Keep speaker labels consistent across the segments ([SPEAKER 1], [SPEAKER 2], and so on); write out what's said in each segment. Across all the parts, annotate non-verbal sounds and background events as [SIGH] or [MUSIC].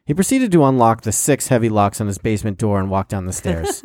[SPEAKER 1] He proceeded to unlock the six heavy locks on his basement door and walk down the stairs.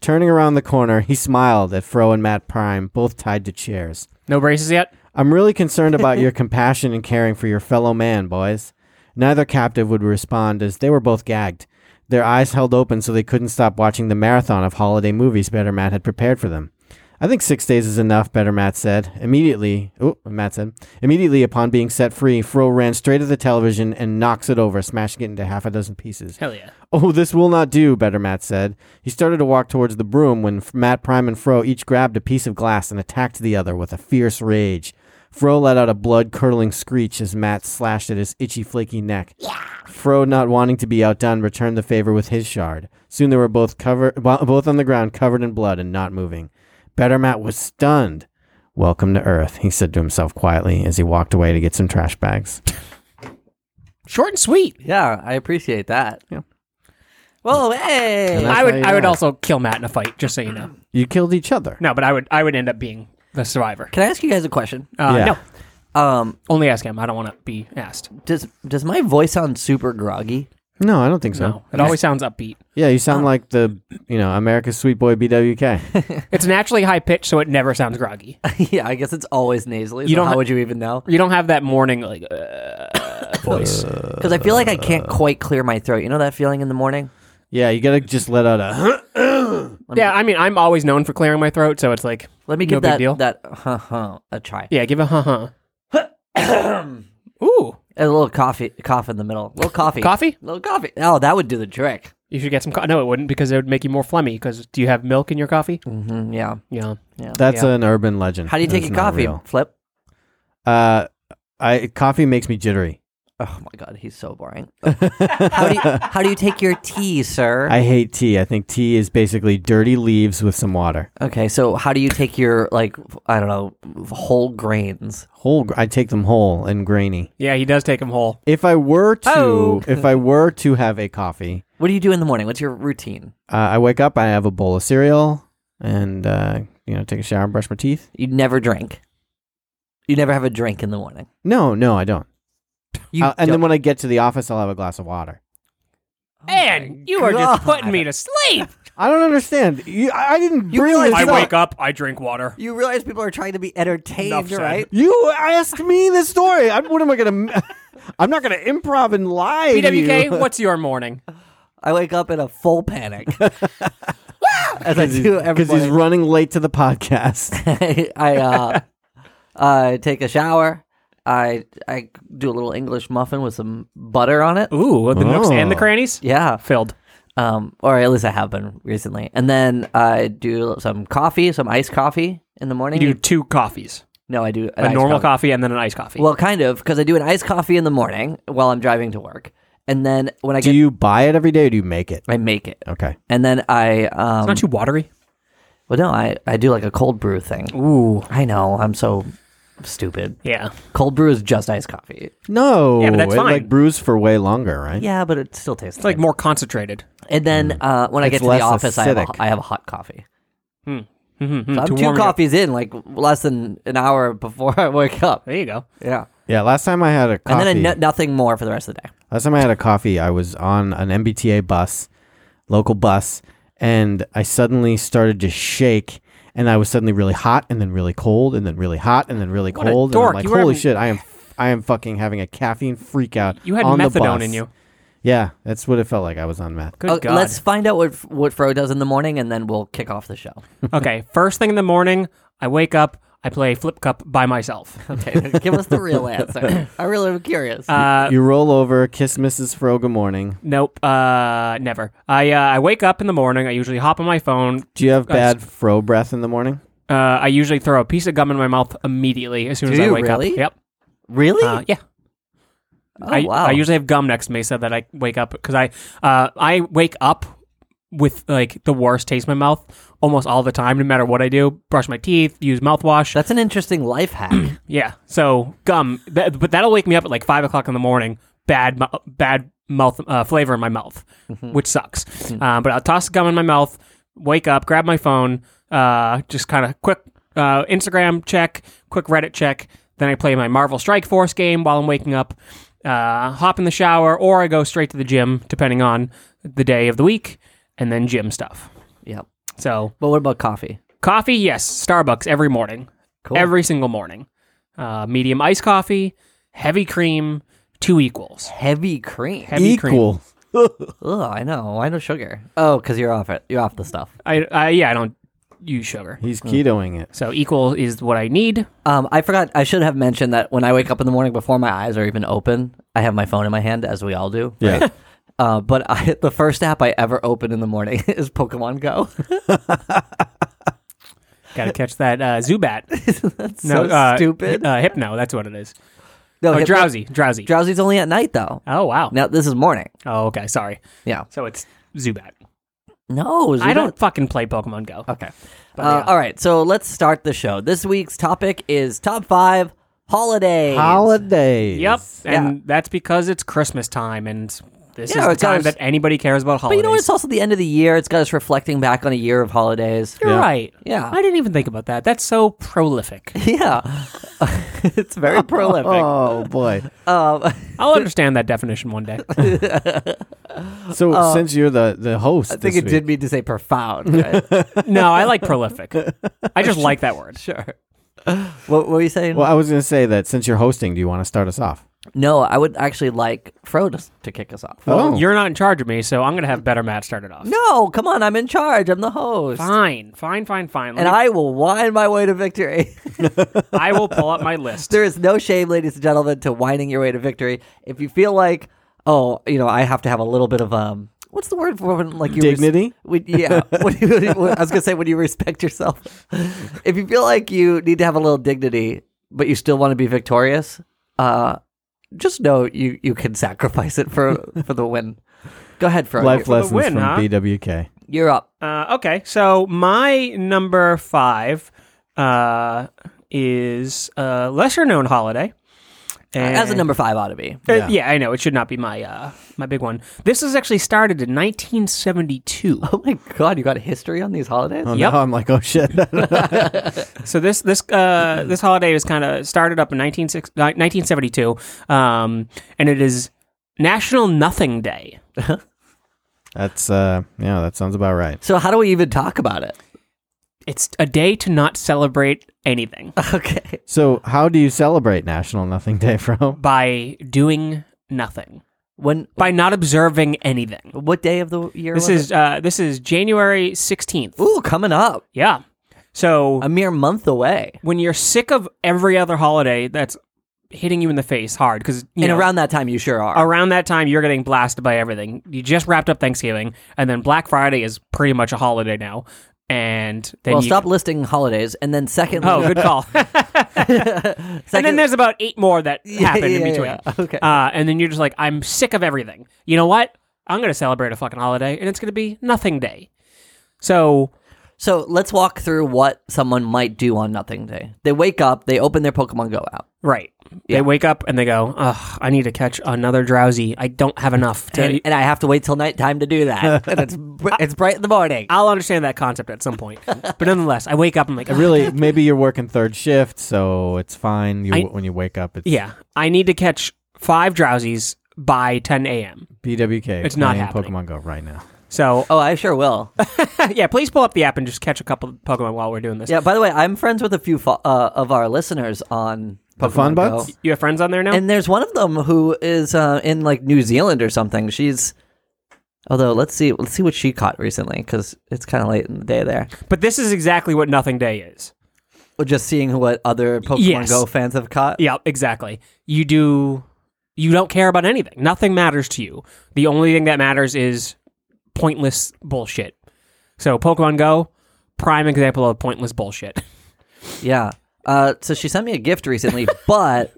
[SPEAKER 1] Turning around the corner, he smiled at Fro and Matt Prime, both tied to chairs.
[SPEAKER 2] No braces yet.
[SPEAKER 1] I'm really concerned about your compassion and caring for your fellow man, boys. Neither captive would respond as they were both gagged, their eyes held open so they couldn't stop watching the marathon of holiday movies Better Matt had prepared for them. I think six days is enough, Better Matt said. Immediately, oh, Matt said, immediately upon being set free, Fro ran straight at the television and knocks it over, smashing it into half a dozen pieces.
[SPEAKER 2] Hell yeah.
[SPEAKER 1] Oh, this will not do, Better Matt said. He started to walk towards the broom when F- Matt Prime and Fro each grabbed a piece of glass and attacked the other with a fierce rage. Fro let out a blood curdling screech as Matt slashed at his itchy, flaky neck. Fro, not wanting to be outdone, returned the favor with his shard. Soon they were both cover- bo- both on the ground, covered in blood and not moving. Better Matt was stunned. Welcome to Earth, he said to himself quietly as he walked away to get some trash bags.
[SPEAKER 2] Short and sweet.
[SPEAKER 3] Yeah, I appreciate that.
[SPEAKER 1] Yeah.
[SPEAKER 3] Well, hey.
[SPEAKER 1] And
[SPEAKER 2] I
[SPEAKER 1] That's
[SPEAKER 2] would
[SPEAKER 1] how you
[SPEAKER 2] I would
[SPEAKER 1] are.
[SPEAKER 2] also kill Matt in a fight, just so you know.
[SPEAKER 1] [LAUGHS] You killed each other.
[SPEAKER 2] No, but I would I would end up being the survivor.
[SPEAKER 3] Can I ask you guys a question?
[SPEAKER 2] Uh,
[SPEAKER 1] Yeah.
[SPEAKER 2] No,
[SPEAKER 3] Um,
[SPEAKER 2] only ask him. I don't want to be asked.
[SPEAKER 3] does does my voice sound super groggy? [LAUGHS]
[SPEAKER 1] No, I don't think so.
[SPEAKER 2] No, it always sounds upbeat.
[SPEAKER 1] Yeah, you
[SPEAKER 3] Um,
[SPEAKER 1] sound like the you know America's Sweet
[SPEAKER 3] [LAUGHS]
[SPEAKER 1] Boy BWK.
[SPEAKER 2] It's naturally high pitched, so it never sounds groggy.
[SPEAKER 3] yeah, I guess it's always nasally.
[SPEAKER 2] You
[SPEAKER 3] so
[SPEAKER 2] don't
[SPEAKER 3] how
[SPEAKER 2] ha-
[SPEAKER 3] would you even know?
[SPEAKER 2] You don't have that morning like uh,
[SPEAKER 1] [LAUGHS]
[SPEAKER 2] voice.
[SPEAKER 3] Because I feel like I can't quite clear my throat. You know that feeling in the morning?
[SPEAKER 1] yeah, you gotta just let out a. [LAUGHS]
[SPEAKER 2] yeah, I mean, I'm always known for clearing my throat, so it's like,
[SPEAKER 3] Let me give
[SPEAKER 2] No big
[SPEAKER 3] that
[SPEAKER 2] deal.
[SPEAKER 3] that [LAUGHS] huh huh a try.
[SPEAKER 2] yeah, give a huh huh. Ooh,
[SPEAKER 3] A little coffee cough in the middle. A little coffee.
[SPEAKER 2] coffee?
[SPEAKER 3] A little coffee. Oh, that would do the trick.
[SPEAKER 2] You should get some. Co- no, it wouldn't because it would make you more phlegmy. Because do you have milk in your coffee?
[SPEAKER 3] Mm, yeah.
[SPEAKER 2] Yeah.
[SPEAKER 1] That's
[SPEAKER 2] Yeah.
[SPEAKER 1] an urban legend.
[SPEAKER 3] How do you take
[SPEAKER 1] That's
[SPEAKER 3] a
[SPEAKER 1] not
[SPEAKER 3] coffee?
[SPEAKER 1] real.
[SPEAKER 3] Flip.
[SPEAKER 1] Uh, I coffee makes me jittery.
[SPEAKER 3] Oh my god, he's so boring. how do you how do you take your tea, sir?
[SPEAKER 1] I hate tea. I think tea is basically dirty leaves with some water.
[SPEAKER 3] okay, so how do you take your like I don't know whole grains?
[SPEAKER 1] Whole, gr- I take them whole and grainy.
[SPEAKER 2] Yeah, he does take them whole.
[SPEAKER 1] If I were to,
[SPEAKER 3] Oh.
[SPEAKER 1] if I were to have a coffee,
[SPEAKER 3] What do you do in the morning? What's your routine?
[SPEAKER 1] uh, I wake up, I have a bowl of cereal, and uh, you know, take a shower and brush my teeth.
[SPEAKER 3] You never drink. You never have a drink in the morning.
[SPEAKER 1] No, no, I don't.
[SPEAKER 3] You
[SPEAKER 1] Uh, and
[SPEAKER 3] don't-
[SPEAKER 1] then when I get to the office, I'll have a glass of water.
[SPEAKER 2] And you are just putting me to sleep.
[SPEAKER 1] I don't understand. You, I I didn't
[SPEAKER 3] You
[SPEAKER 1] bring
[SPEAKER 3] realize
[SPEAKER 1] this
[SPEAKER 3] I
[SPEAKER 1] up.
[SPEAKER 3] wake
[SPEAKER 2] up, I drink
[SPEAKER 3] [LAUGHS]
[SPEAKER 2] water.
[SPEAKER 3] You realize people are trying to be entertained,
[SPEAKER 2] Enough said.
[SPEAKER 3] right?
[SPEAKER 1] You asked me the story. I, what am I gonna? [LAUGHS] I'm not gonna improv and lie. to
[SPEAKER 2] BWK,
[SPEAKER 1] you.
[SPEAKER 2] what's your morning?
[SPEAKER 3] I wake up in a full panic. As I do every
[SPEAKER 1] Because he's
[SPEAKER 3] morning. [LAUGHS]
[SPEAKER 1] running late to the podcast.
[SPEAKER 3] I uh, I take a shower. I I do a little English muffin with some butter on it.
[SPEAKER 2] Ooh, the nooks and the
[SPEAKER 1] Oh.
[SPEAKER 2] crannies
[SPEAKER 3] Yeah,
[SPEAKER 2] filled.
[SPEAKER 3] um, or at least I have been recently. And then I do some coffee, some iced coffee in the
[SPEAKER 2] You
[SPEAKER 3] morning.
[SPEAKER 2] do two coffees,
[SPEAKER 3] no, I do an
[SPEAKER 2] a
[SPEAKER 3] iced
[SPEAKER 2] normal coffee. and then an iced coffee.
[SPEAKER 3] Well, kind of, because I do an iced coffee in the morning while I'm driving to work, and then when I
[SPEAKER 1] Do
[SPEAKER 3] get,
[SPEAKER 1] [LAUGHS] you buy it every day or do you make it?
[SPEAKER 3] I make it,
[SPEAKER 1] Okay.
[SPEAKER 3] and then I um,
[SPEAKER 2] it's not too watery.
[SPEAKER 3] well, no, I I do like a cold brew thing.
[SPEAKER 2] Ooh,
[SPEAKER 3] I know, I'm so stupid.
[SPEAKER 2] yeah.
[SPEAKER 3] Cold brew is just iced coffee.
[SPEAKER 1] No.
[SPEAKER 2] Yeah, but that's
[SPEAKER 1] it,
[SPEAKER 2] fine.
[SPEAKER 1] like brews for way longer, right?
[SPEAKER 3] Yeah, but it still tastes
[SPEAKER 2] It's like Mm. more concentrated.
[SPEAKER 3] And then uh, when I
[SPEAKER 1] It's
[SPEAKER 3] get to the
[SPEAKER 1] less
[SPEAKER 3] office, I have, a,
[SPEAKER 1] acidic.
[SPEAKER 3] I have a hot coffee.
[SPEAKER 2] Mm-hmm.
[SPEAKER 3] So I'm two coffees in, like less than an hour before [LAUGHS] I wake up.
[SPEAKER 2] There you go.
[SPEAKER 3] Yeah,
[SPEAKER 1] Yeah, last time I had a coffee.
[SPEAKER 3] and then I no- nothing more for the rest of the day.
[SPEAKER 1] Last time I had a coffee, I was on an MBTA bus, local bus, and I suddenly started to shake. And I was suddenly really hot, and then really cold, and then really hot, and then really
[SPEAKER 2] What a
[SPEAKER 1] cold.
[SPEAKER 2] dork.
[SPEAKER 1] And I'm like,
[SPEAKER 2] You were
[SPEAKER 1] holy
[SPEAKER 2] having-
[SPEAKER 1] shit, I am, I am fucking having a caffeine freak out.
[SPEAKER 2] You had
[SPEAKER 1] on the
[SPEAKER 2] methadone
[SPEAKER 1] bus.
[SPEAKER 2] in you.
[SPEAKER 1] Yeah, that's what it felt like. I was on meth.
[SPEAKER 2] Good
[SPEAKER 3] Uh,
[SPEAKER 2] God.
[SPEAKER 3] Let's find out what what Fro does in the morning, and then we'll kick off the show.
[SPEAKER 2] [LAUGHS]
[SPEAKER 3] [LAUGHS]
[SPEAKER 2] okay, first thing in the morning, I wake up, I play Flip Cup by myself.
[SPEAKER 3] Okay, give us the real
[SPEAKER 2] [LAUGHS]
[SPEAKER 3] answer. I really am curious.
[SPEAKER 2] Uh,
[SPEAKER 1] you roll over, kiss Mrs. Fro. Good morning.
[SPEAKER 2] nope, uh, never. I uh, I wake up in the morning. I usually hop on my phone.
[SPEAKER 1] Do you have
[SPEAKER 2] Guys.
[SPEAKER 1] bad Fro breath in the morning?
[SPEAKER 2] Uh, I usually throw a piece of gum in my mouth immediately as soon
[SPEAKER 3] Do
[SPEAKER 2] as I
[SPEAKER 3] you
[SPEAKER 2] wake
[SPEAKER 3] really?
[SPEAKER 2] up. Yep.
[SPEAKER 3] really?
[SPEAKER 2] Uh, yeah.
[SPEAKER 3] oh
[SPEAKER 2] I,
[SPEAKER 3] wow!
[SPEAKER 2] I usually have gum next to me so that I wake up because I uh, I wake up with like the worst taste in my mouth almost all the time, no matter what I do. Brush my teeth, use mouthwash.
[SPEAKER 3] That's an interesting life
[SPEAKER 2] [CLEARS THROAT]
[SPEAKER 3] hack.
[SPEAKER 2] yeah. So gum, th- but that'll wake me up at like five o'clock in the morning. Bad, mou- bad mouth uh, flavor in my mouth, which sucks. Uh, but I'll toss gum in my mouth, wake up, grab my phone, uh, just kind of quick uh, Instagram check, quick Reddit check. Then I play my Marvel Strike Force game while I'm waking up. Uh, hop in the shower, or I go straight to the gym, depending on the day of the week, and then gym stuff.
[SPEAKER 3] yep.
[SPEAKER 2] So
[SPEAKER 3] But what about coffee?
[SPEAKER 2] Coffee, yes. Starbucks every morning.
[SPEAKER 3] Cool.
[SPEAKER 2] Every single morning. Uh, medium iced coffee, heavy cream, two equals.
[SPEAKER 3] Heavy cream.
[SPEAKER 2] Heavy cream.
[SPEAKER 1] Equal.
[SPEAKER 3] Oh, I know. Why no sugar? Oh, because you're off it. You're off the stuff.
[SPEAKER 2] I, I yeah, I don't use sugar.
[SPEAKER 1] He's ketoing
[SPEAKER 2] [LAUGHS]
[SPEAKER 1] it.
[SPEAKER 2] So equal is what I need.
[SPEAKER 3] Um, I forgot. I should have mentioned that when I wake up in the morning, before my eyes are even open, I have my phone in my hand, as we all do.
[SPEAKER 1] Yeah.
[SPEAKER 3] Uh, but I, [LAUGHS] the first app I ever open in the morning [LAUGHS] is Pokemon Go. [LAUGHS]
[SPEAKER 2] Got to catch that
[SPEAKER 3] [LAUGHS]
[SPEAKER 2] uh, Zubat.
[SPEAKER 3] That's
[SPEAKER 2] No,
[SPEAKER 3] so
[SPEAKER 2] uh,
[SPEAKER 3] stupid.
[SPEAKER 2] Uh, hypno, that's what it is.
[SPEAKER 3] no,
[SPEAKER 2] Oh,
[SPEAKER 3] hit-
[SPEAKER 2] drowsy, drowsy.
[SPEAKER 3] Drowsy's only at night though.
[SPEAKER 2] oh wow.
[SPEAKER 3] Now this is morning.
[SPEAKER 2] Oh okay, sorry.
[SPEAKER 3] Yeah.
[SPEAKER 2] So it's Zubat.
[SPEAKER 3] No,
[SPEAKER 2] I don't fucking play Pokemon Go.
[SPEAKER 3] Okay. Uh, All right. So let's start the show. This week's topic is top five holidays.
[SPEAKER 1] Holidays.
[SPEAKER 2] Yep, and
[SPEAKER 3] Yeah.
[SPEAKER 2] that's because it's Christmas time, and this
[SPEAKER 3] Yeah,
[SPEAKER 2] is the
[SPEAKER 3] it's got
[SPEAKER 2] time
[SPEAKER 3] us-
[SPEAKER 2] that anybody cares about
[SPEAKER 3] But
[SPEAKER 2] holidays.
[SPEAKER 3] you know, what? it's also the end of the year. It's got us reflecting back on a year of holidays.
[SPEAKER 2] You're right.
[SPEAKER 3] Yeah.
[SPEAKER 2] I didn't even think about that. That's so prolific.
[SPEAKER 3] [LAUGHS] Yeah. it's very prolific.
[SPEAKER 1] Oh boy.
[SPEAKER 3] Um, [LAUGHS]
[SPEAKER 2] I'll understand that definition one day.
[SPEAKER 1] So
[SPEAKER 2] Uh,
[SPEAKER 1] since you're the the host,
[SPEAKER 3] I think it did mean to say profound. Right?
[SPEAKER 2] No, I like prolific. I just like that word.
[SPEAKER 3] sure. What, what were you saying?
[SPEAKER 1] Well, I was going to say that since you're hosting, do you want to start us off?
[SPEAKER 3] no, I would actually like Fro to, to kick us off.
[SPEAKER 1] Oh,
[SPEAKER 2] You're not in charge of me, so I'm going to have better Matt start it off.
[SPEAKER 3] No, come on. I'm in charge. I'm the host.
[SPEAKER 2] Fine, fine, fine, fine. Let
[SPEAKER 3] And
[SPEAKER 2] me-
[SPEAKER 3] I will whine my way to victory. [LAUGHS]
[SPEAKER 2] I will pull up my list.
[SPEAKER 3] There is no shame, ladies and gentlemen, to whining your way to victory. If you feel like, oh, you know, I have to have a little bit of um, what's the word for when like you res-
[SPEAKER 1] Dignity?
[SPEAKER 3] when- yeah, [LAUGHS] when you, when- I was gonna say when you respect yourself. If you feel like you need to have a little dignity, but you still want to be victorious, uh, just know you you can sacrifice it for for the win. Go ahead, Fro.
[SPEAKER 1] life
[SPEAKER 2] the
[SPEAKER 3] you're,
[SPEAKER 1] lessons
[SPEAKER 2] win,
[SPEAKER 1] from
[SPEAKER 2] huh?
[SPEAKER 1] BWK.
[SPEAKER 3] you're up.
[SPEAKER 2] Uh, okay, so my number five uh, is a lesser known holiday. And
[SPEAKER 1] Eh.
[SPEAKER 3] As a number five ought to be.
[SPEAKER 2] Uh,
[SPEAKER 1] Yeah.
[SPEAKER 2] yeah. I know. It should not be my uh, my big one. This was actually started in 1972.
[SPEAKER 3] Oh my god, you got history on these holidays?
[SPEAKER 1] Oh,
[SPEAKER 2] Yep.
[SPEAKER 1] now I'm like, oh shit. [LAUGHS]
[SPEAKER 2] So this this uh,
[SPEAKER 3] Mm-hmm.
[SPEAKER 2] this holiday was kind of started up in 19, 1972, um, and it is National Nothing Day.
[SPEAKER 1] that's uh, yeah, that sounds about right.
[SPEAKER 3] So how do we even talk about it? [LAUGHS]
[SPEAKER 2] It's a day to not celebrate anything
[SPEAKER 3] Okay.
[SPEAKER 1] So, how do you celebrate National Nothing Day, [LAUGHS] Fro?
[SPEAKER 2] by doing nothing,
[SPEAKER 3] When
[SPEAKER 2] by not observing anything.
[SPEAKER 3] What day of the year?
[SPEAKER 2] This
[SPEAKER 3] was
[SPEAKER 2] is uh, this is January
[SPEAKER 3] it?
[SPEAKER 2] 16th.
[SPEAKER 3] ooh Um, coming up,
[SPEAKER 2] Yeah. So
[SPEAKER 3] a mere month away.
[SPEAKER 2] when you're sick of every other holiday that's hitting you in the face hard because
[SPEAKER 3] and around that time, you sure are.
[SPEAKER 2] around that time you're getting blasted by everything. You just wrapped up Thanksgiving, and then Black Friday is pretty much a holiday now. And then
[SPEAKER 3] well,
[SPEAKER 2] you-
[SPEAKER 3] stop listing holidays, and then secondly,
[SPEAKER 2] Oh, good
[SPEAKER 3] [LAUGHS]
[SPEAKER 2] call. [LAUGHS] and then
[SPEAKER 3] Second-
[SPEAKER 2] there's about eight more that happen
[SPEAKER 3] [LAUGHS]
[SPEAKER 2] in
[SPEAKER 3] yeah,
[SPEAKER 2] between.
[SPEAKER 3] yeah. Okay.
[SPEAKER 2] Uh, and then you're just like, I'm sick of everything. You know what? I'm gonna celebrate a fucking holiday, and it's gonna be Nothing Day. So
[SPEAKER 3] so let's walk through what someone might do on Nothing Day. They wake up, they open their Pokemon Go app.
[SPEAKER 2] right, they wake up and they go, Ugh, I need to catch another drowsy. I don't have enough. To
[SPEAKER 3] and, and I have to wait till nighttime to do
[SPEAKER 2] [LAUGHS]
[SPEAKER 3] that. and it's br- it's bright in the morning.
[SPEAKER 2] I'll understand that concept at some
[SPEAKER 3] [LAUGHS]
[SPEAKER 2] point, but nonetheless, I wake up. I'm like, I [LAUGHS]
[SPEAKER 1] Really, maybe you're working third shift, so it's fine. You,
[SPEAKER 2] I-
[SPEAKER 1] when you wake up, it's
[SPEAKER 2] Yeah, I need to catch five drowsies by 10 a.m.
[SPEAKER 1] BWK.
[SPEAKER 2] It's not
[SPEAKER 1] playing
[SPEAKER 2] happening.
[SPEAKER 1] Pokemon Go right now.
[SPEAKER 2] So, oh,
[SPEAKER 3] Oh, I sure will.
[SPEAKER 2] [LAUGHS] yeah, please pull up the app and just catch a couple of Pokemon while we're doing this.
[SPEAKER 3] yeah. By the way, I'm friends with a few fo- uh, of our listeners on
[SPEAKER 1] The
[SPEAKER 3] Pokemon Go.
[SPEAKER 1] Fun Buds?
[SPEAKER 2] You have friends on there now?
[SPEAKER 3] and there's one of them who is uh, in like New Zealand or something. She's although let's see let's see what she caught recently because it's kind of late in the day there.
[SPEAKER 2] but this is exactly what Nothing Day is.
[SPEAKER 3] Well, Just seeing what other Pokemon
[SPEAKER 2] Yes.
[SPEAKER 3] Go fans have caught.
[SPEAKER 2] Yeah, exactly. You do, you don't care about anything. Nothing matters to you. The only thing that matters is pointless bullshit. So, Pokemon Go, prime example of pointless bullshit. [LAUGHS]
[SPEAKER 3] Yeah. Uh, so she sent me a gift
[SPEAKER 2] [LAUGHS]
[SPEAKER 3] recently, but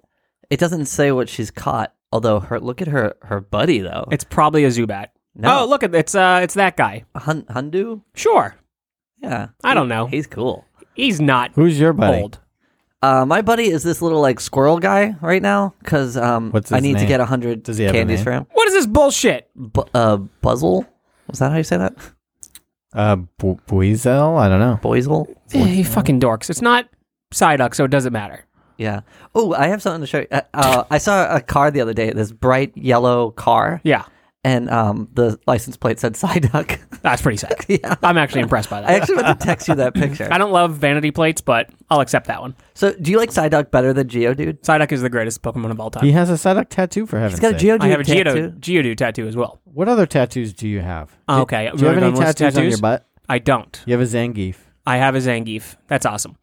[SPEAKER 3] it doesn't say what she's caught. Although her look at her her buddy though.
[SPEAKER 2] It's probably a Zubat.
[SPEAKER 3] No.
[SPEAKER 2] Oh, look at it's uh, it's that guy.
[SPEAKER 3] Hun- Hundu?
[SPEAKER 2] Sure,
[SPEAKER 3] Yeah.
[SPEAKER 2] I don't know.
[SPEAKER 3] He's cool.
[SPEAKER 2] He's not
[SPEAKER 1] Who's your buddy?
[SPEAKER 2] old.
[SPEAKER 3] Uh, my buddy is this little like squirrel guy right now because um,
[SPEAKER 1] What's
[SPEAKER 3] I
[SPEAKER 1] his
[SPEAKER 3] need to
[SPEAKER 1] name?
[SPEAKER 3] get 100
[SPEAKER 1] Does he have a
[SPEAKER 3] candies
[SPEAKER 1] name?
[SPEAKER 3] for him.
[SPEAKER 2] What is this bullshit?
[SPEAKER 3] Bu- uh, Buzzle? Was that how you say that?
[SPEAKER 1] Uh, Bu- Buizel? I don't know.
[SPEAKER 3] Boisel?
[SPEAKER 2] Yeah, you fucking dorks. It's not Psyduck, so it doesn't matter.
[SPEAKER 3] Yeah. Oh, I have something to show you. Uh, uh, I saw a car the other day, this bright yellow car,
[SPEAKER 2] Yeah,
[SPEAKER 3] and um, the license plate said Psyduck. [LAUGHS]
[SPEAKER 2] that's pretty
[SPEAKER 1] [LAUGHS]
[SPEAKER 2] sick.
[SPEAKER 3] yeah.
[SPEAKER 2] I'm actually impressed by
[SPEAKER 3] I
[SPEAKER 2] that.
[SPEAKER 3] actually meant to text you
[SPEAKER 2] [LAUGHS]
[SPEAKER 3] that picture.
[SPEAKER 2] I don't love vanity plates, but I'll accept that one.
[SPEAKER 3] So, do you like Psyduck better than Geodude?
[SPEAKER 2] Psyduck is the greatest Pokemon of all time.
[SPEAKER 1] He has a Psyduck tattoo for heaven's
[SPEAKER 3] He's got a
[SPEAKER 1] sake.
[SPEAKER 3] Geodude
[SPEAKER 2] I have a
[SPEAKER 3] tattoo.
[SPEAKER 2] Geodude, Geodude tattoo as well.
[SPEAKER 1] what other tattoos do you have?
[SPEAKER 2] Oh,
[SPEAKER 1] Do-
[SPEAKER 2] okay.
[SPEAKER 1] Do you have
[SPEAKER 2] We're
[SPEAKER 1] any
[SPEAKER 2] done with
[SPEAKER 1] tattoos, on your
[SPEAKER 2] tattoos?
[SPEAKER 1] butt?
[SPEAKER 2] I don't.
[SPEAKER 1] You have a Zangief.
[SPEAKER 2] I have a Zangief. That's awesome.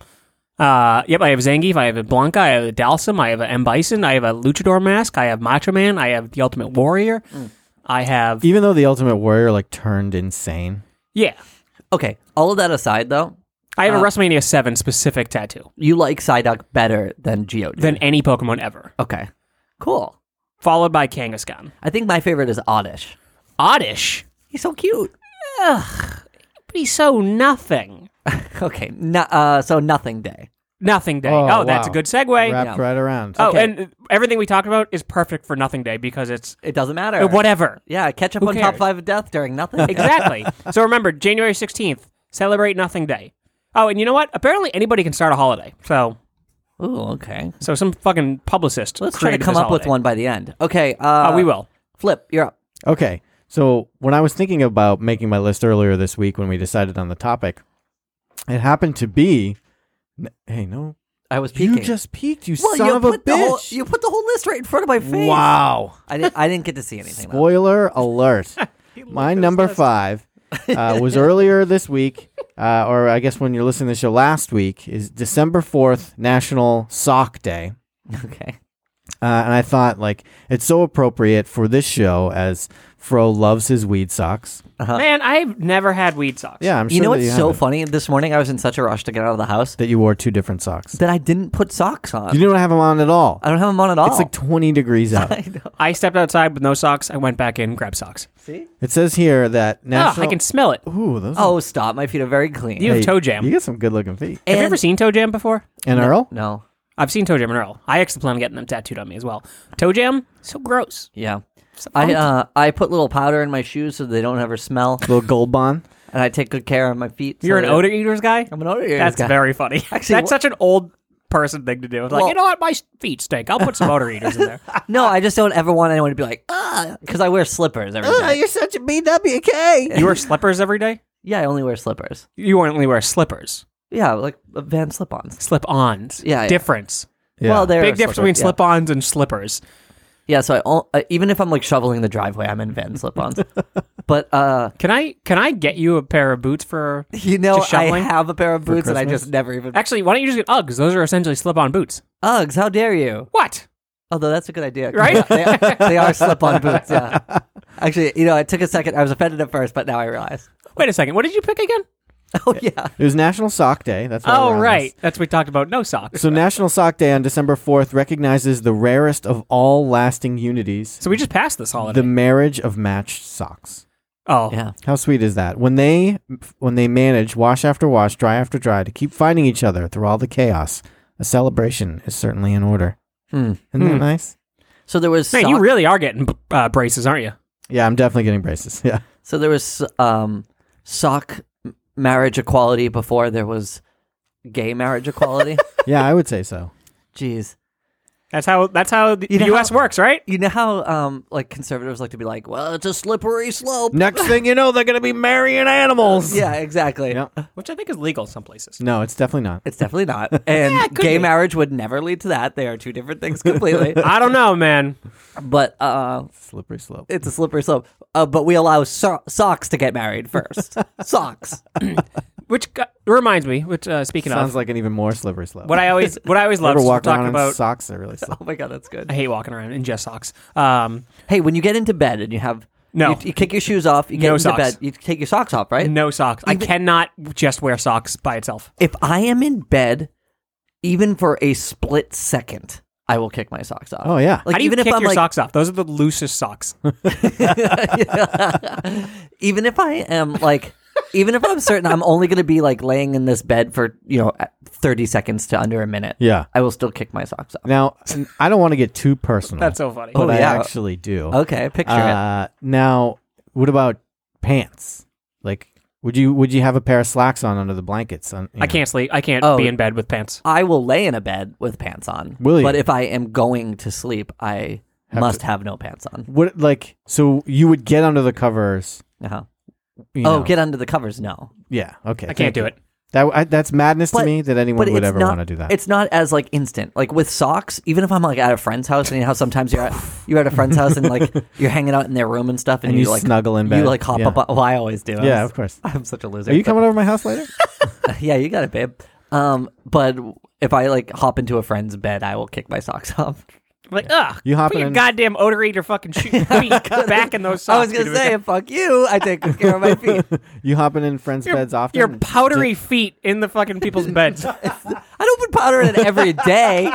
[SPEAKER 2] Uh, yep, I have Zangief. I have a Blanca. I have a Dalsim. I have a M Bison. I have a Luchador mask. I have Macho Man. I have the Ultimate Warrior.
[SPEAKER 1] Mm.
[SPEAKER 2] I have
[SPEAKER 1] Even though the Ultimate Warrior like turned insane.
[SPEAKER 2] yeah.
[SPEAKER 3] Okay. All of that aside, though,
[SPEAKER 2] I
[SPEAKER 1] Uh,
[SPEAKER 2] have a WrestleMania Seven specific tattoo
[SPEAKER 3] you like Psyduck better than Geodude.
[SPEAKER 2] than any Pokemon ever,
[SPEAKER 3] okay. Cool.
[SPEAKER 2] followed by Kangaskhan.
[SPEAKER 3] I think my favorite is Oddish.
[SPEAKER 2] Oddish.
[SPEAKER 3] He's so cute.
[SPEAKER 2] But he's so nothing.
[SPEAKER 3] Okay, no, uh, so nothing day.
[SPEAKER 2] Nothing day. Oh, that's a
[SPEAKER 1] wow.
[SPEAKER 2] good segue.
[SPEAKER 1] Wrapped right around.
[SPEAKER 2] Oh,
[SPEAKER 3] Okay.
[SPEAKER 2] and everything we talked about is perfect for nothing day because it's
[SPEAKER 3] It doesn't matter.
[SPEAKER 1] [LAUGHS]
[SPEAKER 2] whatever.
[SPEAKER 3] Yeah, catch up
[SPEAKER 2] Who
[SPEAKER 3] on top
[SPEAKER 2] cares?
[SPEAKER 3] five of death during nothing.
[SPEAKER 2] [LAUGHS]
[SPEAKER 3] day.
[SPEAKER 2] Exactly. so remember, January 16th, celebrate nothing day. Oh, and you know what? Apparently anybody can start a holiday. So
[SPEAKER 3] Ooh, okay.
[SPEAKER 2] so some fucking publicist.
[SPEAKER 3] Let's try to
[SPEAKER 2] created
[SPEAKER 3] come
[SPEAKER 2] this
[SPEAKER 3] up with
[SPEAKER 2] holiday.
[SPEAKER 3] one by the end. Okay.
[SPEAKER 2] Uh,
[SPEAKER 3] Uh,
[SPEAKER 2] we will.
[SPEAKER 3] Flip, you're up.
[SPEAKER 1] Okay. So when I was thinking about making my list earlier this week when we decided on the topic, it happened to be. N- Hey, no.
[SPEAKER 3] I was peeking.
[SPEAKER 1] You just peeked, you
[SPEAKER 3] well,
[SPEAKER 1] son
[SPEAKER 3] you
[SPEAKER 1] of a
[SPEAKER 3] put the
[SPEAKER 1] bitch.
[SPEAKER 3] whole you [LAUGHS] put the whole list right in front of my face.
[SPEAKER 1] wow.
[SPEAKER 3] I didn't. I didn't get to see anything. though.
[SPEAKER 1] Spoiler
[SPEAKER 3] [LAUGHS]
[SPEAKER 1] alert. My number five uh, was earlier this week, uh, or I guess when you're listening to the show last week, is December 4th, National Sock Day.
[SPEAKER 3] Okay.
[SPEAKER 1] Uh, and I thought, like, it's so appropriate for this show as Fro loves his weed socks.
[SPEAKER 2] Man, I've never had weed socks.
[SPEAKER 1] Yeah, I'm sure
[SPEAKER 3] You know
[SPEAKER 1] that
[SPEAKER 3] what's
[SPEAKER 1] you
[SPEAKER 3] so
[SPEAKER 1] haven't.
[SPEAKER 3] funny? This morning I was in such a rush to get out of the house
[SPEAKER 1] that you wore two different socks.
[SPEAKER 3] that I didn't put socks on.
[SPEAKER 1] You don't have them on at all.
[SPEAKER 3] I don't have them on at all.
[SPEAKER 1] It's like 20 degrees out.
[SPEAKER 3] I know.
[SPEAKER 2] I stepped outside with no socks. I went back in, grabbed socks.
[SPEAKER 1] It says here that
[SPEAKER 2] Ah,
[SPEAKER 1] National.
[SPEAKER 2] I can smell it.
[SPEAKER 1] Ooh, those are-
[SPEAKER 3] Oh, stop! My feet are very clean.
[SPEAKER 2] You have toe jam.
[SPEAKER 1] You got some good looking feet.
[SPEAKER 2] have you
[SPEAKER 3] And-
[SPEAKER 2] ever seen toe jam before?
[SPEAKER 1] And Earl?
[SPEAKER 3] no.
[SPEAKER 2] I've seen Toe Jam and Earl. I actually plan on getting them tattooed on me as well. Toe Jam, so gross.
[SPEAKER 3] Yeah. I uh, I put little powder in my shoes so they don't ever smell,
[SPEAKER 1] Little gold bond.
[SPEAKER 3] and I take good care of my feet. so
[SPEAKER 2] You're an
[SPEAKER 3] that-
[SPEAKER 2] odor eaters guy.
[SPEAKER 3] I'm an odor eater.
[SPEAKER 2] That's
[SPEAKER 3] guy.
[SPEAKER 2] very funny.
[SPEAKER 3] [LAUGHS] Actually,
[SPEAKER 2] that's
[SPEAKER 3] wha-
[SPEAKER 2] such an old person thing to do. It's like,
[SPEAKER 3] Well-
[SPEAKER 2] you know what, my feet stink. I'll put some odor eaters in
[SPEAKER 3] [LAUGHS]
[SPEAKER 2] there.
[SPEAKER 3] no. I just don't ever want anyone to be like ah because I wear slippers every day.
[SPEAKER 1] such a BWK.
[SPEAKER 2] You wear slippers every day.
[SPEAKER 3] Yeah, I only wear slippers.
[SPEAKER 2] You only wear slippers,
[SPEAKER 3] Yeah, like uh, van slip-ons.
[SPEAKER 2] slip-ons.
[SPEAKER 3] Yeah, yeah.
[SPEAKER 2] difference.
[SPEAKER 1] Yeah.
[SPEAKER 3] Well, they're
[SPEAKER 2] Big difference
[SPEAKER 3] slipper,
[SPEAKER 2] between
[SPEAKER 3] yeah.
[SPEAKER 2] slip-ons and slippers.
[SPEAKER 3] Yeah, so I all, uh, even if I'm like shoveling the driveway, I'm in van
[SPEAKER 2] [LAUGHS]
[SPEAKER 3] slip-ons. but uh,
[SPEAKER 2] Can I can I get you a pair of boots
[SPEAKER 3] [LAUGHS]
[SPEAKER 2] for?
[SPEAKER 3] you know,
[SPEAKER 2] Just
[SPEAKER 3] I
[SPEAKER 2] shoveling?
[SPEAKER 3] have a pair of boots, and I
[SPEAKER 1] Christmas?
[SPEAKER 3] just never even
[SPEAKER 2] Actually, why don't you just get Uggs? Those are essentially slip-on boots.
[SPEAKER 3] Uggs. How dare you?
[SPEAKER 2] What?
[SPEAKER 3] Although that's a good idea, 'cause [LAUGHS]
[SPEAKER 2] Right?
[SPEAKER 3] They are, they are slip-on boots. [LAUGHS] Yeah. Actually, you know, it took a second. I was offended at first, but now I realize. [LAUGHS]
[SPEAKER 2] Wait a second. What did you pick again?
[SPEAKER 3] Oh yeah.
[SPEAKER 1] It was National Sock Day. That's why
[SPEAKER 2] oh
[SPEAKER 1] we're on
[SPEAKER 2] right,
[SPEAKER 1] this.
[SPEAKER 2] that's what we talked about. No socks.
[SPEAKER 1] So National Sock Day on December 4th recognizes the rarest of all lasting unities,
[SPEAKER 2] So we just passed this holiday.
[SPEAKER 1] the marriage of matched socks.
[SPEAKER 2] oh,
[SPEAKER 3] Yeah.
[SPEAKER 1] How sweet is that? When they when they manage wash after wash, dry after dry to keep finding each other through all the chaos, a celebration is certainly in order.
[SPEAKER 3] Hmm.
[SPEAKER 1] Isn't that nice?
[SPEAKER 3] So there was
[SPEAKER 2] man,
[SPEAKER 3] sock-
[SPEAKER 2] you really are getting uh, braces, aren't you?
[SPEAKER 1] Yeah, I'm definitely getting braces. [LAUGHS] Yeah.
[SPEAKER 3] so there was um, sock m- marriage equality before there was gay marriage
[SPEAKER 2] [LAUGHS]
[SPEAKER 3] equality.
[SPEAKER 1] Yeah, I would say so.
[SPEAKER 3] Jeez.
[SPEAKER 2] That's how that's how the
[SPEAKER 3] You know
[SPEAKER 2] U.S.
[SPEAKER 3] how-
[SPEAKER 2] works, right?
[SPEAKER 3] You know how um, like conservatives like to be like, well, it's a slippery slope.
[SPEAKER 1] Next thing you know, they're going to be marrying animals.
[SPEAKER 3] Yeah, exactly.
[SPEAKER 1] Yeah.
[SPEAKER 2] Which I think is legal some places.
[SPEAKER 1] No, it's definitely not.
[SPEAKER 3] It's definitely not. And
[SPEAKER 2] [LAUGHS] Yeah, it could
[SPEAKER 3] gay
[SPEAKER 2] be.
[SPEAKER 3] marriage would never lead to that. They are two different
[SPEAKER 2] [LAUGHS]
[SPEAKER 3] things completely.
[SPEAKER 2] [LAUGHS] I don't know, man.
[SPEAKER 3] but uh,
[SPEAKER 1] Slippery slope.
[SPEAKER 3] it's a slippery slope. Uh, but we allow so- socks to get married
[SPEAKER 2] [LAUGHS]
[SPEAKER 3] first. socks.
[SPEAKER 2] Which got- reminds me. Which uh, speaking
[SPEAKER 1] Sounds
[SPEAKER 2] of,
[SPEAKER 1] like an even more slippery slope.
[SPEAKER 2] what I always what I
[SPEAKER 1] [LAUGHS]
[SPEAKER 2] always love
[SPEAKER 1] ever walk around
[SPEAKER 2] talking
[SPEAKER 1] in
[SPEAKER 2] about.
[SPEAKER 1] socks are
[SPEAKER 2] [LAUGHS]
[SPEAKER 1] really slow.
[SPEAKER 3] Oh my god, that's good.
[SPEAKER 2] I hate walking around in just socks. Um,
[SPEAKER 3] Hey, when you get into bed and you have
[SPEAKER 2] No.
[SPEAKER 3] you, you kick your shoes off, you get
[SPEAKER 2] No
[SPEAKER 3] into
[SPEAKER 2] socks.
[SPEAKER 3] bed, you take your socks off, right?
[SPEAKER 2] no socks. I cannot just wear socks by itself.
[SPEAKER 3] If I am in bed, even for a split second, I will kick my socks off.
[SPEAKER 1] Oh yeah.
[SPEAKER 3] Like
[SPEAKER 2] How do you
[SPEAKER 3] even
[SPEAKER 2] kick
[SPEAKER 3] if I'm
[SPEAKER 2] your
[SPEAKER 3] like,
[SPEAKER 2] socks off? Those are the loosest
[SPEAKER 1] [LAUGHS]
[SPEAKER 2] socks.
[SPEAKER 3] [LAUGHS] even if I am like, even if I'm certain I'm only going to be like laying in this bed for you know 30 seconds to under a minute,
[SPEAKER 1] Yeah.
[SPEAKER 3] I will still kick my socks off.
[SPEAKER 1] Now, I don't want to get too personal.
[SPEAKER 2] That's so funny.
[SPEAKER 1] but
[SPEAKER 3] Oh,
[SPEAKER 1] I
[SPEAKER 3] yeah.
[SPEAKER 1] actually do.
[SPEAKER 3] Okay, picture
[SPEAKER 1] Uh, now, what about pants? Like, would you would you have a pair of slacks on under the blankets? On, you
[SPEAKER 2] I
[SPEAKER 1] know?
[SPEAKER 2] can't sleep. I can't
[SPEAKER 3] Oh.
[SPEAKER 2] be in bed with pants.
[SPEAKER 3] it. I will lay in a bed with pants on.
[SPEAKER 1] Will you?
[SPEAKER 3] But if I am going to sleep, I must have no pants on.
[SPEAKER 1] What like so you would get under the covers?
[SPEAKER 3] Uh-huh.
[SPEAKER 1] you
[SPEAKER 3] Oh,
[SPEAKER 1] know.
[SPEAKER 3] get under the covers. No,
[SPEAKER 1] yeah.
[SPEAKER 2] I
[SPEAKER 1] Okay,
[SPEAKER 2] can't
[SPEAKER 1] thank
[SPEAKER 2] do
[SPEAKER 1] you.
[SPEAKER 2] it.
[SPEAKER 1] That I, that's madness to me that anyone would
[SPEAKER 3] it's
[SPEAKER 1] ever
[SPEAKER 3] not-
[SPEAKER 1] want to do that.
[SPEAKER 3] It's not as like instant. Like with socks, even if I'm like at a friend's house, and you know how sometimes
[SPEAKER 1] [LAUGHS]
[SPEAKER 3] you're at you're at a friend's house and like you're hanging out in their room and stuff, and,
[SPEAKER 1] And you
[SPEAKER 3] like
[SPEAKER 1] snuggle in
[SPEAKER 3] You
[SPEAKER 1] bed.
[SPEAKER 3] like hop
[SPEAKER 1] Yeah.
[SPEAKER 3] up. On, well, I always do.
[SPEAKER 1] yeah,
[SPEAKER 3] I'm,
[SPEAKER 1] of course.
[SPEAKER 3] [LAUGHS] I'm such a loser.
[SPEAKER 1] Are you
[SPEAKER 3] but-
[SPEAKER 1] coming over to my
[SPEAKER 2] [LAUGHS]
[SPEAKER 1] house later?
[SPEAKER 3] [LAUGHS] yeah, you got it, babe. Um, but if I like hop into a friend's bed, I will kick my socks off.
[SPEAKER 2] Like, ugh.
[SPEAKER 1] You hopping
[SPEAKER 2] put your
[SPEAKER 1] in-
[SPEAKER 2] goddamn odor eater fucking
[SPEAKER 1] [LAUGHS]
[SPEAKER 2] shoe feet back in those socks.
[SPEAKER 3] I was gonna
[SPEAKER 2] dude.
[SPEAKER 3] say, fuck you. I take good care of my feet.
[SPEAKER 1] you hopping in friends'
[SPEAKER 2] your,
[SPEAKER 1] beds often?
[SPEAKER 2] your powdery feet in the fucking people's
[SPEAKER 1] [LAUGHS]
[SPEAKER 2] beds.
[SPEAKER 3] I don't put powder in it every day.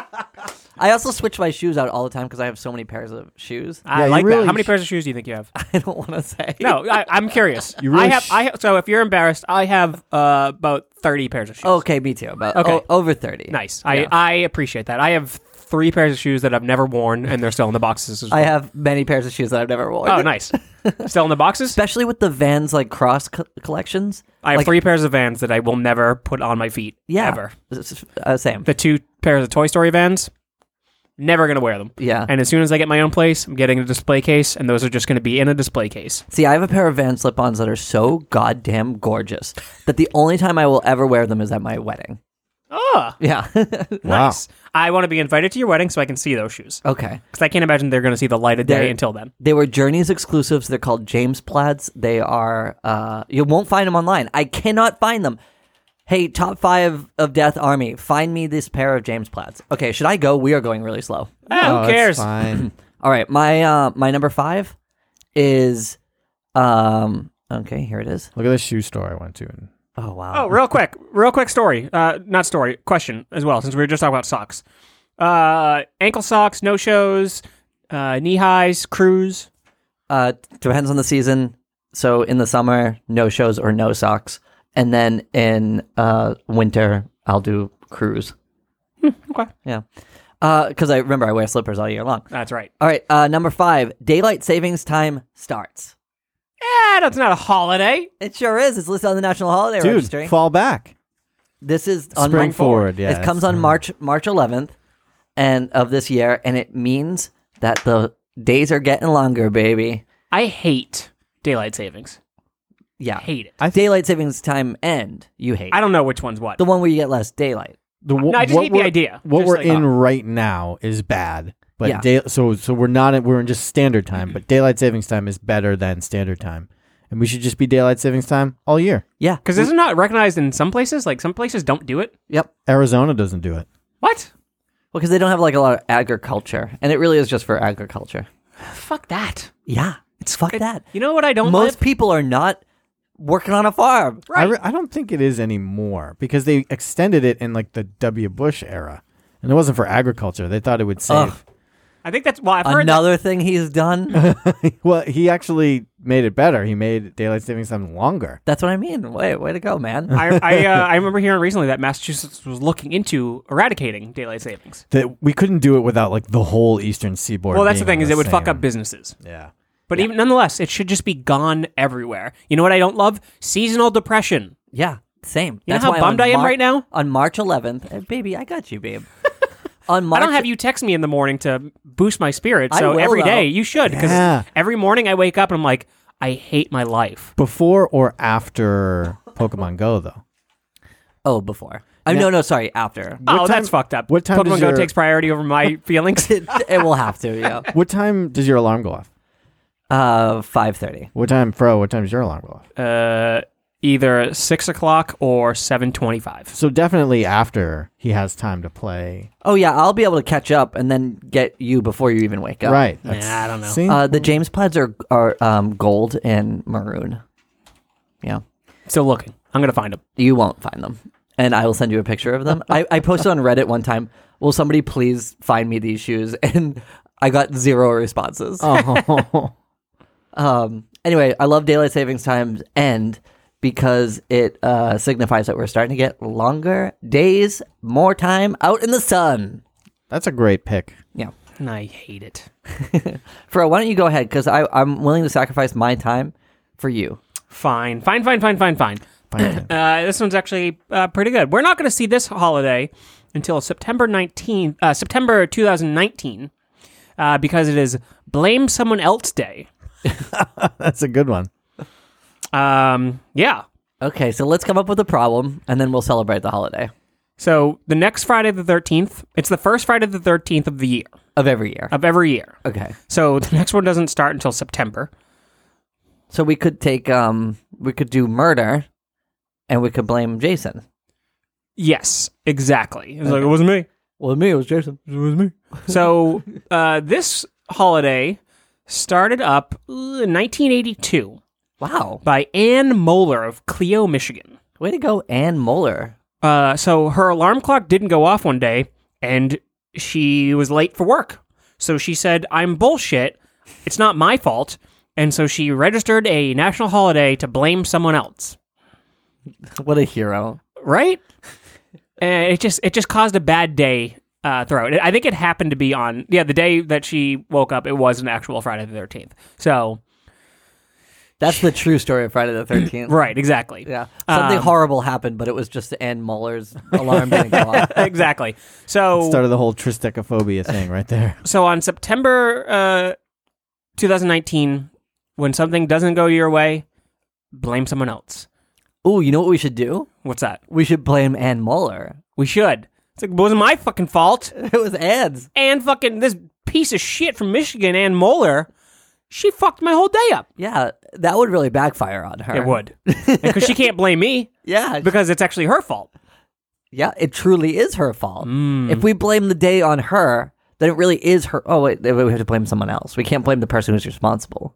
[SPEAKER 3] I also switch my shoes out all the time because I have so many pairs of shoes. [LAUGHS]
[SPEAKER 2] I
[SPEAKER 1] Yeah, you
[SPEAKER 2] like
[SPEAKER 1] really
[SPEAKER 2] that. How many
[SPEAKER 1] sh-
[SPEAKER 2] pairs of shoes do you think you
[SPEAKER 1] [LAUGHS]
[SPEAKER 2] have?
[SPEAKER 3] I don't want to say.
[SPEAKER 2] No, I, I'm curious.
[SPEAKER 1] You really
[SPEAKER 2] I have.
[SPEAKER 1] sh-
[SPEAKER 2] I have, so if you're embarrassed, I have uh, about thirty pairs of shoes.
[SPEAKER 3] Okay, me too. About
[SPEAKER 2] Okay.
[SPEAKER 3] o- over thirty.
[SPEAKER 2] nice. I, uh, I appreciate that. I have three pairs of shoes that I've never worn, and they're still in the boxes. As well.
[SPEAKER 3] I have many pairs of shoes that I've never worn.
[SPEAKER 2] Oh,
[SPEAKER 1] [LAUGHS]
[SPEAKER 2] nice. still in the boxes.
[SPEAKER 3] Especially with the Vans like cross co- collections.
[SPEAKER 2] I have
[SPEAKER 3] like,
[SPEAKER 2] three pairs of Vans that I will never put on my feet.
[SPEAKER 3] Yeah.
[SPEAKER 2] Ever.
[SPEAKER 3] S- Uh, same.
[SPEAKER 2] The two pairs of Toy Story Vans. Never gonna wear them.
[SPEAKER 3] Yeah.
[SPEAKER 2] And as soon as I get my own place, I'm getting a display case, and those are just gonna be in a display case.
[SPEAKER 3] See, I have a pair of Van slip-ons that are so goddamn gorgeous that the only time I will ever wear them is at my wedding.
[SPEAKER 2] Ah,
[SPEAKER 3] Yeah. [LAUGHS]
[SPEAKER 1] wow.
[SPEAKER 2] nice. I want to be invited to your wedding so I can see those shoes.
[SPEAKER 3] okay.
[SPEAKER 2] Because I can't imagine they're going to see the light of day
[SPEAKER 3] They're-
[SPEAKER 2] until then.
[SPEAKER 3] They were Journeys exclusives. They're called James Plaids. They are uh you won't find them online. I cannot find them. Hey, top 5 of Death Army, find me this pair of James Plaids. Okay, should I go? We are going really slow.
[SPEAKER 2] Ah,
[SPEAKER 1] Oh,
[SPEAKER 2] who
[SPEAKER 1] it's
[SPEAKER 2] cares?
[SPEAKER 1] fine.
[SPEAKER 2] [CLEARS THROAT]
[SPEAKER 3] All right, my uh my number 5 is um okay, here it is.
[SPEAKER 1] Look at the shoe store I went to. And
[SPEAKER 3] Oh wow.
[SPEAKER 2] Oh, real quick, real quick story. Uh, not story, question as well, since we were just talking about socks. Uh, ankle socks, no shows, uh, knee highs, crews.
[SPEAKER 3] Uh, depends on the season. So in the summer, no shows or no socks, and then in uh winter, I'll do crews.
[SPEAKER 2] Okay.
[SPEAKER 3] Yeah, because I remember I wear slippers all year long.
[SPEAKER 2] That's right.
[SPEAKER 3] All right, uh, number five, daylight savings time starts.
[SPEAKER 2] Eh, that's not a holiday.
[SPEAKER 3] It sure is. It's listed on the National Holiday Registry.
[SPEAKER 1] dude, fall back.
[SPEAKER 3] this is on
[SPEAKER 1] Spring
[SPEAKER 3] Mar-
[SPEAKER 1] forward, Hmm. yeah,
[SPEAKER 3] it comes
[SPEAKER 1] it's-
[SPEAKER 3] on March March 11th, and of this year, and it means that the days are getting longer, baby.
[SPEAKER 2] I hate daylight savings.
[SPEAKER 3] Yeah,
[SPEAKER 2] I hate it.
[SPEAKER 1] I think
[SPEAKER 3] daylight savings time end. You hate
[SPEAKER 2] I don't know which one's what.
[SPEAKER 3] the one where you get less daylight.
[SPEAKER 1] the,
[SPEAKER 2] No, I just hate the
[SPEAKER 1] we're-
[SPEAKER 2] idea.
[SPEAKER 1] What
[SPEAKER 2] Just
[SPEAKER 1] we're
[SPEAKER 2] like- oh.
[SPEAKER 1] in right now is bad, but
[SPEAKER 3] Yeah.
[SPEAKER 1] day, so so we're not in, we're in just
[SPEAKER 2] [CLEARS THROAT]
[SPEAKER 1] standard time, but daylight savings time is better than standard time, and we should just be daylight savings time all year.
[SPEAKER 3] Yeah.
[SPEAKER 2] Because this is not recognized in some places. Like some places don't do it.
[SPEAKER 3] Yep.
[SPEAKER 1] Arizona doesn't do it.
[SPEAKER 2] What?
[SPEAKER 3] Well, because they don't have like a lot of agriculture, and it really is just for agriculture.
[SPEAKER 2] Fuck that.
[SPEAKER 3] Yeah, it's fuck that.
[SPEAKER 2] You know what I don't
[SPEAKER 3] Most
[SPEAKER 2] live?
[SPEAKER 3] people are not working on a farm.
[SPEAKER 1] I, re- I don't think it is anymore because they extended it in like the W. Bush era, and it wasn't for agriculture. They thought it would save.
[SPEAKER 2] I think that's well. I've heard that.
[SPEAKER 3] Another thing he's
[SPEAKER 2] [LAUGHS]
[SPEAKER 3] done.
[SPEAKER 1] well, he actually made it better. He made daylight savings time longer.
[SPEAKER 3] That's what I mean. Way, way to go, man.
[SPEAKER 2] [LAUGHS] I I, uh,
[SPEAKER 1] [LAUGHS]
[SPEAKER 2] I remember hearing recently that Massachusetts was looking into eradicating daylight savings.
[SPEAKER 1] That we couldn't do it without like the whole eastern seaboard.
[SPEAKER 2] Well, that's the
[SPEAKER 1] being
[SPEAKER 2] thing is
[SPEAKER 1] on
[SPEAKER 2] it would fuck
[SPEAKER 1] same-
[SPEAKER 2] up businesses.
[SPEAKER 1] Yeah.
[SPEAKER 2] But even nonetheless, it should just be gone everywhere. You know what I don't love? Seasonal depression.
[SPEAKER 3] Yeah, same.
[SPEAKER 2] know how bummed
[SPEAKER 3] on
[SPEAKER 2] I am right now?
[SPEAKER 3] On March 11th, eh, baby, I got you,
[SPEAKER 2] [LAUGHS]
[SPEAKER 3] babe. on March,
[SPEAKER 2] I don't have you text me in the morning to boost my spirit.
[SPEAKER 3] I
[SPEAKER 2] So
[SPEAKER 3] will,
[SPEAKER 2] every day
[SPEAKER 3] though.
[SPEAKER 2] you should because
[SPEAKER 1] Yeah.
[SPEAKER 2] every morning I wake up and I'm like, I hate my life.
[SPEAKER 1] Before or after Pokemon Go, though.
[SPEAKER 3] Oh, before. Oh, no, no, sorry,
[SPEAKER 2] [LAUGHS]
[SPEAKER 3] after. [LAUGHS]
[SPEAKER 2] oh,
[SPEAKER 1] time-
[SPEAKER 2] that's fucked up.
[SPEAKER 1] what time
[SPEAKER 2] Pokemon
[SPEAKER 1] does
[SPEAKER 2] Go
[SPEAKER 1] your-
[SPEAKER 2] takes priority over
[SPEAKER 1] [LAUGHS]
[SPEAKER 2] my feelings.
[SPEAKER 3] it, it will have to, yeah.
[SPEAKER 1] What time does your alarm go off?
[SPEAKER 3] Uh, 5:30.
[SPEAKER 1] What time, Fro? What time does your alarm go off?
[SPEAKER 2] uh, either six o'clock or seven twenty-five.
[SPEAKER 1] So definitely after he has time to play.
[SPEAKER 3] Oh yeah, I'll be able to catch up and then get you before you even wake up.
[SPEAKER 1] Right.
[SPEAKER 2] Nah, I don't know.
[SPEAKER 1] See?
[SPEAKER 3] Uh, the James Plaids are are um, gold and maroon. Yeah,
[SPEAKER 2] Still looking. I'm gonna find them.
[SPEAKER 3] you won't find them, and I will send you a picture of them. I, I posted on Reddit one time. Will somebody please find me these shoes? [LAUGHS] And I got zero responses.
[SPEAKER 1] oh.
[SPEAKER 3] [LAUGHS] Um, anyway, I love daylight savings times and because it uh, signifies that we're starting to get longer days, more time out in the sun.
[SPEAKER 1] That's a great pick.
[SPEAKER 3] Yeah.
[SPEAKER 2] And I hate it.
[SPEAKER 3] Fro, why don't you go ahead? Because I'm willing to sacrifice my time for you.
[SPEAKER 2] Fine, fine, fine, fine, fine, fine. [CLEARS THROAT]
[SPEAKER 1] Fine.
[SPEAKER 2] Uh, this one's actually uh, pretty good. We're not going to see this holiday until September 19th, uh, September 2019, uh, because it is Blame Someone Else Day.
[SPEAKER 1] That's a good one.
[SPEAKER 2] Um, yeah.
[SPEAKER 3] Okay, so let's come up with a problem and then we'll celebrate the holiday
[SPEAKER 2] So the next Friday the 13th, it's the first Friday the 13th of the year,
[SPEAKER 3] of every year.
[SPEAKER 2] of every year.
[SPEAKER 3] Okay.
[SPEAKER 2] So the next one doesn't start until September.
[SPEAKER 3] So we could take, um, we could do murder and we could blame Jason.
[SPEAKER 2] Yes, exactly. It was like, it wasn't me.
[SPEAKER 3] Well, me, it was Jason. It was me.
[SPEAKER 2] So uh, this holiday started up uh, 1982
[SPEAKER 3] Wow.
[SPEAKER 2] by Ann Moeller of Clio, Michigan.
[SPEAKER 3] Way to go, Ann Moeller. [LAUGHS]
[SPEAKER 2] Uh, so her alarm clock didn't go off one day, and she was late for work. So she said, "I'm bullshit. It's not my fault." And so she registered a national holiday to blame someone else.
[SPEAKER 3] What a hero.
[SPEAKER 2] Right? and it just it just caused a bad day uh, throughout. I think it happened to be on yeah the day that she woke up. It was an actual Friday the Thirteenth. So
[SPEAKER 3] That's the true story of Friday the [LAUGHS] 13th.
[SPEAKER 2] right, exactly.
[SPEAKER 3] Yeah. Something horrible happened, but it was just Ann [LAUGHS] Muller's alarm didn't go off.
[SPEAKER 2] [LAUGHS] exactly. So
[SPEAKER 1] Started the whole tristechophobia thing right
[SPEAKER 2] [LAUGHS]
[SPEAKER 1] there.
[SPEAKER 2] so on September uh, 2019, when something doesn't go your way, blame someone else.
[SPEAKER 3] Ooh, you know what we should do?
[SPEAKER 2] What's that?
[SPEAKER 3] We should blame Ann Muller.
[SPEAKER 2] We should. It's like, it wasn't my fucking fault.
[SPEAKER 3] [LAUGHS] It was Ann's.
[SPEAKER 2] And fucking this piece of shit from Michigan, Ann Moeller, she fucked my whole day up.
[SPEAKER 3] Yeah, that would really backfire on her.
[SPEAKER 2] It would. Because she can't blame me
[SPEAKER 3] Yeah,
[SPEAKER 2] because it's actually her fault.
[SPEAKER 3] yeah, it truly is her fault. If we blame the day on her, then it really is her. Oh, wait, we have to blame someone else. We can't blame the person who's responsible.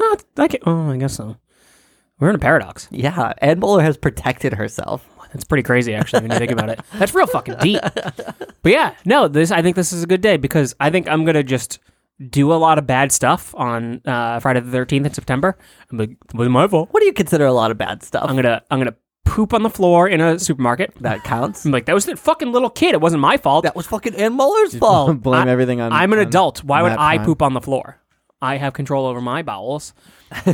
[SPEAKER 2] No, it's- I can't. Oh, I guess so. We're in a paradox.
[SPEAKER 3] Yeah, Ann Muller has protected herself.
[SPEAKER 2] That's pretty crazy, actually, when you think about it. That's real fucking deep. But yeah, no, this I think this is a good day because I think I'm gonna just do a lot of bad stuff on uh, Friday the 13th in September. I'm like, it wasn't my fault.
[SPEAKER 3] What do you consider a lot of bad stuff?
[SPEAKER 2] I'm gonna I'm gonna poop on the floor in a supermarket.
[SPEAKER 3] [LAUGHS] that counts.
[SPEAKER 2] I'm like, that was the fucking little kid. It wasn't my fault.
[SPEAKER 3] That um, was fucking Ann [LAUGHS] Muller's fault.
[SPEAKER 1] [LAUGHS] Blame everything on.
[SPEAKER 2] Oh, I'm an
[SPEAKER 1] on
[SPEAKER 2] adult. Why would
[SPEAKER 1] Matt
[SPEAKER 2] I
[SPEAKER 1] Prime.
[SPEAKER 2] poop on the floor? I have control over my bowels.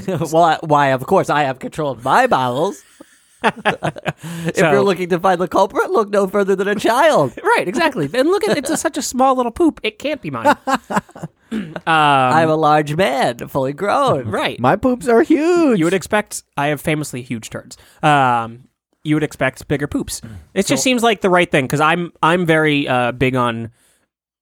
[SPEAKER 3] well, I- why? Of course, I have control of my bowels. [LAUGHS] if
[SPEAKER 2] So-
[SPEAKER 3] you're looking to find the culprit, look no further than a [LAUGHS] child.
[SPEAKER 2] Right, exactly. and look at it's a, such a small little poop. It can't
[SPEAKER 3] [LAUGHS]
[SPEAKER 2] be mine. [CLEARS THROAT] Um,
[SPEAKER 3] I'm a large man, fully grown.
[SPEAKER 2] Right.
[SPEAKER 1] My poops are huge.
[SPEAKER 2] You would expect. I have famously huge turds. Um, you would expect bigger poops. It just seems like the right thing because I'm I'm very uh, big on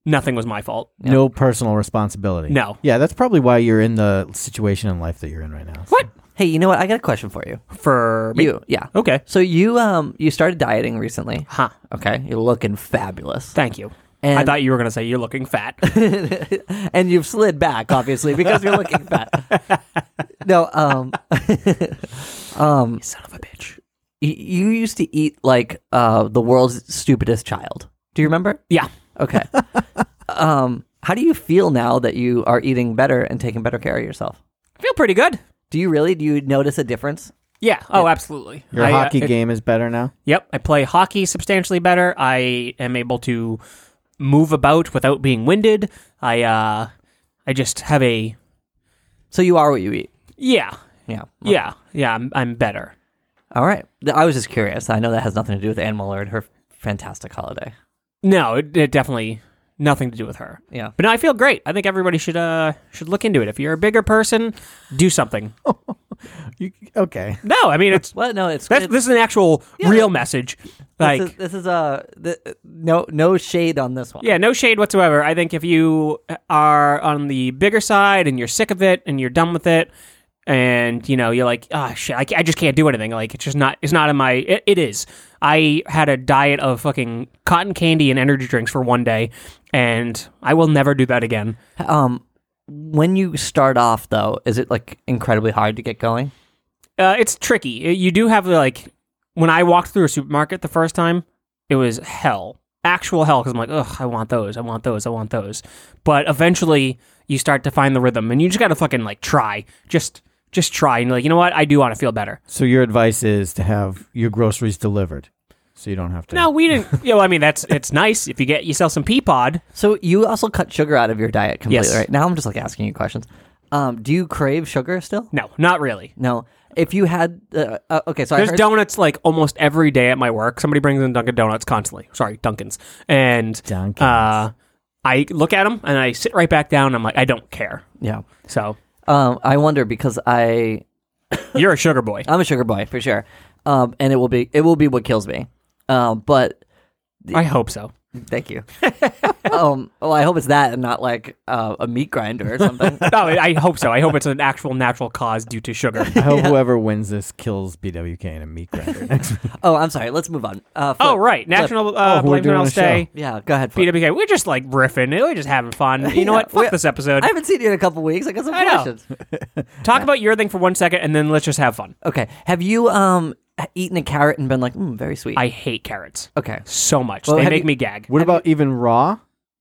[SPEAKER 2] nothing was my fault.
[SPEAKER 1] no personal responsibility.
[SPEAKER 2] No.
[SPEAKER 1] Yeah, that's probably why you're in the situation in life that you're in right now.
[SPEAKER 2] What
[SPEAKER 3] [LAUGHS] Hey, you know what? I got a question for you.
[SPEAKER 2] for me?
[SPEAKER 3] You, yeah.
[SPEAKER 2] Okay.
[SPEAKER 3] So you um you started dieting recently.
[SPEAKER 2] Huh.
[SPEAKER 3] Okay, you're looking fabulous.
[SPEAKER 2] Thank you.
[SPEAKER 3] And
[SPEAKER 2] I thought you were going to say you're looking fat.
[SPEAKER 3] [LAUGHS]
[SPEAKER 2] [LAUGHS]
[SPEAKER 3] and you've slid back, obviously, because you're looking fat. No, um, [LAUGHS] um,
[SPEAKER 2] Son of a bitch.
[SPEAKER 3] y- you used to eat like uh, the world's stupidest child. Do you remember?
[SPEAKER 2] Yeah.
[SPEAKER 3] Okay. um, how do you feel now that you are eating better and taking better care of yourself?
[SPEAKER 2] I feel pretty good.
[SPEAKER 3] Do you really? Do you notice a difference?
[SPEAKER 2] Yeah. Oh, absolutely.
[SPEAKER 1] Your
[SPEAKER 2] I, uh,
[SPEAKER 1] hockey
[SPEAKER 2] it-
[SPEAKER 1] game is better now.
[SPEAKER 2] Yep. I play hockey substantially better. I am able to move about without being winded. I uh I just have a
[SPEAKER 3] So you are what you eat.
[SPEAKER 2] yeah.
[SPEAKER 3] Yeah.
[SPEAKER 2] Yeah. Yeah, I'm I'm better.
[SPEAKER 3] All right. Th- I was just curious. I know that has nothing to do with Anne Millard, her fantastic holiday.
[SPEAKER 2] No, it, it definitely nothing to do with her.
[SPEAKER 3] Yeah.
[SPEAKER 2] But no, I feel great. I think everybody should uh should look into it. If you're a bigger person, do something.
[SPEAKER 1] You, okay.
[SPEAKER 2] No, I
[SPEAKER 3] [LAUGHS]
[SPEAKER 2] mean it's
[SPEAKER 3] Well, no, it's,
[SPEAKER 2] that's,
[SPEAKER 3] it's
[SPEAKER 2] this is an actual real message. Like
[SPEAKER 3] this is, this is uh, th- no no shade on this one.
[SPEAKER 2] Yeah, no shade whatsoever. I think if you are on the bigger side and you're sick of it and you're done with it, and you know you're like, oh shit, I, ca- I just can't do anything. Like it's just not, it's not in my. It, it is. I had a diet of fucking cotton candy and energy drinks for one day, and I will never do that again.
[SPEAKER 3] Um, when you start off though, is it like incredibly hard to get going?
[SPEAKER 2] Uh, it's tricky. You do have like when I walked through a supermarket the first time, it was hell, actual hell, because I'm like, ugh, I want those, I want those, I want those. But eventually, you start to find the rhythm, and you just gotta fucking like try, just just try, and you're like, you know what, I do want to feel better.
[SPEAKER 1] So your advice is to have your groceries delivered, so you don't have to. [LAUGHS]
[SPEAKER 2] No, we didn't. [LAUGHS] you know, I mean, that's it's nice if you get yourself some pea pod.
[SPEAKER 3] So you also cut sugar out of your diet completely,
[SPEAKER 2] Yes.
[SPEAKER 3] right? Now I'm just like asking you questions. Um, do you crave sugar still?
[SPEAKER 2] No, not really.
[SPEAKER 3] No. If you had, uh, uh, okay, so I
[SPEAKER 2] There's
[SPEAKER 3] heard,
[SPEAKER 2] donuts like almost every day at my work. Somebody brings in Dunkin' Donuts constantly. Sorry, Dunkin's. And
[SPEAKER 1] Dunkin's.
[SPEAKER 2] Uh, I look at them and I sit right back down. And I'm like, I don't care.
[SPEAKER 3] yeah.
[SPEAKER 2] So
[SPEAKER 3] Um, I wonder because I
[SPEAKER 2] you're a
[SPEAKER 3] [LAUGHS]
[SPEAKER 2] sugar boy.
[SPEAKER 3] I'm a sugar boy for sure, um, and it will be it will be what kills me. Um, but
[SPEAKER 2] I hope so.
[SPEAKER 3] thank you. [LAUGHS] um, well, I hope it's that and not like uh, a meat grinder or something.
[SPEAKER 2] [LAUGHS] No, I hope so. I hope it's an actual natural cause due
[SPEAKER 3] [LAUGHS]
[SPEAKER 2] to sugar.
[SPEAKER 1] I hope whoever wins this kills BWK in a meat grinder next week.
[SPEAKER 3] oh, I'm sorry. Let's move on. Uh,
[SPEAKER 2] Oh,
[SPEAKER 3] Flip.
[SPEAKER 2] right. National
[SPEAKER 1] Oh,
[SPEAKER 2] uh,
[SPEAKER 1] we're
[SPEAKER 2] Blame
[SPEAKER 1] doing
[SPEAKER 2] Someone Else
[SPEAKER 1] a show.
[SPEAKER 2] Day.
[SPEAKER 3] Yeah, go ahead. Flip.
[SPEAKER 2] BWK. We're just like riffing. We're just having fun. You know
[SPEAKER 3] Yeah,
[SPEAKER 2] what? Fuck
[SPEAKER 3] we-
[SPEAKER 2] this episode.
[SPEAKER 3] I haven't seen you in a couple weeks. I got some
[SPEAKER 2] I know.
[SPEAKER 3] questions.
[SPEAKER 2] Talk about your thing for one second, and then let's just have fun.
[SPEAKER 3] Okay. Have you um eaten a carrot and been like, mm, very sweet?
[SPEAKER 2] I hate carrots
[SPEAKER 3] okay.
[SPEAKER 2] so much.
[SPEAKER 3] Well,
[SPEAKER 2] they
[SPEAKER 3] have
[SPEAKER 2] make
[SPEAKER 3] you-
[SPEAKER 2] me gag.
[SPEAKER 1] [LAUGHS] What about even raw?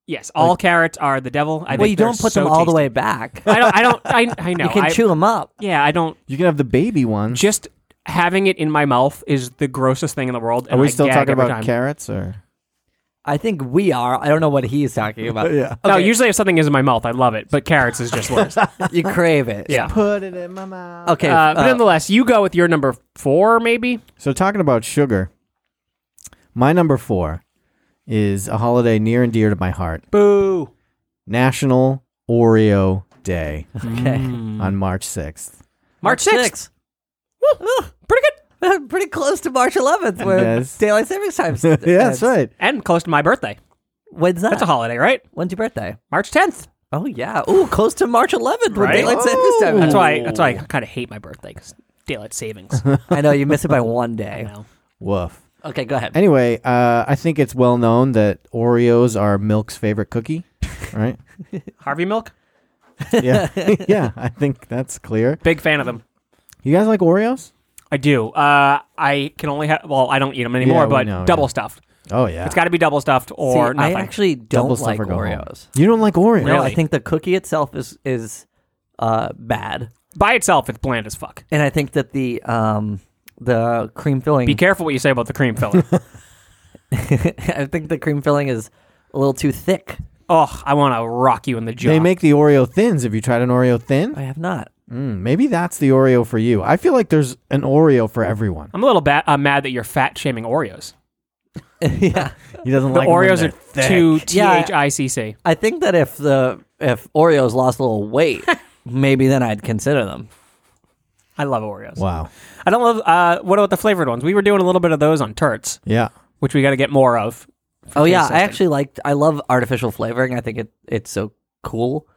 [SPEAKER 2] Yes, all carrots are the devil. I
[SPEAKER 3] Well,
[SPEAKER 2] think
[SPEAKER 3] you
[SPEAKER 2] they're
[SPEAKER 3] don't put
[SPEAKER 2] so
[SPEAKER 3] them all the
[SPEAKER 2] tasty.
[SPEAKER 3] way back.
[SPEAKER 2] [LAUGHS] I don't. I don't. I, I know.
[SPEAKER 3] you can
[SPEAKER 2] I,
[SPEAKER 3] chew them up.
[SPEAKER 2] Yeah, I don't.
[SPEAKER 1] You can have the baby one.
[SPEAKER 2] Just having it in my mouth is the grossest thing in the world.
[SPEAKER 1] Are
[SPEAKER 2] and
[SPEAKER 1] we
[SPEAKER 2] I
[SPEAKER 1] still
[SPEAKER 2] gag
[SPEAKER 1] talking
[SPEAKER 2] every
[SPEAKER 1] about
[SPEAKER 2] time.
[SPEAKER 1] carrots or?
[SPEAKER 3] I think we are. I don't know what he's talking about.
[SPEAKER 1] [LAUGHS] Yeah.
[SPEAKER 2] No,
[SPEAKER 3] Okay.
[SPEAKER 2] usually if something is in my mouth, I love it. But carrots is just worse.
[SPEAKER 3] You crave it.
[SPEAKER 2] Yeah.
[SPEAKER 1] Put it in my mouth.
[SPEAKER 3] Okay.
[SPEAKER 2] Uh, but
[SPEAKER 3] uh,
[SPEAKER 2] nonetheless, you go with your number four, maybe.
[SPEAKER 1] So talking about sugar, my number four is a holiday near and dear to my heart:
[SPEAKER 2] Boo.
[SPEAKER 1] National Oreo Day
[SPEAKER 3] okay.
[SPEAKER 2] Hmm.
[SPEAKER 1] on March sixth.
[SPEAKER 2] Mm.
[SPEAKER 1] [LAUGHS]
[SPEAKER 2] March sixth. Pretty
[SPEAKER 3] [LAUGHS]
[SPEAKER 2] good.
[SPEAKER 3] Pretty close to March 11th, where
[SPEAKER 1] Yes.
[SPEAKER 3] daylight savings
[SPEAKER 1] [LAUGHS]
[SPEAKER 3] time.
[SPEAKER 1] yeah, that's right.
[SPEAKER 2] And close to my birthday.
[SPEAKER 3] When's that?
[SPEAKER 2] That's a holiday, right?
[SPEAKER 3] When's your birthday?
[SPEAKER 2] March tenth.
[SPEAKER 3] Oh yeah. Ooh, close to March 11th, when
[SPEAKER 2] Right?
[SPEAKER 3] daylight savings time.
[SPEAKER 2] That's
[SPEAKER 3] is.
[SPEAKER 2] why. That's why I kind of hate my birthday because daylight savings. you
[SPEAKER 3] I know you miss it by one
[SPEAKER 2] [LAUGHS]
[SPEAKER 3] day.
[SPEAKER 2] know.
[SPEAKER 1] Woof.
[SPEAKER 3] Okay, go ahead.
[SPEAKER 1] Anyway, uh, I think it's well known that Oreos are Milk's favorite cookie, [LAUGHS] right?
[SPEAKER 2] Harvey Milk.
[SPEAKER 1] Yeah, [LAUGHS] yeah. I think that's clear.
[SPEAKER 2] Big fan of them.
[SPEAKER 1] You guys like Oreos?
[SPEAKER 2] I do. Uh, I can only have. Well, I don't eat them anymore.
[SPEAKER 1] Yeah, we
[SPEAKER 2] but
[SPEAKER 1] know,
[SPEAKER 2] double
[SPEAKER 1] yeah.
[SPEAKER 2] stuffed.
[SPEAKER 1] Oh yeah,
[SPEAKER 2] It's got to be double stuffed or
[SPEAKER 3] See, I
[SPEAKER 2] nothing.
[SPEAKER 3] actually don't
[SPEAKER 1] stuff
[SPEAKER 3] like
[SPEAKER 1] or go home.
[SPEAKER 3] Oreos.
[SPEAKER 1] You don't like Oreos?
[SPEAKER 3] No, I
[SPEAKER 2] Really?
[SPEAKER 3] think the cookie itself is is uh, bad,
[SPEAKER 2] By itself, it's bland as fuck.
[SPEAKER 3] and I think that the um, the cream filling.
[SPEAKER 2] Be careful what you say about the cream filling.
[SPEAKER 3] [LAUGHS] I think the cream filling is a little too thick.
[SPEAKER 2] oh, I want to rock you in the jaw.
[SPEAKER 1] They make the Oreo thins. Have you tried an Oreo
[SPEAKER 3] I
[SPEAKER 1] thin?
[SPEAKER 3] have not. [LAUGHS]
[SPEAKER 1] Mm, maybe that's the Oreo for you. I feel like there's an Oreo for everyone.
[SPEAKER 2] I'm a little ba- uh, mad that you're fat shaming Oreos.
[SPEAKER 3] yeah,
[SPEAKER 1] He doesn't
[SPEAKER 2] The
[SPEAKER 1] like
[SPEAKER 2] Oreos are too T
[SPEAKER 3] Yeah.
[SPEAKER 2] H I C C.
[SPEAKER 3] I think that if the if Oreos lost a little
[SPEAKER 2] [LAUGHS]
[SPEAKER 3] weight, maybe then I'd consider them.
[SPEAKER 2] I love Oreos.
[SPEAKER 1] Wow.
[SPEAKER 2] I don't love. Uh, what about the flavored ones? We were doing a little bit of those on Turts,
[SPEAKER 1] Yeah.
[SPEAKER 2] which we got to get more of.
[SPEAKER 3] Oh yeah,
[SPEAKER 2] testing.
[SPEAKER 3] I actually liked. I love artificial flavoring. I think it it's so
[SPEAKER 2] [LAUGHS]
[SPEAKER 3] cool.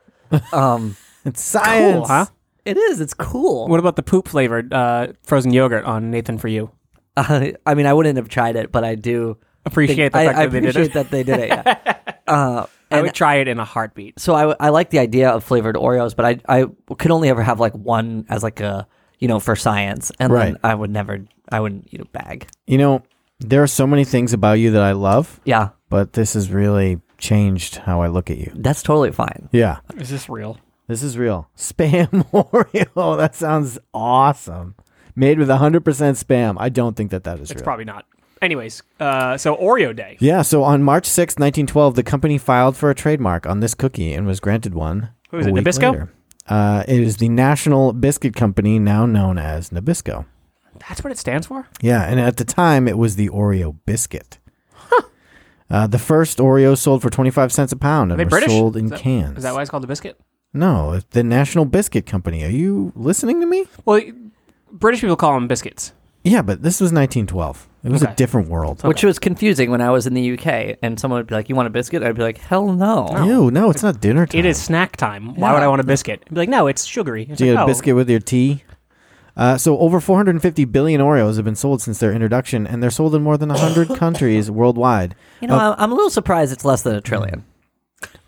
[SPEAKER 3] Um,
[SPEAKER 1] It's science.
[SPEAKER 2] Cool, huh?
[SPEAKER 3] it is. It's cool.
[SPEAKER 2] What about the poop flavored uh, frozen yogurt on Nathan for you?
[SPEAKER 3] Uh, I mean, I wouldn't have tried it, but I do.
[SPEAKER 2] appreciate the
[SPEAKER 3] I,
[SPEAKER 2] fact
[SPEAKER 3] I
[SPEAKER 2] that they did
[SPEAKER 3] appreciate
[SPEAKER 2] it.
[SPEAKER 3] that they did it.
[SPEAKER 2] [LAUGHS]
[SPEAKER 3] Yeah. uh,
[SPEAKER 2] I
[SPEAKER 3] and
[SPEAKER 2] would try it in a heartbeat.
[SPEAKER 3] so I, I like the idea of flavored Oreos, but I I could only ever have like one as like a you know for science, and
[SPEAKER 1] Right.
[SPEAKER 3] then I would never I wouldn't eat a bag.
[SPEAKER 1] You know, there are so many things about you that I love,
[SPEAKER 3] Yeah,
[SPEAKER 1] but this has really changed how I look at you.
[SPEAKER 3] that's totally fine.
[SPEAKER 1] Yeah.
[SPEAKER 2] Is this real?
[SPEAKER 1] This is real. [LAUGHS] Spam Oreo. That sounds awesome. Made with 100% spam. I don't think that that is
[SPEAKER 2] It's
[SPEAKER 1] real.
[SPEAKER 2] probably not. Anyways, uh, so Oreo Day.
[SPEAKER 1] yeah, so on March sixth, 1912, the company filed for a trademark on this cookie and was granted one.
[SPEAKER 2] What was
[SPEAKER 1] a
[SPEAKER 2] it,
[SPEAKER 1] week
[SPEAKER 2] Nabisco?
[SPEAKER 1] later. Uh, it is the National Biscuit Company, now known as Nabisco.
[SPEAKER 2] That's what it stands for.
[SPEAKER 1] Yeah, and at the time it was the Oreo biscuit. Uh, the first Oreo sold for 25 cents a pound and
[SPEAKER 2] Are they
[SPEAKER 1] were
[SPEAKER 2] British?
[SPEAKER 1] sold in
[SPEAKER 2] is that,
[SPEAKER 1] cans.
[SPEAKER 2] Is that why it's called the biscuit?
[SPEAKER 1] No, it's the National Biscuit Company. Are you listening to me?
[SPEAKER 2] Well, British people call them biscuits.
[SPEAKER 1] Yeah, but this was 1912. It was a
[SPEAKER 2] Okay. Oh,
[SPEAKER 1] different world.
[SPEAKER 3] Which was confusing when I was in the UK, and someone would be like, "You want a biscuit?" I'd be like, "Hell no!"
[SPEAKER 2] Oh.
[SPEAKER 1] Ew, no, it's not dinner time.
[SPEAKER 2] It is snack time. Why would I want a biscuit? I'd be like, no, it's sugary. It's
[SPEAKER 1] Do you
[SPEAKER 2] like,
[SPEAKER 1] get a
[SPEAKER 2] oh,
[SPEAKER 1] biscuit with your tea? Uh, so over 450 billion Oreos have been sold since their introduction, and they're sold in more
[SPEAKER 2] [LAUGHS]
[SPEAKER 1] than 100 countries worldwide.
[SPEAKER 3] You know, I'm, I'm a little surprised it's less than a trillion.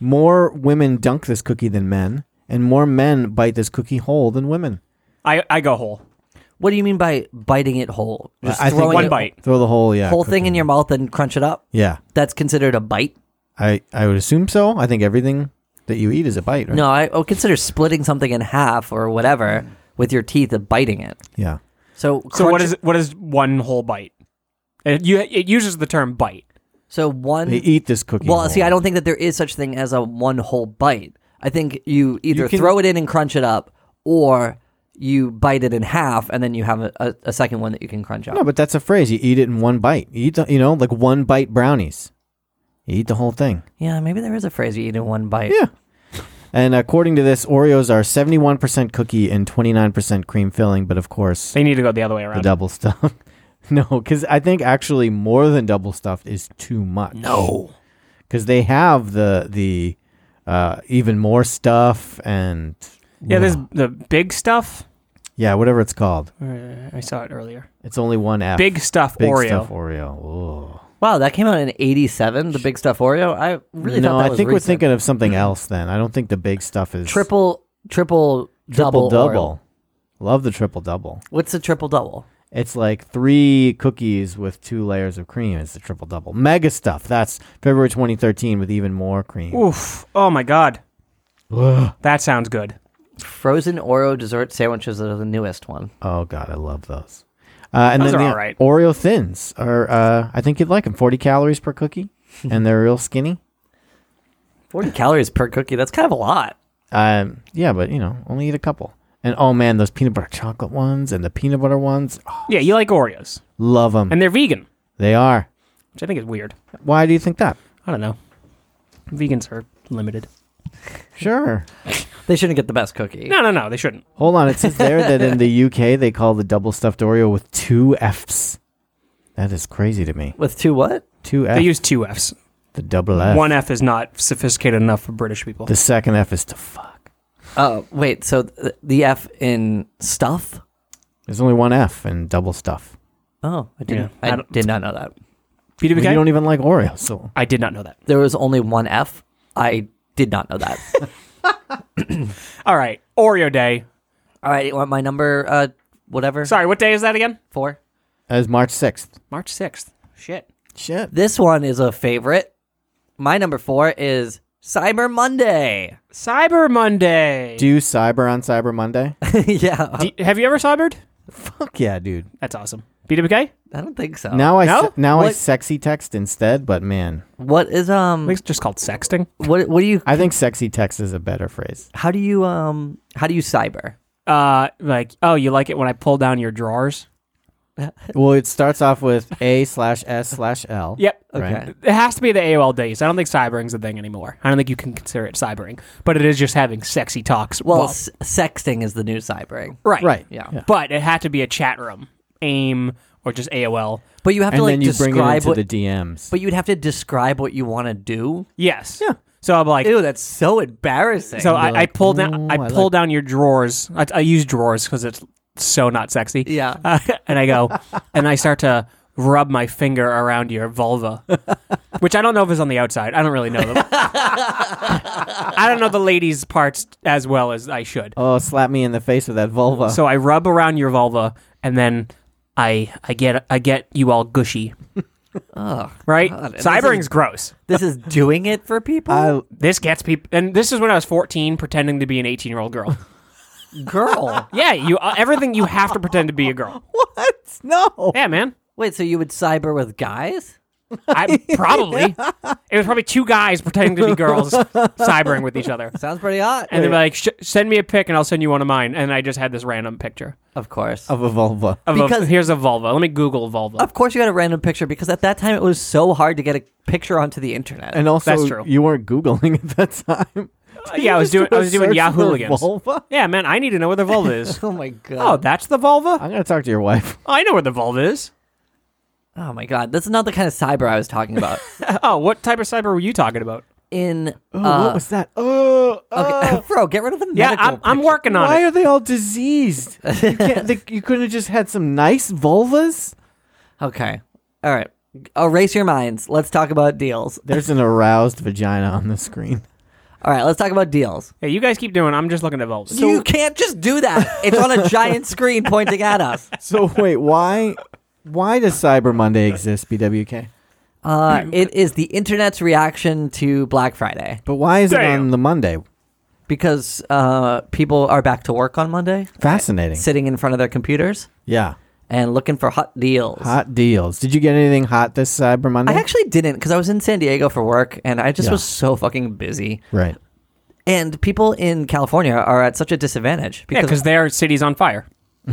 [SPEAKER 1] More women dunk this cookie than men, and more men bite this cookie whole than women.
[SPEAKER 2] I, I go whole.
[SPEAKER 3] What do you mean by biting it whole? Just
[SPEAKER 1] I think
[SPEAKER 3] throwing
[SPEAKER 2] One
[SPEAKER 3] it-
[SPEAKER 2] bite.
[SPEAKER 1] Throw the whole, yeah,
[SPEAKER 3] whole
[SPEAKER 1] cookie.
[SPEAKER 3] thing in your mouth and crunch it up.
[SPEAKER 1] Yeah,
[SPEAKER 3] That's considered a bite.
[SPEAKER 1] I I would assume so. I think everything that you eat is a bite, right?
[SPEAKER 3] No, I would consider splitting something in half or
[SPEAKER 1] Mm.
[SPEAKER 3] whatever with your teeth and biting it.
[SPEAKER 1] Yeah.
[SPEAKER 3] So,
[SPEAKER 2] So what
[SPEAKER 3] crunch-
[SPEAKER 2] is what is one whole bite? It, you, it uses the term bite.
[SPEAKER 3] so one?
[SPEAKER 1] They eat this cookie.
[SPEAKER 3] well, see,
[SPEAKER 1] whole.
[SPEAKER 3] I don't think that there is such thing as a one whole bite. I think you either
[SPEAKER 1] can-
[SPEAKER 3] throw it in and crunch it up, or you bite it in half and then you have a, a, a second one that you can crunch up.
[SPEAKER 1] No, but that's a phrase. You eat it in one bite. You eat, the, you know, like one bite brownies. You eat the whole thing.
[SPEAKER 3] Yeah, maybe there is a phrase you eat in one bite.
[SPEAKER 1] Yeah. And according to this, Oreos are 71% cookie and 29% cream filling, but of course,
[SPEAKER 2] They need to go the other way
[SPEAKER 1] the
[SPEAKER 2] around.
[SPEAKER 1] double stuff. [LAUGHS] no, because I think actually more than double stuffed is too much.
[SPEAKER 2] No.
[SPEAKER 1] Because they have the, the uh, even more stuff and.
[SPEAKER 2] Yeah, there's
[SPEAKER 1] Ugh.
[SPEAKER 2] the big stuff.
[SPEAKER 1] Yeah, whatever it's called.
[SPEAKER 2] Uh, I saw it earlier.
[SPEAKER 1] It's only one F.
[SPEAKER 2] Big stuff
[SPEAKER 1] Big
[SPEAKER 2] Oreo.
[SPEAKER 1] stuff Oreo. Ugh.
[SPEAKER 3] Wow, that came out in '87. The big stuff Oreo. I really
[SPEAKER 1] no,
[SPEAKER 3] thought that
[SPEAKER 1] I
[SPEAKER 3] was
[SPEAKER 1] think we're
[SPEAKER 3] recent.
[SPEAKER 1] thinking of something else then. I don't think the big stuff is.
[SPEAKER 3] triple, triple, double,
[SPEAKER 1] triple double. Love the triple double.
[SPEAKER 3] What's the triple double?
[SPEAKER 1] It's like three cookies with two layers of cream. It's the triple double. Mega stuff. That's February 2013 with even more cream.
[SPEAKER 2] Oof. Oh my god. That sounds good.
[SPEAKER 3] Frozen Oreo dessert sandwiches are the newest one.
[SPEAKER 1] [GASPS] Oh god, I love those. Uh, and
[SPEAKER 2] Those
[SPEAKER 1] then
[SPEAKER 2] are
[SPEAKER 1] the
[SPEAKER 2] all right.
[SPEAKER 1] Oreo thins are. Uh, I think you'd like them. 40 calories
[SPEAKER 2] [LAUGHS]
[SPEAKER 1] per cookie, and they're real skinny.
[SPEAKER 3] Forty calories per cookie. That's kind of a lot.
[SPEAKER 1] Um, yeah, but you know, only eat a couple. And oh man, those peanut butter chocolate ones and the peanut butter ones. Oh,
[SPEAKER 2] Yeah, you like Oreos,
[SPEAKER 1] love them.
[SPEAKER 2] and they're vegan,
[SPEAKER 1] they are.
[SPEAKER 2] which I think is weird.
[SPEAKER 1] Why do you think that?
[SPEAKER 2] I don't know. Vegans are limited.
[SPEAKER 1] Sure.
[SPEAKER 3] They shouldn't get the best cookie.
[SPEAKER 2] No, no, no, they shouldn't.
[SPEAKER 1] Hold on, it says there that in the UK they call the double stuffed Oreo with two Fs. That is crazy to me.
[SPEAKER 3] With two what?
[SPEAKER 1] Two Fs.
[SPEAKER 2] They use two Fs.
[SPEAKER 1] the double F.
[SPEAKER 2] One F is not sophisticated enough for British people.
[SPEAKER 1] The second F is to fuck.
[SPEAKER 3] Oh wait, so th- the F in stuff.
[SPEAKER 1] There's only one F in double stuff.
[SPEAKER 3] Oh, I didn't.
[SPEAKER 2] Yeah. I
[SPEAKER 3] I,
[SPEAKER 2] don't-
[SPEAKER 3] did not know that.
[SPEAKER 2] PWK?
[SPEAKER 1] You don't even like Oreo, so
[SPEAKER 2] I did not know that.
[SPEAKER 3] There was only one F. I did not know that.
[SPEAKER 2] All right, Oreo Day.
[SPEAKER 3] [LAUGHS] All right, you want my number? Uh, whatever.
[SPEAKER 2] Sorry, what day is that again?
[SPEAKER 3] Four.
[SPEAKER 1] as March sixth.
[SPEAKER 2] March 6th. Shit.
[SPEAKER 1] Shit.
[SPEAKER 3] This one is a favorite. My number four is Cyber Monday. [LAUGHS]
[SPEAKER 2] Cyber Monday.
[SPEAKER 1] Do you cyber on Cyber Monday?
[SPEAKER 3] yeah,
[SPEAKER 2] Do- have you ever cybered?
[SPEAKER 1] fuck yeah, dude.
[SPEAKER 2] That's awesome. BWK?
[SPEAKER 3] I don't think so.
[SPEAKER 1] [LAUGHS] Now I
[SPEAKER 2] No?
[SPEAKER 1] se- now I
[SPEAKER 3] What?
[SPEAKER 1] sexy text instead, but man,
[SPEAKER 3] what is
[SPEAKER 2] I
[SPEAKER 3] um?
[SPEAKER 2] think it's just called sexting.
[SPEAKER 3] What what do you?
[SPEAKER 1] I think sexy text is a better phrase.
[SPEAKER 3] How do you um? How do you cyber?
[SPEAKER 2] Uh, like, oh, you like it when I pull down your drawers?
[SPEAKER 1] Well, it starts off with A slash S slash L.
[SPEAKER 2] Yep.
[SPEAKER 1] Right.
[SPEAKER 2] It has to be the AOL days. I don't think cybering's a thing anymore. I don't think you can consider it cybering, but it is just having sexy talks.
[SPEAKER 3] Well,
[SPEAKER 2] while-
[SPEAKER 3] s- sexting is the new cybering,
[SPEAKER 2] right.
[SPEAKER 1] Right.
[SPEAKER 3] Yeah.
[SPEAKER 2] But it had to be a chat room, AIM, or just AOL.
[SPEAKER 3] but you have to
[SPEAKER 1] And
[SPEAKER 3] like
[SPEAKER 1] then you
[SPEAKER 3] describe
[SPEAKER 1] bring it into
[SPEAKER 3] what.
[SPEAKER 1] the DMs.
[SPEAKER 3] but you'd have to describe what you want to do.
[SPEAKER 2] Yes. Yeah. So I'm like,
[SPEAKER 3] Ew, that's so embarrassing.
[SPEAKER 2] So I,
[SPEAKER 1] they're
[SPEAKER 2] I
[SPEAKER 1] like,
[SPEAKER 2] pulled down.
[SPEAKER 1] "Oh,
[SPEAKER 2] I
[SPEAKER 1] I
[SPEAKER 2] pull down your drawers. [LAUGHS] I, I use drawers because it's so not sexy.
[SPEAKER 3] Yeah.
[SPEAKER 2] Uh, and I go, and I start to rub my finger around your vulva, which I don't know if is on the outside. I don't really know them. [LAUGHS] I don't know the ladies' parts as well as I should.
[SPEAKER 1] Oh, slap me in the face with that vulva.
[SPEAKER 2] So I rub around your vulva, and then I I get I get you all gushy,
[SPEAKER 3] Oh,
[SPEAKER 2] right?
[SPEAKER 3] God, and this
[SPEAKER 2] Cybering's
[SPEAKER 3] is-
[SPEAKER 2] gross.
[SPEAKER 3] this is doing it for people.
[SPEAKER 1] I,
[SPEAKER 2] This gets people, and this is when I was fourteen, pretending to be an
[SPEAKER 3] [LAUGHS]
[SPEAKER 2] eighteen-year-old girl.
[SPEAKER 3] Girl,
[SPEAKER 2] yeah, you uh, everything you have to pretend to be a girl.
[SPEAKER 1] what? [LAUGHS] No.
[SPEAKER 2] Yeah, man.
[SPEAKER 3] wait. So you would cyber with guys?
[SPEAKER 2] I probably it was probably two guys pretending to be girls cybering with each other.
[SPEAKER 3] Sounds pretty hot.
[SPEAKER 2] And they're like, Sh- "Send me a pic, and I'll send you one of mine." And I just had this random picture
[SPEAKER 3] of course.
[SPEAKER 1] Of a vulva.
[SPEAKER 2] of a-
[SPEAKER 3] Because-
[SPEAKER 2] here's a vulva. Let me Google vulva.
[SPEAKER 3] Of course, you got a random picture because at that time it was so hard to get a picture onto the internet.
[SPEAKER 1] And also,
[SPEAKER 2] That's true.
[SPEAKER 1] you weren't Googling at that time.
[SPEAKER 2] Uh, [LAUGHS] yeah, I was doing I was doing Yahooligans.
[SPEAKER 1] Vulva?
[SPEAKER 2] Yeah, man, I need to know where the
[SPEAKER 3] [LAUGHS]
[SPEAKER 2] vulva
[SPEAKER 3] [LAUGHS]
[SPEAKER 2] is.
[SPEAKER 3] oh my
[SPEAKER 2] oh,
[SPEAKER 3] god.
[SPEAKER 2] that's the vulva.
[SPEAKER 1] I'm gonna talk to your wife. [LAUGHS]
[SPEAKER 2] Oh, I know where the vulva is.
[SPEAKER 3] Oh, my god. That's not the kind of cyber I was talking
[SPEAKER 1] [LAUGHS]
[SPEAKER 3] about.
[SPEAKER 2] Oh, what type of cyber were you talking about?
[SPEAKER 3] In
[SPEAKER 1] Oh,
[SPEAKER 3] uh,
[SPEAKER 1] what was that? Oh,
[SPEAKER 3] okay, [LAUGHS]
[SPEAKER 2] [LAUGHS]
[SPEAKER 1] oh.
[SPEAKER 3] bro, get rid of the
[SPEAKER 2] Yeah,
[SPEAKER 3] medical.
[SPEAKER 2] I'm, I'm
[SPEAKER 3] picture.
[SPEAKER 2] working on
[SPEAKER 1] Why
[SPEAKER 2] it.
[SPEAKER 1] are they all diseased? You, can't, they, you couldn't have just had some nice vulvas.
[SPEAKER 3] Okay. All right. Erase your minds. Let's talk about deals.
[SPEAKER 1] There's an aroused vagina on the screen. [LAUGHS]
[SPEAKER 3] All right, let's talk about deals.
[SPEAKER 2] Hey, you guys keep doing. I'm just looking at vulvas.
[SPEAKER 3] you can't just do that. It's on a giant screen pointing at
[SPEAKER 1] [LAUGHS]
[SPEAKER 3] us.
[SPEAKER 1] So wait, why? Why does Cyber Monday exist, BWK?
[SPEAKER 3] Uh, it is the internet's reaction to Black Friday
[SPEAKER 1] But why is it
[SPEAKER 2] Damn.
[SPEAKER 1] on the Monday?
[SPEAKER 3] because uh, people are back to work on Monday,
[SPEAKER 1] Fascinating.
[SPEAKER 3] sitting in front of their computers
[SPEAKER 1] Yeah.
[SPEAKER 3] and looking for hot deals.
[SPEAKER 1] Hot deals. Did you get anything hot this Cyber Monday?
[SPEAKER 3] I actually didn't because I was in San Diego for work and I just
[SPEAKER 1] Yeah.
[SPEAKER 3] was so fucking busy.
[SPEAKER 1] right.
[SPEAKER 3] And people in California are at such a disadvantage
[SPEAKER 2] yeah, because
[SPEAKER 3] because
[SPEAKER 2] their city's on fire.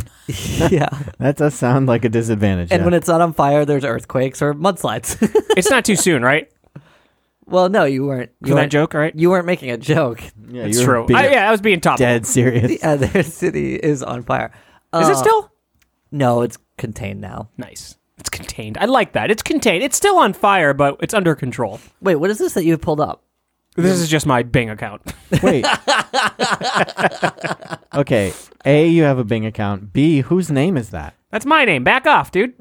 [SPEAKER 3] [LAUGHS] yeah,
[SPEAKER 1] That does sound like a disadvantage.
[SPEAKER 3] and
[SPEAKER 1] yeah.
[SPEAKER 3] when it's not on fire, there's earthquakes or mudslides. [LAUGHS]
[SPEAKER 2] It's not too soon, right?
[SPEAKER 3] well, no, you weren't. You
[SPEAKER 2] For that
[SPEAKER 3] weren't,
[SPEAKER 2] joke, right?
[SPEAKER 3] You weren't making a joke.
[SPEAKER 1] yeah,
[SPEAKER 2] It's
[SPEAKER 1] you're
[SPEAKER 2] true.
[SPEAKER 1] being
[SPEAKER 2] I, yeah, I was being topical.
[SPEAKER 1] Dead serious.
[SPEAKER 3] [LAUGHS]
[SPEAKER 2] [LAUGHS]
[SPEAKER 3] Yeah, their city is on fire.
[SPEAKER 2] Is
[SPEAKER 3] Uh,
[SPEAKER 2] it still?
[SPEAKER 3] No, it's contained now.
[SPEAKER 2] Nice. It's contained. I like that. It's contained. It's still on fire, but it's under control.
[SPEAKER 3] Wait, what is this that you pulled up?
[SPEAKER 2] This is just my Bing account. [LAUGHS]
[SPEAKER 1] Wait. okay. A, you have a Bing account. B, whose name is that?
[SPEAKER 2] That's my name. Back off, dude.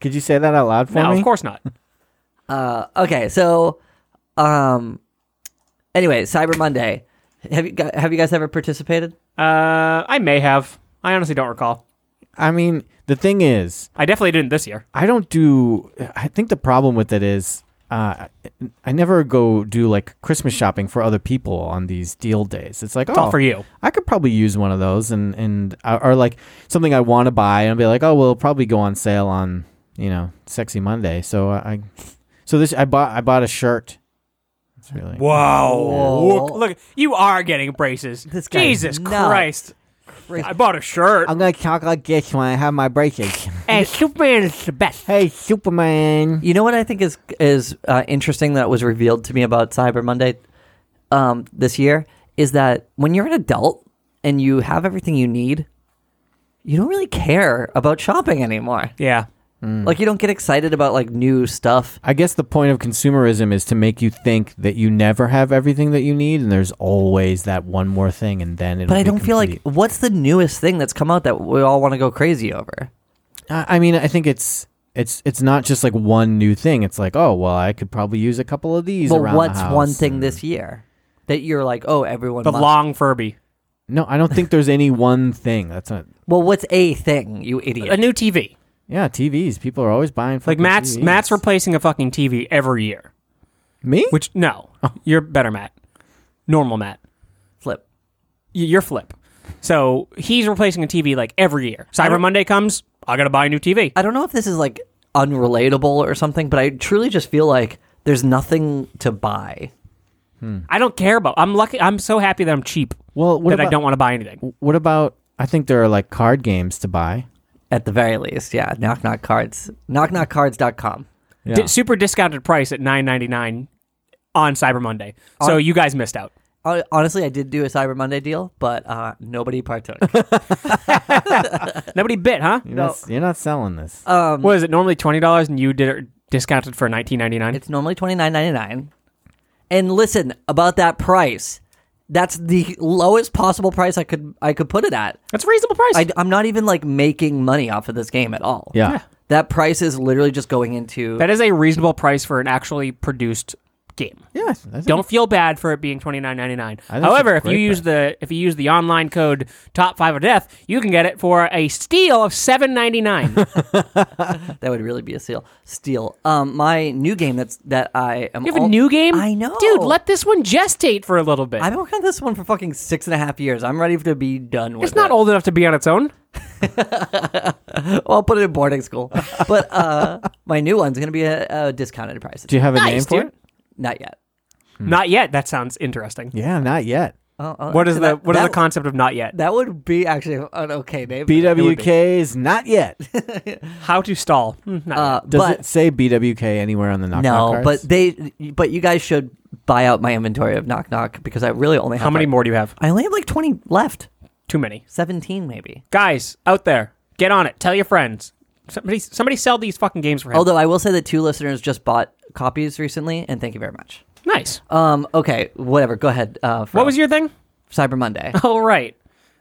[SPEAKER 1] Could you say that out loud for
[SPEAKER 2] No,
[SPEAKER 1] me?
[SPEAKER 2] of course not.
[SPEAKER 3] Uh, okay, so, um, anyway, Cyber Monday. Have you gu- have you guys ever participated?
[SPEAKER 2] Uh, I may have. I honestly don't recall.
[SPEAKER 1] I mean, the thing is,
[SPEAKER 2] I definitely didn't this year.
[SPEAKER 1] I don't do. I think the problem with it is, uh, I never go do like Christmas shopping for other people on these deal days. It's like,
[SPEAKER 2] It's
[SPEAKER 1] oh,
[SPEAKER 2] all for you.
[SPEAKER 1] I could probably use one of those, and and uh, or like something I want to buy, and I'll be like, oh, well, it'll probably go on sale on you know, Sexy Monday. So uh, I, so this I bought I bought a shirt. It's really
[SPEAKER 2] Wow.
[SPEAKER 3] Whoa.
[SPEAKER 2] Look, look, you are getting braces.
[SPEAKER 3] This guy's
[SPEAKER 2] Jesus
[SPEAKER 3] nuts.
[SPEAKER 2] Christ. I bought a shirt.
[SPEAKER 1] gonna talk like this when I have my braces.
[SPEAKER 2] Hey, Superman is the best.
[SPEAKER 1] [LAUGHS] hey, Superman.
[SPEAKER 3] You know what I think is is uh, interesting that was revealed to me about Cyber Monday um, this year is that when you're an adult and you have everything you need, you don't really care about shopping anymore.
[SPEAKER 2] Yeah. Hmm.
[SPEAKER 3] Like you don't get excited about like new stuff.
[SPEAKER 1] I guess the point of consumerism is to make you think that you never have everything that you need, and there's always that one more thing, and then it'll
[SPEAKER 3] But I
[SPEAKER 1] be
[SPEAKER 3] don't feel like
[SPEAKER 1] complete.
[SPEAKER 3] what's the newest thing that's come out that we all want to go crazy over.
[SPEAKER 1] I I mean, I think it's it's it's not just like one new thing. It's like, oh well, I could probably use a couple of these.
[SPEAKER 3] But
[SPEAKER 1] around the
[SPEAKER 3] what's
[SPEAKER 1] house,
[SPEAKER 3] one thing
[SPEAKER 1] and-
[SPEAKER 3] this year that you're like, oh, everyone.
[SPEAKER 2] The
[SPEAKER 3] must-
[SPEAKER 2] long Furby.
[SPEAKER 1] No, I don't think there's any one thing. That's not.
[SPEAKER 3] well, what's a thing, you
[SPEAKER 1] Uh,
[SPEAKER 2] A
[SPEAKER 3] idiot?
[SPEAKER 2] new TV.
[SPEAKER 1] Yeah, TVs. People are always buying.
[SPEAKER 2] Like
[SPEAKER 1] fucking
[SPEAKER 2] Matt's
[SPEAKER 1] TVs.
[SPEAKER 2] Matt's replacing a fucking TV every year.
[SPEAKER 1] me.
[SPEAKER 2] Which no. You're better, Matt. Normal Matt.
[SPEAKER 3] Flip.
[SPEAKER 2] y- your flip. So he's replacing a TV like every year. Cyber Monday comes, I gotta buy a new TV.
[SPEAKER 3] I don't know if this is like unrelatable or something, but I truly just feel like there's nothing to buy.
[SPEAKER 2] I don't care about. I'm lucky. I'm so happy that I'm cheap.
[SPEAKER 1] Well, what
[SPEAKER 2] that I
[SPEAKER 1] about-
[SPEAKER 2] don't want to buy anything.
[SPEAKER 1] what about? I think there are like card games to buy.
[SPEAKER 3] At the very least, yeah. Knock knock cards. Knockknockcards.com.
[SPEAKER 1] Yeah.
[SPEAKER 2] Di- super discounted price at nine ninety nine on Cyber Monday. So you guys missed out.
[SPEAKER 3] Hon- Honestly, I did do a Cyber Monday deal, but uh, nobody partook.
[SPEAKER 2] Nobody bit, huh?
[SPEAKER 1] You're, not, you're not selling this.
[SPEAKER 3] Uh,
[SPEAKER 2] What is it normally twenty dollars and you did it discounted for nineteen ninety nine?
[SPEAKER 3] it's normally twenty nine ninety nine. And listen about that price. That's the lowest possible price I could I could put it at.
[SPEAKER 2] That's a reasonable price.
[SPEAKER 3] I, am not even like making money off of this game at all.
[SPEAKER 1] yeah.
[SPEAKER 3] That price is literally just going into
[SPEAKER 2] That is a reasonable price for an actually produced game.
[SPEAKER 1] Yeah, I think-
[SPEAKER 2] Don't feel bad for it being twenty nine ninety nine.
[SPEAKER 1] I think
[SPEAKER 2] However,
[SPEAKER 1] it's
[SPEAKER 2] if you
[SPEAKER 1] great
[SPEAKER 2] use the if you use the online code top five of death, you can get it for a steal of seven ninety nine. you
[SPEAKER 3] that would really be a steal. Steal. Um, my new game that's that I am.
[SPEAKER 2] have a
[SPEAKER 3] al-
[SPEAKER 2] new game,
[SPEAKER 3] Oh, I know,
[SPEAKER 2] dude. Let this one gestate for a little bit.
[SPEAKER 3] I've been working on this one for fucking six and a half years. I'm ready to be done with
[SPEAKER 2] it's not
[SPEAKER 3] it.
[SPEAKER 2] old enough to be on its own.
[SPEAKER 3] Well, I'll put it in boarding
[SPEAKER 2] [LAUGHS]
[SPEAKER 3] school. But uh, my new one's gonna be a, a discounted price.
[SPEAKER 1] Do you have a
[SPEAKER 2] Nice,
[SPEAKER 1] name for
[SPEAKER 2] dude.
[SPEAKER 1] it?
[SPEAKER 3] not yet. Hmm.
[SPEAKER 2] Not yet. That sounds interesting.
[SPEAKER 1] Yeah, not yet.
[SPEAKER 3] Oh, oh,
[SPEAKER 2] What is the
[SPEAKER 3] that-
[SPEAKER 2] what is
[SPEAKER 3] that-
[SPEAKER 2] the concept of not yet?
[SPEAKER 3] That would be actually an okay name.
[SPEAKER 1] BWK's
[SPEAKER 3] [LAUGHS]
[SPEAKER 1] not yet.
[SPEAKER 2] How to stall? Hmm, not
[SPEAKER 3] Uh,
[SPEAKER 1] Does
[SPEAKER 3] but
[SPEAKER 1] it say BWK anywhere on the knock knock
[SPEAKER 3] no,
[SPEAKER 1] cards?
[SPEAKER 3] but they, but you guys should buy out my inventory of knock knock because I really only have
[SPEAKER 2] yet. How many
[SPEAKER 3] like-
[SPEAKER 2] more do you have?
[SPEAKER 3] I only have like twenty left.
[SPEAKER 2] Too many.
[SPEAKER 3] Seventeen maybe.
[SPEAKER 2] Guys out there, get on it. Tell your friends. Somebody, somebody sell these fucking games for him.
[SPEAKER 3] Although I will say that two listeners just bought copies recently, and thank you very much.
[SPEAKER 2] nice.
[SPEAKER 3] Um, okay, whatever. Go ahead. Uh,
[SPEAKER 2] What was
[SPEAKER 3] [LAUGHS]
[SPEAKER 2] your thing?
[SPEAKER 3] Cyber
[SPEAKER 2] [LAUGHS]
[SPEAKER 3] Monday?
[SPEAKER 2] Oh right,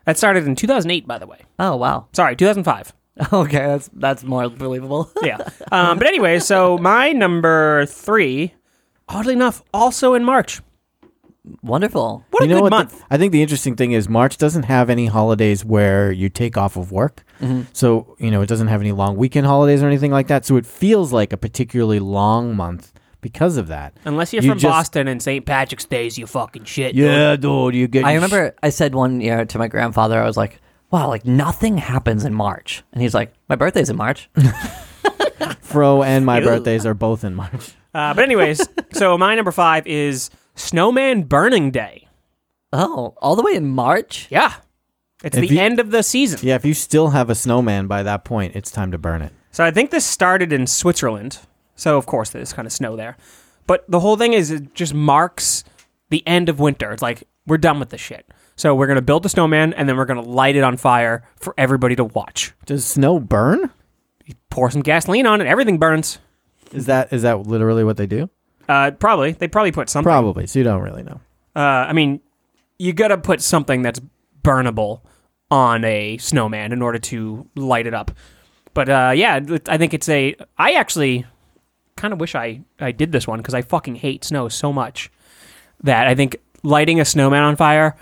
[SPEAKER 2] that started in 2008, by the way.
[SPEAKER 3] oh wow. [LAUGHS]
[SPEAKER 2] Sorry, 2005.
[SPEAKER 3] Okay, that's that's more believable. [LAUGHS]
[SPEAKER 2] Yeah. um, but anyway, so my number three, oddly enough, also in March.
[SPEAKER 3] Wonderful.
[SPEAKER 2] What a
[SPEAKER 1] you know
[SPEAKER 2] good
[SPEAKER 1] what? the-
[SPEAKER 2] month.
[SPEAKER 1] I think the interesting thing is March doesn't have any holidays where you take off of work.
[SPEAKER 2] Mm-hmm.
[SPEAKER 1] So, you know, it doesn't have any long weekend holidays or anything like that. So it feels like a particularly long month because of that.
[SPEAKER 2] Unless you're
[SPEAKER 1] You
[SPEAKER 2] from
[SPEAKER 1] just-
[SPEAKER 2] Boston and St. Patrick's Day's, you fucking shit.
[SPEAKER 1] Yeah, dude, you get
[SPEAKER 3] I
[SPEAKER 1] your
[SPEAKER 3] remember I said one year to my grandfather, I was like, "Wow, like nothing happens in March," and he's like, "My birthday's in March."
[SPEAKER 1] Fro and my birthdays are both in March.
[SPEAKER 2] Uh, but
[SPEAKER 1] [LAUGHS]
[SPEAKER 2] anyways, so my number five is Snowman Burning Day.
[SPEAKER 3] oh, all the way in March.
[SPEAKER 2] Yeah. It's
[SPEAKER 1] If
[SPEAKER 2] the
[SPEAKER 1] you-
[SPEAKER 2] end of the season.
[SPEAKER 1] Yeah, if you still have a snowman by that point, it's time to burn it.
[SPEAKER 2] So I think this started in Switzerland. So of course there's kind of snow there. But the whole thing is it just marks the end of winter. It's like we're done with this shit. So we're gonna build the snowman and then we're gonna light it on fire for everybody to watch.
[SPEAKER 1] Does snow burn?
[SPEAKER 2] Pour some gasoline on it, everything burns.
[SPEAKER 1] Is that is that literally what they do?
[SPEAKER 2] Uh, probably they probably put something.
[SPEAKER 1] Probably. So you don't really know.
[SPEAKER 2] Uh, I mean, you gotta put something that's burnable on a snowman in order to light it up. But uh, yeah, it- I think it's a. I actually kind of wish I I did this one because I fucking hate snow so much that I think lighting a snowman on fire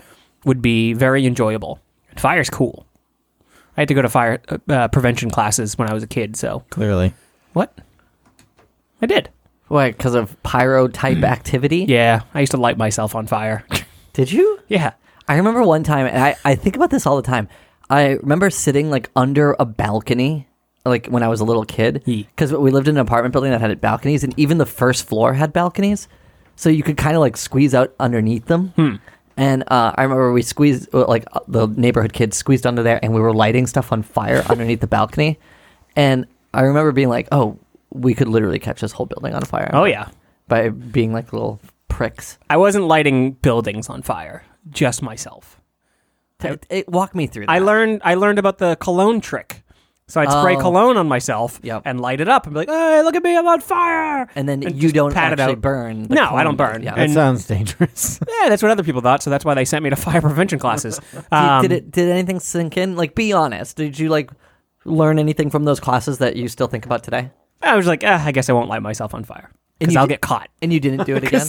[SPEAKER 2] would be very enjoyable. And fire's cool. I had to go to fire uh, uh, prevention classes when I was a kid, so
[SPEAKER 1] Clearly.
[SPEAKER 2] what? I did.
[SPEAKER 3] Why? Because of pyro type activity.
[SPEAKER 2] Mm. Yeah, I used to light myself on fire. [LAUGHS]
[SPEAKER 3] Did you?
[SPEAKER 2] yeah.
[SPEAKER 3] I remember one time, and I, I think about this all the time. I remember sitting like under a balcony, like when I was a little kid,
[SPEAKER 2] Ye.
[SPEAKER 3] because we lived in an apartment building that had balconies, and even the first floor had balconies, so you could kind of like squeeze out underneath them.
[SPEAKER 2] Hmm.
[SPEAKER 3] And uh, I remember we squeezed, well, like uh, the neighborhood kids squeezed under there, and we were lighting stuff on
[SPEAKER 2] [LAUGHS]
[SPEAKER 3] fire underneath the balcony. And I remember being like, "Oh, we could literally catch this whole building on fire."
[SPEAKER 2] Oh yeah.
[SPEAKER 3] by being like little pricks.
[SPEAKER 2] I wasn't lighting buildings on fire, just myself.
[SPEAKER 3] T- t- walk me through. That.
[SPEAKER 2] I learned I learned about the cologne trick. So I'd spray
[SPEAKER 3] Oh.
[SPEAKER 2] cologne on myself
[SPEAKER 3] Yep.
[SPEAKER 2] and light it up and be like, "Hey, look at me, I'm on fire!"
[SPEAKER 3] and then you
[SPEAKER 2] just
[SPEAKER 3] don't
[SPEAKER 2] pat it
[SPEAKER 3] actually
[SPEAKER 2] out.
[SPEAKER 3] burn. the
[SPEAKER 2] No, I don't
[SPEAKER 3] cologne.
[SPEAKER 2] burn.
[SPEAKER 3] Yeah.
[SPEAKER 1] That
[SPEAKER 2] And-
[SPEAKER 1] sounds dangerous. [LAUGHS]
[SPEAKER 2] Yeah, that's what other people thought. So that's why they sent me to [LAUGHS] fire prevention classes.
[SPEAKER 3] [LAUGHS] Did-
[SPEAKER 2] Um,
[SPEAKER 3] did it? Did anything sink in? Like, be honest. Did you like learn anything from those classes that you still think about today?
[SPEAKER 2] I was like, "Ah, "I guess I won't light myself on fire
[SPEAKER 3] And
[SPEAKER 2] because
[SPEAKER 3] you
[SPEAKER 2] I'll
[SPEAKER 3] did-
[SPEAKER 2] get caught."
[SPEAKER 3] And you didn't do
[SPEAKER 2] [LAUGHS]
[SPEAKER 3] it again.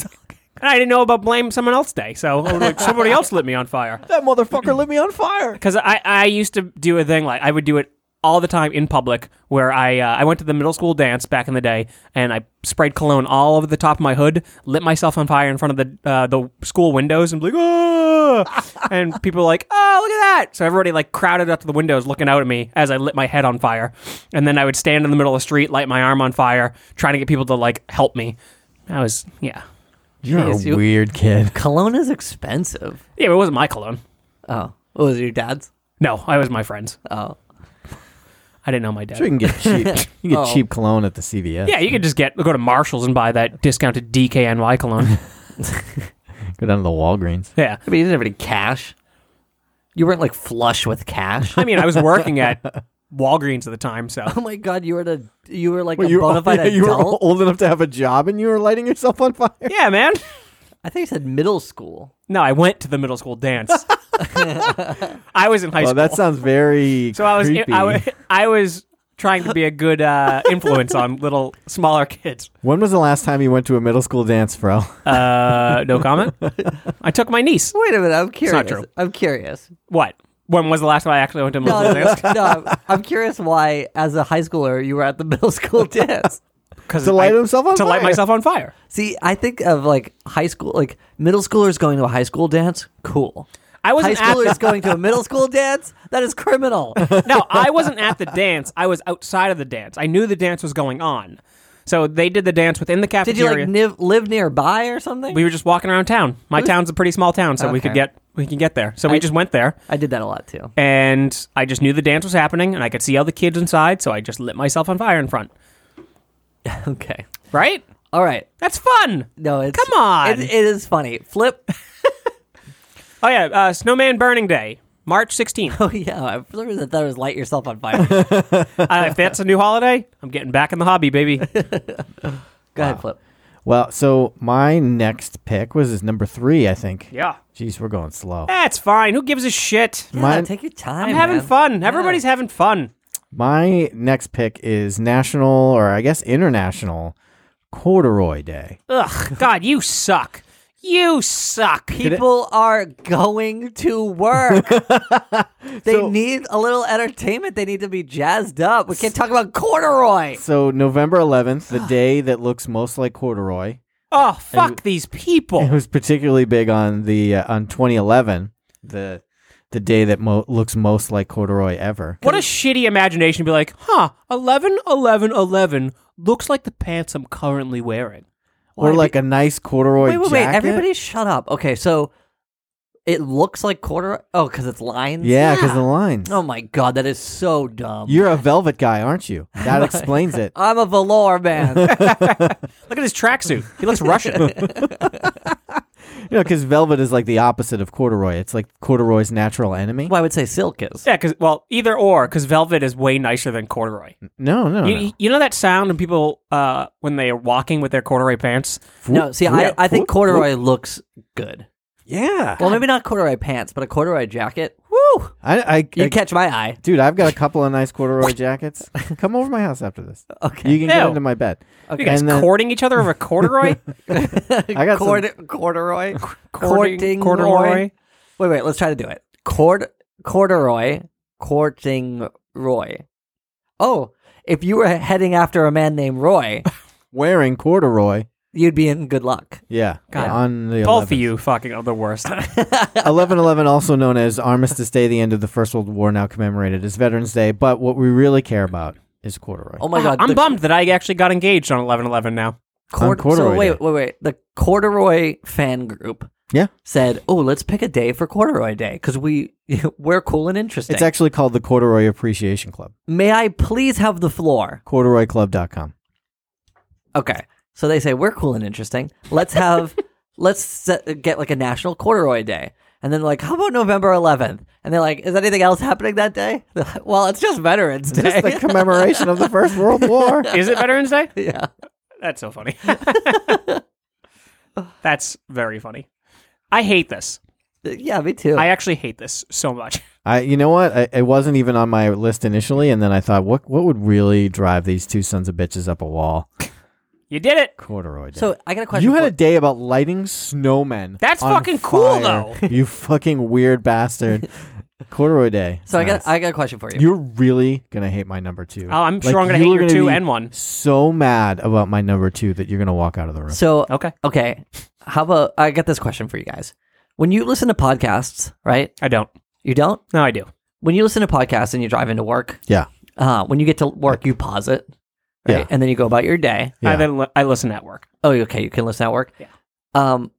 [SPEAKER 2] And I didn't know about blame someone else day, so [LAUGHS] I was like, somebody else lit me on fire.
[SPEAKER 1] that motherfucker lit me on fire.
[SPEAKER 2] because I, I used to do a thing like I would do it all the time in public where I uh, I went to the middle school dance back in the day and I sprayed cologne all over the top of my hood, lit myself on fire in front of the uh, the school windows and be like "Ah!" and people were like oh look at that so everybody like crowded up to the windows looking out at me as I lit my head on fire and then I would stand in the middle of the street light my arm on fire trying to get people to like help me. I was yeah
[SPEAKER 1] You're
[SPEAKER 3] Jeez,
[SPEAKER 1] a
[SPEAKER 3] you-
[SPEAKER 1] weird kid.
[SPEAKER 3] Cologne is expensive.
[SPEAKER 2] yeah but it wasn't my cologne
[SPEAKER 3] Oh, what was it, your dad's?
[SPEAKER 2] no I was my friends
[SPEAKER 3] Oh,
[SPEAKER 2] I didn't know my dad.
[SPEAKER 1] Sure, you can get cheap. You get
[SPEAKER 3] Oh.
[SPEAKER 1] cheap cologne at the CVS.
[SPEAKER 2] Yeah, you could just get go to Marshalls and buy that discounted DKNY
[SPEAKER 3] [LAUGHS]
[SPEAKER 2] cologne.
[SPEAKER 1] Go down to the Walgreens.
[SPEAKER 2] yeah.
[SPEAKER 3] I mean, you didn't have any cash. You weren't like flush with cash.
[SPEAKER 2] I mean, I was working at Walgreens at the time, so
[SPEAKER 3] [LAUGHS] oh my god, you were a you were like
[SPEAKER 1] Wait,
[SPEAKER 3] a
[SPEAKER 2] [LAUGHS]
[SPEAKER 3] bona fide
[SPEAKER 1] yeah, [LAUGHS] you were
[SPEAKER 3] adult.
[SPEAKER 1] old enough to have a job and you were lighting yourself on fire?
[SPEAKER 2] yeah, man.
[SPEAKER 3] I think you said middle school.
[SPEAKER 2] No, I went to the middle
[SPEAKER 3] [LAUGHS]
[SPEAKER 2] school dance. I was in high
[SPEAKER 1] Oh,
[SPEAKER 2] school,
[SPEAKER 1] that sounds very
[SPEAKER 2] so I was
[SPEAKER 1] creepy.
[SPEAKER 2] I, wa- I was trying to be a good uh, influence on little smaller kids.
[SPEAKER 1] When was the last time you went to a middle school dance, Fro?
[SPEAKER 2] Uh, no comment. I took my niece.
[SPEAKER 3] Wait a minute. I'm curious.
[SPEAKER 2] not true.
[SPEAKER 3] I'm curious.
[SPEAKER 2] What? When was the last time I actually went to
[SPEAKER 3] No,
[SPEAKER 2] Melissa
[SPEAKER 3] no,
[SPEAKER 2] Dance?
[SPEAKER 3] no, I'm- I'm curious why, as a high schooler, you were at the [LAUGHS] middle
[SPEAKER 2] [LAUGHS]
[SPEAKER 3] school dance.
[SPEAKER 2] Because
[SPEAKER 1] To light himself on
[SPEAKER 2] to light
[SPEAKER 1] fire.
[SPEAKER 2] myself on fire.
[SPEAKER 3] See, I think of like high school, like middle schoolers going to a high school dance. Cool.
[SPEAKER 2] I
[SPEAKER 3] High
[SPEAKER 2] wasn't at [LAUGHS]
[SPEAKER 3] schoolers going to a middle school dance. That is criminal.
[SPEAKER 2] no, I wasn't at the dance. I was outside of the dance. I knew the dance was going on, so they did the dance within the
[SPEAKER 3] Did you
[SPEAKER 2] cafeteria.
[SPEAKER 3] like niv- live nearby or something?
[SPEAKER 2] we were just walking around town. My town's a pretty small town, so we could
[SPEAKER 3] Okay.
[SPEAKER 2] get we can get there. So we
[SPEAKER 3] I-
[SPEAKER 2] just went there,
[SPEAKER 3] I did that a lot too. [LAUGHS]
[SPEAKER 2] and I just knew the dance was happening, and I could see all the kids inside. So I just lit myself on fire in front.
[SPEAKER 3] Okay.
[SPEAKER 2] Right?
[SPEAKER 3] All right.
[SPEAKER 2] That's fun.
[SPEAKER 3] No, it's
[SPEAKER 2] Come on.
[SPEAKER 3] It, it is funny. Flip. [LAUGHS]
[SPEAKER 2] Oh yeah, uh, Snowman Burning Day, March sixteenth.
[SPEAKER 3] Oh yeah. I, for some reason, I thought it was light yourself on
[SPEAKER 2] [LAUGHS]
[SPEAKER 3] fire. Go
[SPEAKER 2] uh, if that's a new holiday, I'm getting back in the
[SPEAKER 3] [LAUGHS]
[SPEAKER 2] hobby, baby.
[SPEAKER 3] ahead, Flip.
[SPEAKER 1] Well, so my next pick was is number three, I think.
[SPEAKER 2] yeah,
[SPEAKER 1] Jeez, we're going slow.
[SPEAKER 2] that's fine. Who gives a shit?
[SPEAKER 3] Yeah,
[SPEAKER 1] Mine-
[SPEAKER 3] take your time.
[SPEAKER 2] I'm having
[SPEAKER 3] man.
[SPEAKER 2] fun. Everybody's having fun.
[SPEAKER 1] My next pick is national, or I guess international, corduroy day.
[SPEAKER 2] Ugh, God, you suck. You suck.
[SPEAKER 3] People are going to
[SPEAKER 1] [LAUGHS]
[SPEAKER 3] work. they need a little entertainment. They need to be jazzed up. We can't talk about corduroy.
[SPEAKER 1] So November 11th, the day that looks most like corduroy,
[SPEAKER 2] Oh, fuck these
[SPEAKER 1] it
[SPEAKER 2] people.
[SPEAKER 1] was particularly big on the uh, on 2011, the the day that mo- looks most like corduroy ever.
[SPEAKER 2] What a shitty imagination to be like, huh, 11, 11, 11 looks like the pants I'm currently wearing.
[SPEAKER 1] Or like a nice corduroy
[SPEAKER 3] Wait, wait, wait.
[SPEAKER 1] jacket.
[SPEAKER 3] Everybody shut up. Okay, so it looks like corduroy. Oh, because it's lines?
[SPEAKER 1] yeah, because
[SPEAKER 2] Yeah.
[SPEAKER 1] the lines.
[SPEAKER 3] Oh my God, that is so dumb.
[SPEAKER 1] You're a velvet guy,
[SPEAKER 3] [LAUGHS]
[SPEAKER 1] aren't you? That explains it.
[SPEAKER 3] I'm a velour
[SPEAKER 1] [LAUGHS]
[SPEAKER 3] man.
[SPEAKER 2] Look at his tracksuit. He looks Russian.
[SPEAKER 1] You know, because velvet is like the opposite of corduroy. It's like corduroy's natural enemy.
[SPEAKER 3] well, I would say silk is.
[SPEAKER 2] [LAUGHS] yeah, because, well, either or, because velvet is way nicer than corduroy. Oh,
[SPEAKER 1] No, no, no.
[SPEAKER 2] You, you know that sound when people, uh, when they are walking with their corduroy pants?
[SPEAKER 3] No, see, I, I think corduroy looks good.
[SPEAKER 1] Yeah.
[SPEAKER 3] Well, maybe not corduroy pants, but a corduroy jacket.
[SPEAKER 2] Woo!
[SPEAKER 1] I, I,
[SPEAKER 3] You
[SPEAKER 1] I-
[SPEAKER 3] catch my eye.
[SPEAKER 1] dude, I've got a couple of
[SPEAKER 3] [LAUGHS]
[SPEAKER 1] nice corduroy jackets. Come over to my house after this.
[SPEAKER 3] Okay.
[SPEAKER 1] You can get
[SPEAKER 2] Ew.
[SPEAKER 1] into
[SPEAKER 3] [LAUGHS]
[SPEAKER 1] my bed.
[SPEAKER 2] You guys
[SPEAKER 1] And then-
[SPEAKER 2] courting each other over corduroy?
[SPEAKER 1] I got some-
[SPEAKER 3] Cordu- corduroy.
[SPEAKER 2] [LAUGHS]
[SPEAKER 1] [LAUGHS]
[SPEAKER 2] Courting
[SPEAKER 3] Courting
[SPEAKER 2] corduroy?
[SPEAKER 3] Wait, wait. Let's try to do it. Cord corduroy courting Roy. Oh, if you were heading after a man named
[SPEAKER 1] [LAUGHS]
[SPEAKER 3] Roy,
[SPEAKER 1] Wearing corduroy.
[SPEAKER 3] you'd be in good luck.
[SPEAKER 1] Yeah.
[SPEAKER 2] God.
[SPEAKER 1] On the
[SPEAKER 2] Both of
[SPEAKER 1] 11th.
[SPEAKER 2] you fucking are the [LAUGHS] worst.
[SPEAKER 1] 11/11, also known as Armistice Day, the end of the First World War, now commemorated as Veterans Day. But what we really care about is corduroy.
[SPEAKER 3] Oh my
[SPEAKER 2] Wow,
[SPEAKER 3] god,
[SPEAKER 2] I'm
[SPEAKER 3] the
[SPEAKER 2] bummed that I actually got engaged on 11-11 now.
[SPEAKER 3] cord-
[SPEAKER 1] On corduroy
[SPEAKER 3] so
[SPEAKER 1] day.
[SPEAKER 3] wait, wait, wait. The corduroy fan group
[SPEAKER 1] Yeah.
[SPEAKER 3] said, "Oh, let's pick a day for corduroy day because we [LAUGHS] we're cool and interesting."
[SPEAKER 1] It's actually called the Corduroy Appreciation Club.
[SPEAKER 3] May I please have the floor?
[SPEAKER 1] Corduroyclub.com.
[SPEAKER 3] Okay. So they say we're cool and interesting. Let's have
[SPEAKER 1] [LAUGHS]
[SPEAKER 3] let's set, get like a national corduroy day. And then like, how about November 11th? And they're like, is anything else happening that day? [LAUGHS] They're like, well, it's just Veterans Day.
[SPEAKER 1] Just the commemoration of the First World War.
[SPEAKER 2] Is it Veterans
[SPEAKER 1] [LAUGHS]
[SPEAKER 2] Day?
[SPEAKER 3] yeah.
[SPEAKER 2] That's so funny. That's very funny. I hate this.
[SPEAKER 3] [LAUGHS] Yeah, me too.
[SPEAKER 2] I actually hate this so much. [LAUGHS]
[SPEAKER 1] I, you know what? I, it wasn't even on my list initially, and then I thought, what, what would really drive these two sons of bitches up a wall?
[SPEAKER 2] You did it.
[SPEAKER 1] Corduroy Day.
[SPEAKER 3] so I got a question.
[SPEAKER 1] you had
[SPEAKER 3] for-
[SPEAKER 1] a day about lighting snowmen.
[SPEAKER 2] That's
[SPEAKER 1] on
[SPEAKER 2] fucking cool,
[SPEAKER 1] fire. you fucking
[SPEAKER 3] [LAUGHS]
[SPEAKER 1] weird bastard. Corduroy Day.
[SPEAKER 3] so I
[SPEAKER 1] Nice.
[SPEAKER 3] got I got a question for you.
[SPEAKER 1] You're really gonna hate my number two.
[SPEAKER 2] Oh, I'm sure I'm gonna
[SPEAKER 1] you
[SPEAKER 2] hate
[SPEAKER 1] are
[SPEAKER 2] your two
[SPEAKER 1] be
[SPEAKER 2] and one.
[SPEAKER 1] So mad about my number two that you're gonna walk out of the room.
[SPEAKER 3] so
[SPEAKER 2] Okay.
[SPEAKER 3] okay. How about I got this question for you guys. When you listen to podcasts, right?
[SPEAKER 2] I don't.
[SPEAKER 3] You don't?
[SPEAKER 2] No, I do.
[SPEAKER 3] When you listen to podcasts and you drive into work,
[SPEAKER 1] yeah,
[SPEAKER 3] uh, when you get to work you pause it. Right.
[SPEAKER 1] Yeah.
[SPEAKER 3] And then you go about your day.
[SPEAKER 1] yeah.
[SPEAKER 2] I, then li- I listen at work.
[SPEAKER 3] Oh, okay. You can listen at work.
[SPEAKER 2] Yeah.
[SPEAKER 3] Um,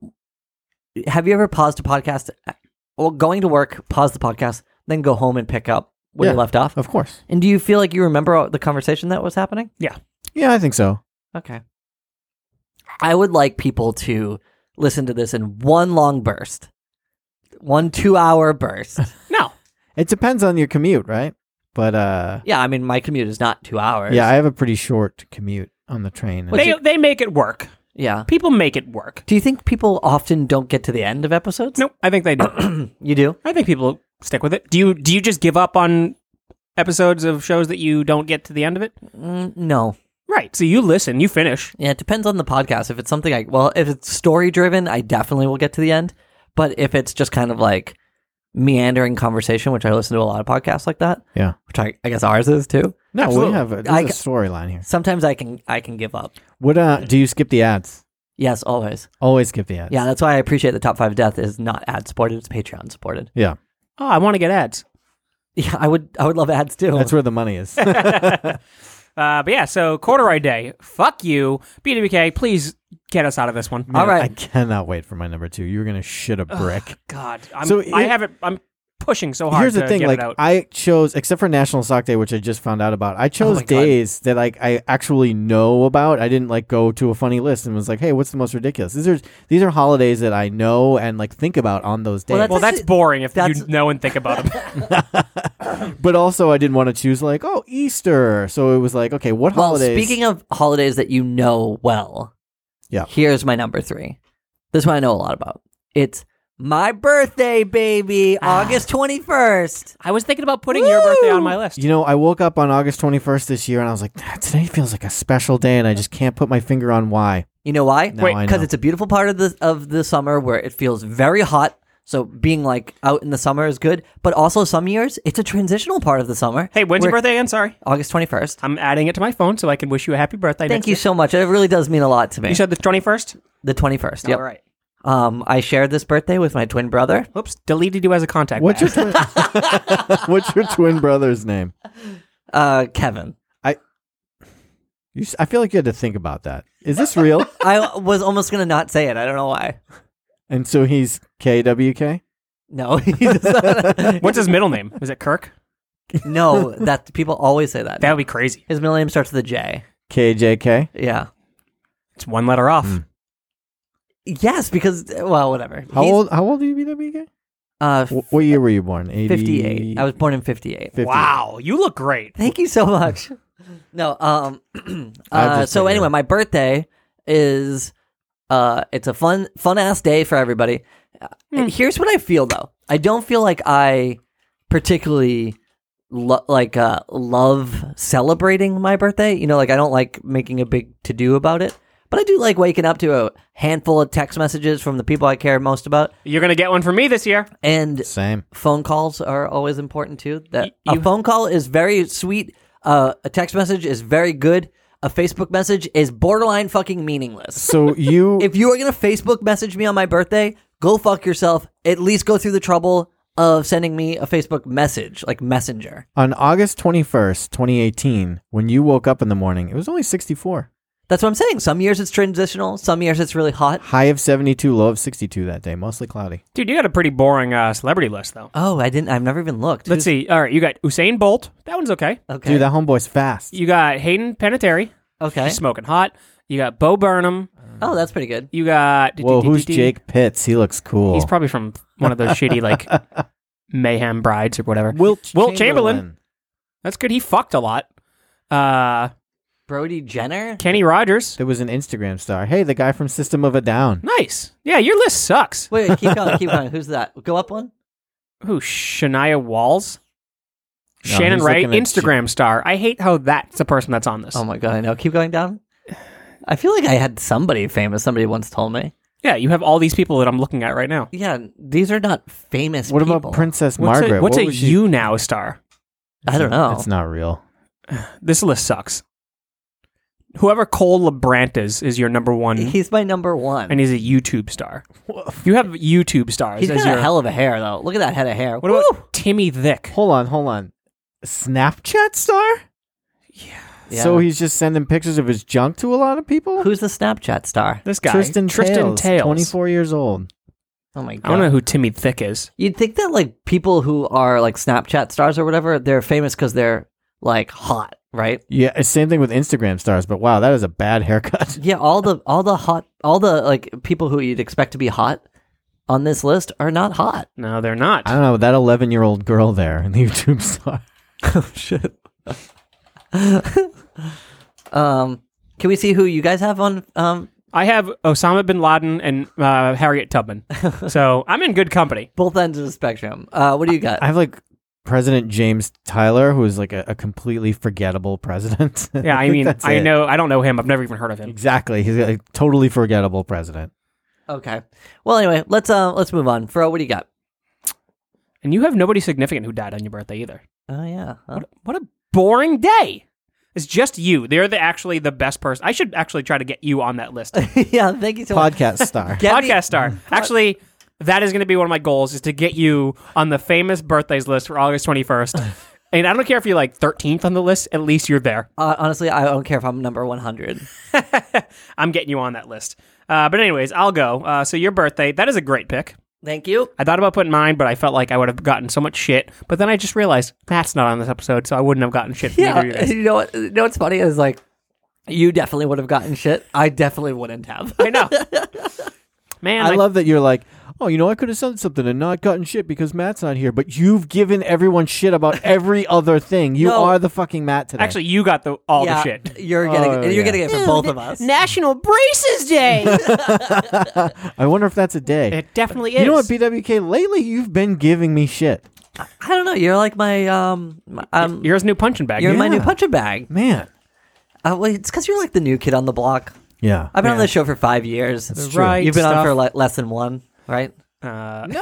[SPEAKER 3] have you ever paused a podcast? Well, going to work, pause the podcast, then go home and pick up where you
[SPEAKER 1] Yeah.
[SPEAKER 3] left off.
[SPEAKER 1] of course.
[SPEAKER 3] And do you feel like you remember all- the conversation that was happening?
[SPEAKER 1] Yeah, I think so.
[SPEAKER 3] Okay. I would like people to listen to this in one long burst, one two-hour
[SPEAKER 1] [LAUGHS]
[SPEAKER 3] burst.
[SPEAKER 2] No.
[SPEAKER 1] It depends on your commute, right? But uh,
[SPEAKER 3] yeah, I mean, my commute is not two hours.
[SPEAKER 1] yeah, I have a pretty short commute on the train.
[SPEAKER 2] They, they make it work.
[SPEAKER 3] yeah.
[SPEAKER 2] People make it work.
[SPEAKER 3] Do you think people often don't get to the end of episodes?
[SPEAKER 1] [COUGHS]
[SPEAKER 2] Nope. I think they do.
[SPEAKER 3] [CLEARS THROAT] you do.
[SPEAKER 2] I think people stick with it. Do you do you just give up on episodes of shows that you don't get to the end of it?
[SPEAKER 3] Mm, no.
[SPEAKER 2] Right. So you listen, you finish.
[SPEAKER 3] Yeah, it depends on the podcast. If it's something I well, if it's story driven, I definitely will get to the end. But if it's just kind of like meandering conversation, which I listen to a lot of podcasts like that,
[SPEAKER 1] Yeah.
[SPEAKER 3] which I, I guess ours is too.
[SPEAKER 1] No,
[SPEAKER 3] Absolutely.
[SPEAKER 1] we have a,
[SPEAKER 3] I
[SPEAKER 1] there's a
[SPEAKER 3] ca-
[SPEAKER 1] storyline here.
[SPEAKER 3] Sometimes I can I can give up.
[SPEAKER 1] What uh, do you skip the ads?
[SPEAKER 3] Yes, always.
[SPEAKER 1] Always skip the ads.
[SPEAKER 3] Yeah, that's why I appreciate the top five death is not ad supported; it's Patreon supported. [LAUGHS]
[SPEAKER 1] Yeah.
[SPEAKER 2] Oh, I want to get ads.
[SPEAKER 3] Yeah, I would I would love ads too.
[SPEAKER 1] That's where the money is.
[SPEAKER 3] [LAUGHS]
[SPEAKER 2] Uh, but yeah, so corduroy day. Fuck you, BWK. Please get us out of this one.
[SPEAKER 3] All right.
[SPEAKER 1] I cannot wait for my number two. You're
[SPEAKER 3] [SIGHS]
[SPEAKER 1] gonna shit a brick.
[SPEAKER 2] God, I'm,
[SPEAKER 1] So
[SPEAKER 2] I
[SPEAKER 1] it-
[SPEAKER 2] have it. I'm pushing so hard.
[SPEAKER 1] Here's
[SPEAKER 2] to
[SPEAKER 1] the thing:
[SPEAKER 2] get
[SPEAKER 1] like
[SPEAKER 2] it out.
[SPEAKER 1] I chose, except for National Sock Day, which I just found out about. I chose
[SPEAKER 3] Oh my God.
[SPEAKER 1] days that like I actually know about. I didn't like go to a funny list and was like, "Hey, what's the most ridiculous?" These are these are holidays that I know and like think about on those days.
[SPEAKER 3] Well,
[SPEAKER 2] well, that's
[SPEAKER 3] actually-
[SPEAKER 2] boring if you
[SPEAKER 3] that's-
[SPEAKER 2] know and think about it.
[SPEAKER 1] [LAUGHS] but also, I didn't want to choose like, "Oh, Easter." So it was like, okay, what
[SPEAKER 3] well,
[SPEAKER 1] holidays?
[SPEAKER 3] speaking of holidays that you know well,
[SPEAKER 1] Yeah.
[SPEAKER 3] here's my number three. This one I know a lot about. It's my birthday, baby,
[SPEAKER 1] Ah.
[SPEAKER 3] August twenty first.
[SPEAKER 2] I was thinking about putting your birthday on my list.
[SPEAKER 1] You know, I woke up on August 21st this year and I was like, "Ah, today feels like a special day and I just can't put my finger on why. [LAUGHS]
[SPEAKER 3] You know why?
[SPEAKER 1] Now Wait. I
[SPEAKER 3] because
[SPEAKER 1] know.
[SPEAKER 3] it's a beautiful part of the of the summer where it feels very hot. So being like out in the summer is good, but also some years it's a transitional part of the summer.
[SPEAKER 2] Hey, when's your
[SPEAKER 3] where-
[SPEAKER 2] birthday again? Sorry,
[SPEAKER 3] August twenty first.
[SPEAKER 2] I'm adding it to my phone so I can wish you a happy birthday.
[SPEAKER 3] Thank
[SPEAKER 2] next
[SPEAKER 3] you
[SPEAKER 2] year.
[SPEAKER 3] so much. It really does mean a lot to me.
[SPEAKER 2] You said the 21st.
[SPEAKER 3] the twenty first. Yep.
[SPEAKER 2] All right.
[SPEAKER 3] Um, I shared this birthday with my twin brother.
[SPEAKER 2] Oops, deleted you as a contact.
[SPEAKER 1] What's your
[SPEAKER 2] back.
[SPEAKER 1] twin- What's your twin brother's name?
[SPEAKER 3] Uh, Kevin.
[SPEAKER 1] You, s- I feel like you had to think about that. Is this real?
[SPEAKER 2] [LAUGHS]
[SPEAKER 3] I was almost gonna not say it. I don't know why.
[SPEAKER 1] and so he's KWK.
[SPEAKER 3] No, [LAUGHS] he's not.
[SPEAKER 2] What's
[SPEAKER 1] [LAUGHS]
[SPEAKER 2] his middle name? Is it Kirk?
[SPEAKER 3] no. That people always say that.
[SPEAKER 2] That would be crazy.
[SPEAKER 3] His middle name starts with a J.
[SPEAKER 1] KJK.
[SPEAKER 3] Yeah.
[SPEAKER 2] It's one letter off.
[SPEAKER 1] Mm,
[SPEAKER 3] Yes, because well, whatever.
[SPEAKER 1] How
[SPEAKER 3] He's,
[SPEAKER 1] old? How old are you, BWK?
[SPEAKER 3] Uh,
[SPEAKER 1] Wh- what year were you born? 80...
[SPEAKER 3] fifty-eight. I was born in fifty-eight.
[SPEAKER 1] 50.
[SPEAKER 2] Wow, you look great.
[SPEAKER 3] Thank you so much. [LAUGHS] No, um [CLEARS THROAT] uh,
[SPEAKER 1] just
[SPEAKER 3] so
[SPEAKER 1] figured.
[SPEAKER 3] anyway, my birthday is uh it's a fun fun ass day for everybody. Uh, Here's what I feel though. I don't feel like I particularly lo- like uh love celebrating my birthday. You know, like I don't like making a big to do about it. But I do like waking up to a handful of text messages from the people I care most about
[SPEAKER 2] You're gonna get one from me this year.
[SPEAKER 3] and
[SPEAKER 1] Same.
[SPEAKER 3] phone calls are always important too. That
[SPEAKER 2] Y- you-
[SPEAKER 3] a phone call is very sweet. Uh, a text message is very good. A Facebook message is borderline fucking meaningless.
[SPEAKER 1] So
[SPEAKER 2] [LAUGHS]
[SPEAKER 1] you
[SPEAKER 3] if you are gonna Facebook message me on my birthday, go fuck yourself. At least go through the trouble of sending me a Facebook message, like Messenger.
[SPEAKER 1] on August twenty first, twenty eighteen, when you woke up in the morning, it was only sixty four.
[SPEAKER 3] That's what I'm saying. Some years it's transitional. Some years it's really hot.
[SPEAKER 1] High of seventy two, low of sixty two that day. Mostly cloudy.
[SPEAKER 2] Dude, you got a pretty boring uh, celebrity list though.
[SPEAKER 3] Oh, I didn't. I've never even looked.
[SPEAKER 2] Let's see. All right, you got Usain Bolt. That one's okay.
[SPEAKER 3] Okay.
[SPEAKER 1] Dude, that homeboy's fast.
[SPEAKER 2] You got Hayden Panettiere.
[SPEAKER 3] Okay.
[SPEAKER 2] He's smoking hot. You got Bo Burnham.
[SPEAKER 3] Oh, that's pretty good.
[SPEAKER 2] You got
[SPEAKER 1] Whoa, who's
[SPEAKER 2] D-
[SPEAKER 1] Jake Pitts? He looks cool.
[SPEAKER 2] He's probably from one
[SPEAKER 1] [LAUGHS]
[SPEAKER 2] of those shitty like mayhem brides or whatever.
[SPEAKER 1] Wilt,
[SPEAKER 2] Wilt Chamberlain. That's good. He fucked a lot. Uh,
[SPEAKER 3] Brody Jenner.
[SPEAKER 2] Kenny Rogers.
[SPEAKER 1] There was an Instagram star. Hey, the guy from System of a Down.
[SPEAKER 2] Nice. Yeah, your list sucks.
[SPEAKER 3] Wait, wait, keep going. Keep going. Who's that? Go up one.
[SPEAKER 2] Who? Shania Walls.
[SPEAKER 1] No,
[SPEAKER 2] Shannon
[SPEAKER 1] he's
[SPEAKER 2] Wright,
[SPEAKER 1] looking at Um,
[SPEAKER 2] Instagram star. I hate how that's the person that's on this.
[SPEAKER 3] Oh my god, I know. Keep going down. I feel like I had somebody famous. Somebody once told me.
[SPEAKER 2] yeah, you have all these people that I'm looking at right now.
[SPEAKER 3] Yeah, these are not famous.
[SPEAKER 1] What
[SPEAKER 3] people.
[SPEAKER 1] about Princess
[SPEAKER 2] What's
[SPEAKER 1] Margaret?
[SPEAKER 2] a, what's
[SPEAKER 1] What
[SPEAKER 2] a
[SPEAKER 1] was she-
[SPEAKER 2] you now star?
[SPEAKER 3] I don't know.
[SPEAKER 1] It's not real.
[SPEAKER 2] This list sucks. Whoever Cole LeBrant is is your number one,
[SPEAKER 3] He's my number one.
[SPEAKER 2] and he's a YouTube star. You have YouTube stars.
[SPEAKER 3] He's
[SPEAKER 2] as
[SPEAKER 3] got
[SPEAKER 2] your-
[SPEAKER 3] a hell of a hair though. Look at that head of hair.
[SPEAKER 2] What
[SPEAKER 3] Woo!
[SPEAKER 2] about Timmy Thick?
[SPEAKER 1] Hold on, hold on. Snapchat star?
[SPEAKER 3] Yeah.
[SPEAKER 1] So he's just sending pictures of his junk to a lot of people?
[SPEAKER 3] Who's the Snapchat star?
[SPEAKER 2] This guy,
[SPEAKER 1] Tristan,
[SPEAKER 2] Tristan
[SPEAKER 1] Tales, 24 years old.
[SPEAKER 3] Oh my god.
[SPEAKER 2] I don't know who Timmy Thick is.
[SPEAKER 3] You'd think that like people who are like Snapchat stars or whatever, they're famous because they're like hot, right?
[SPEAKER 1] Yeah, it's same thing with Instagram stars, but wow, that is a bad haircut. [LAUGHS]
[SPEAKER 3] Yeah, all the all the hot all the like people who you'd expect to be hot on this list are not hot.
[SPEAKER 2] No, they're not.
[SPEAKER 1] I don't know, that 11-year-old girl there [LAUGHS] in the YouTube star.
[SPEAKER 3] oh shit. um, can we see who you guys have on? Um,
[SPEAKER 2] I have Osama bin Laden and
[SPEAKER 3] [LAUGHS]
[SPEAKER 2] uh, Harriet Tubman, so I'm in good company.
[SPEAKER 3] both ends of the spectrum. Uh, what do you got?
[SPEAKER 1] I have like President James Tyler, who is like a, a completely forgettable president. [LAUGHS]
[SPEAKER 2] Yeah, I
[SPEAKER 1] think
[SPEAKER 2] mean,
[SPEAKER 1] that's
[SPEAKER 2] I
[SPEAKER 1] it.
[SPEAKER 2] know, I don't know him. I've never even heard of him.
[SPEAKER 1] exactly. He's a totally forgettable president.
[SPEAKER 3] Okay. Well, anyway, let's uh, let's move on. Fro, what do you got?
[SPEAKER 2] And you have nobody significant who died on your birthday either.
[SPEAKER 3] Oh yeah. Huh?
[SPEAKER 2] What a boring day. It's just you. They're the, actually the best person. I should actually try to get you on that list.
[SPEAKER 3] [LAUGHS] yeah. Thank you so much.
[SPEAKER 2] [LAUGHS]
[SPEAKER 1] Podcast star.
[SPEAKER 3] Get me-
[SPEAKER 2] Podcast star. Actually, that is going to be one of my goals is to get you on the famous birthdays list for August 21st. and I don't care if you're like 13th on the list, at least you're there. [LAUGHS]
[SPEAKER 3] Uh, honestly, I don't care if I'm number 100.
[SPEAKER 2] I'm getting you on that list. Uh, but anyways, I'll go. Uh, so your birthday, that is a great pick.
[SPEAKER 3] Thank you.
[SPEAKER 2] I thought about putting mine, but I felt like I would have gotten so much shit. But then I just realized that's not on this episode, so I wouldn't have gotten shit. From either
[SPEAKER 3] Yeah.
[SPEAKER 2] of you guys.
[SPEAKER 3] You know what? You know what's funny is like, you definitely would have gotten shit. I definitely wouldn't have.
[SPEAKER 2] I know. Man,
[SPEAKER 1] I love that you're like, oh, you know, I could have said something and not gotten shit because Matt's not here, but you've given everyone shit about [LAUGHS] every other thing. You
[SPEAKER 3] No.
[SPEAKER 1] are the fucking Matt today.
[SPEAKER 2] Actually, you got the all
[SPEAKER 3] yeah,
[SPEAKER 2] the shit.
[SPEAKER 3] You're getting
[SPEAKER 1] Oh,
[SPEAKER 3] you're
[SPEAKER 1] yeah.
[SPEAKER 3] getting it from both of us.
[SPEAKER 2] National Braces Day.
[SPEAKER 1] I wonder if that's a day.
[SPEAKER 2] it definitely is.
[SPEAKER 1] You know what, BWK? Lately, you've been giving me shit,
[SPEAKER 3] I don't know. You're like my um my, um. You're,
[SPEAKER 2] Yours new punching bag.
[SPEAKER 3] my new
[SPEAKER 1] Yeah.
[SPEAKER 3] punching bag.
[SPEAKER 1] man.
[SPEAKER 3] Uh, well, it's because you're like the new kid on the block.
[SPEAKER 1] Yeah.
[SPEAKER 3] I've been on this show for five years.
[SPEAKER 1] That's true.
[SPEAKER 2] right.
[SPEAKER 3] You've been on
[SPEAKER 2] stuff.
[SPEAKER 3] for like less than one, right?
[SPEAKER 1] [LAUGHS]
[SPEAKER 2] [LAUGHS] Uh,
[SPEAKER 1] [LAUGHS] no,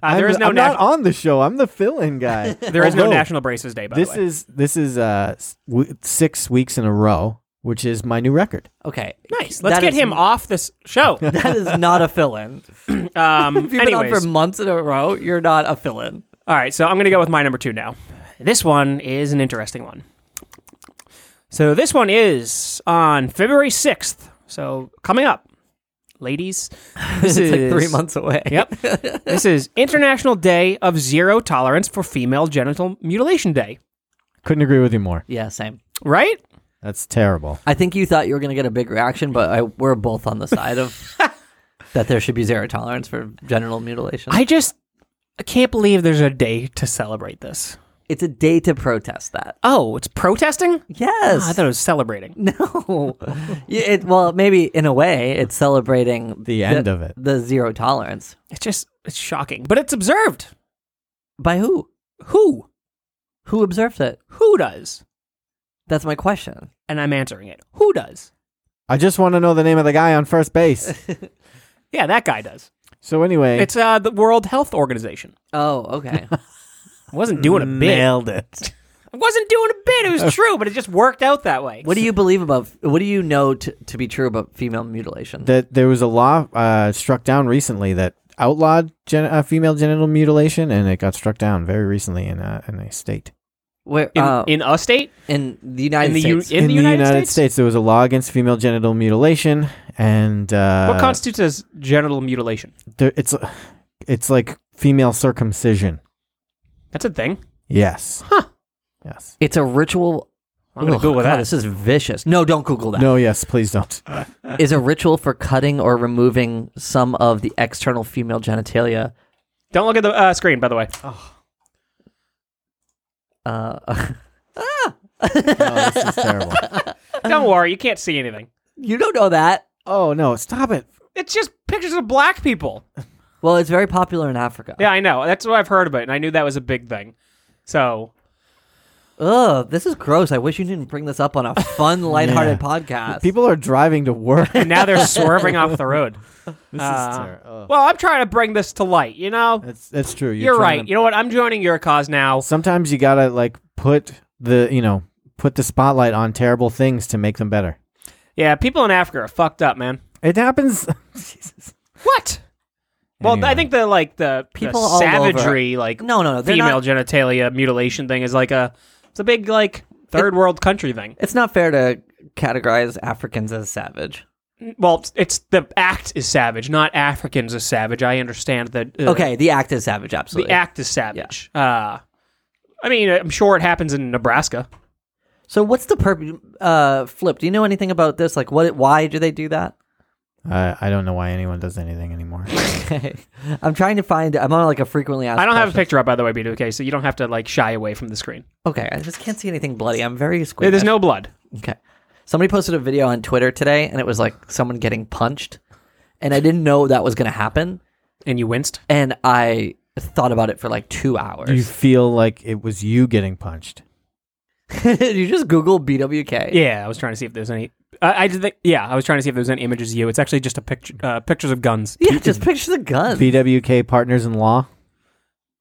[SPEAKER 2] uh, there
[SPEAKER 1] I'm-
[SPEAKER 2] is no
[SPEAKER 1] I'm
[SPEAKER 2] nat-
[SPEAKER 1] not on the show. I'm the fill-in
[SPEAKER 2] [LAUGHS]
[SPEAKER 1] guy.
[SPEAKER 2] there is no
[SPEAKER 1] Although,
[SPEAKER 2] National Braces Day. By
[SPEAKER 1] This
[SPEAKER 2] the way,
[SPEAKER 1] is this is uh s- w- six weeks in a row, which is my new record.
[SPEAKER 3] Okay.
[SPEAKER 2] nice. Let's
[SPEAKER 3] That
[SPEAKER 2] get
[SPEAKER 3] is-
[SPEAKER 2] him off this
[SPEAKER 1] [LAUGHS]
[SPEAKER 2] show.
[SPEAKER 3] That is not a fill-in. [LAUGHS]
[SPEAKER 2] Um,
[SPEAKER 3] If you've been on
[SPEAKER 2] anyways,
[SPEAKER 3] for months in a row, you're not a fill-in. [LAUGHS]
[SPEAKER 2] All right, so I'm going to go with my number two now. This one is an interesting one. So this one is on February 6th. So coming up,
[SPEAKER 1] [LAUGHS]
[SPEAKER 2] ladies, this
[SPEAKER 3] It's
[SPEAKER 2] is
[SPEAKER 3] like three months away.
[SPEAKER 2] Yep, this is International Day of Zero Tolerance for Female Genital Mutilation Day.
[SPEAKER 1] Couldn't agree with you more.
[SPEAKER 3] Yeah, same.
[SPEAKER 2] Right?
[SPEAKER 1] That's terrible.
[SPEAKER 3] I think you thought you were going to get a big reaction, but I, we're both on the side [LAUGHS] of that there should be zero tolerance for genital mutilation.
[SPEAKER 2] I just I can't believe there's a day to celebrate this.
[SPEAKER 3] it's a day to protest that.
[SPEAKER 2] Oh, it's protesting?
[SPEAKER 3] Yes.
[SPEAKER 2] Ah, I thought it was celebrating.
[SPEAKER 3] [LAUGHS] no. Yeah, it, well, maybe in a way, it's celebrating
[SPEAKER 1] The end of it.
[SPEAKER 3] the zero tolerance.
[SPEAKER 2] It's just it's shocking, but it's observed.
[SPEAKER 3] By who?
[SPEAKER 2] Who?
[SPEAKER 3] Who observes it?
[SPEAKER 2] Who does?
[SPEAKER 3] That's my question.
[SPEAKER 2] And I'm answering it. Who does?
[SPEAKER 1] I just want to know the name of the guy on
[SPEAKER 2] [LAUGHS]
[SPEAKER 1] first base.
[SPEAKER 2] Yeah, that guy does.
[SPEAKER 1] so anyway,
[SPEAKER 2] It's uh, the World Health Organization.
[SPEAKER 3] Oh, okay.
[SPEAKER 2] I wasn't doing a bit.
[SPEAKER 1] nailed it.
[SPEAKER 2] I [LAUGHS] wasn't doing a bit. It [LAUGHS] was true, but it just worked out that way.
[SPEAKER 3] what do you believe about? What do you know to, to be true about female mutilation?
[SPEAKER 1] That there was a law uh, struck down recently that outlawed gen- uh, female genital mutilation, and it got struck down very recently in a, in a state.
[SPEAKER 3] Where
[SPEAKER 2] in,
[SPEAKER 3] uh, in,
[SPEAKER 2] in a state
[SPEAKER 3] the United
[SPEAKER 2] in the U-
[SPEAKER 3] States?
[SPEAKER 2] in, the United, States?
[SPEAKER 1] there was a law against female genital mutilation, and uh,
[SPEAKER 2] What constitutes as genital mutilation?
[SPEAKER 1] there, it's it's like female circumcision.
[SPEAKER 2] That's a thing.
[SPEAKER 1] Yes. Huh. Yes.
[SPEAKER 3] it's a ritual.
[SPEAKER 2] I'm gonna
[SPEAKER 3] Ugh,
[SPEAKER 2] Google
[SPEAKER 3] God,
[SPEAKER 2] that.
[SPEAKER 3] This is vicious. No, don't Google that.
[SPEAKER 1] No, yes,
[SPEAKER 2] [LAUGHS]
[SPEAKER 1] please don't.
[SPEAKER 3] Is a ritual for cutting or removing some of the external female genitalia.
[SPEAKER 2] Don't look at the uh, screen, by the way.
[SPEAKER 3] Uh, [LAUGHS]
[SPEAKER 1] No, this is terrible.
[SPEAKER 2] Don't worry, you can't see anything.
[SPEAKER 3] you don't know that.
[SPEAKER 1] Oh no, stop it.
[SPEAKER 2] It's just pictures of black people.
[SPEAKER 3] Well, it's very popular in Africa.
[SPEAKER 2] [LAUGHS] Yeah, I know. That's what I've heard about, it, and I knew that was a big thing. So
[SPEAKER 3] Ugh, this is gross. I wish you didn't bring this up on a
[SPEAKER 2] [LAUGHS]
[SPEAKER 3] fun, lighthearted podcast.
[SPEAKER 1] People are driving to work. [LAUGHS]
[SPEAKER 2] and now [LAUGHS] they're swerving off the road.
[SPEAKER 1] This
[SPEAKER 2] Uh,
[SPEAKER 1] is terrible.
[SPEAKER 2] Well, I'm trying to bring this to light. You know,
[SPEAKER 1] That's that's true.
[SPEAKER 2] you're,
[SPEAKER 1] trying
[SPEAKER 2] right.
[SPEAKER 1] to-
[SPEAKER 2] You know what? I'm joining your cause now.
[SPEAKER 1] Sometimes you gotta like put the you know put the spotlight on terrible things to make them better.
[SPEAKER 2] Yeah, people in Africa are fucked up, man.
[SPEAKER 1] It happens. [LAUGHS] Jesus.
[SPEAKER 2] What? Well,
[SPEAKER 1] Anyway.
[SPEAKER 2] I think the like the
[SPEAKER 3] People
[SPEAKER 2] the
[SPEAKER 3] all
[SPEAKER 2] savagery like
[SPEAKER 3] no, no, no. they're
[SPEAKER 2] female
[SPEAKER 3] Not,
[SPEAKER 2] genitalia mutilation thing is like a it's a big like third world country thing.
[SPEAKER 3] it's not fair to categorize Africans as savage.
[SPEAKER 2] Well, it's, it's the act is savage, not Africans are savage. I understand that. Uh,
[SPEAKER 3] Okay, the act is savage,
[SPEAKER 2] the
[SPEAKER 3] absolutely.
[SPEAKER 2] act is savage. Uh, I mean, I'm sure it happens in Nebraska.
[SPEAKER 3] So, what's the purpose? Uh, Flip, do you know anything about this? Like, what? Why do they do that?
[SPEAKER 1] I I don't know why anyone does anything anymore.
[SPEAKER 3] Okay, [LAUGHS] I'm trying to find. I'm on like a frequently asked.
[SPEAKER 2] I don't have a
[SPEAKER 3] questions.
[SPEAKER 2] picture up, by the way, BWK, so you don't have to like shy away from the screen.
[SPEAKER 3] Okay, I just can't see anything bloody. I'm very squeamish.
[SPEAKER 2] There's no blood.
[SPEAKER 3] Okay. Somebody posted a video on Twitter today, and it was like someone getting punched, and I didn't know that was going to happen,
[SPEAKER 2] And you winced.
[SPEAKER 3] and I thought about it for like two hours.
[SPEAKER 1] Do you feel like it was you getting punched?
[SPEAKER 3] [LAUGHS] you just Google BWK.
[SPEAKER 2] Yeah, I was trying to see if there's any. I, I did. think yeah, I was trying to see if there's any images of you. It's actually just a picture, uh, pictures of guns.
[SPEAKER 3] Yeah, just picture the gun.
[SPEAKER 1] BWK Partners in Law.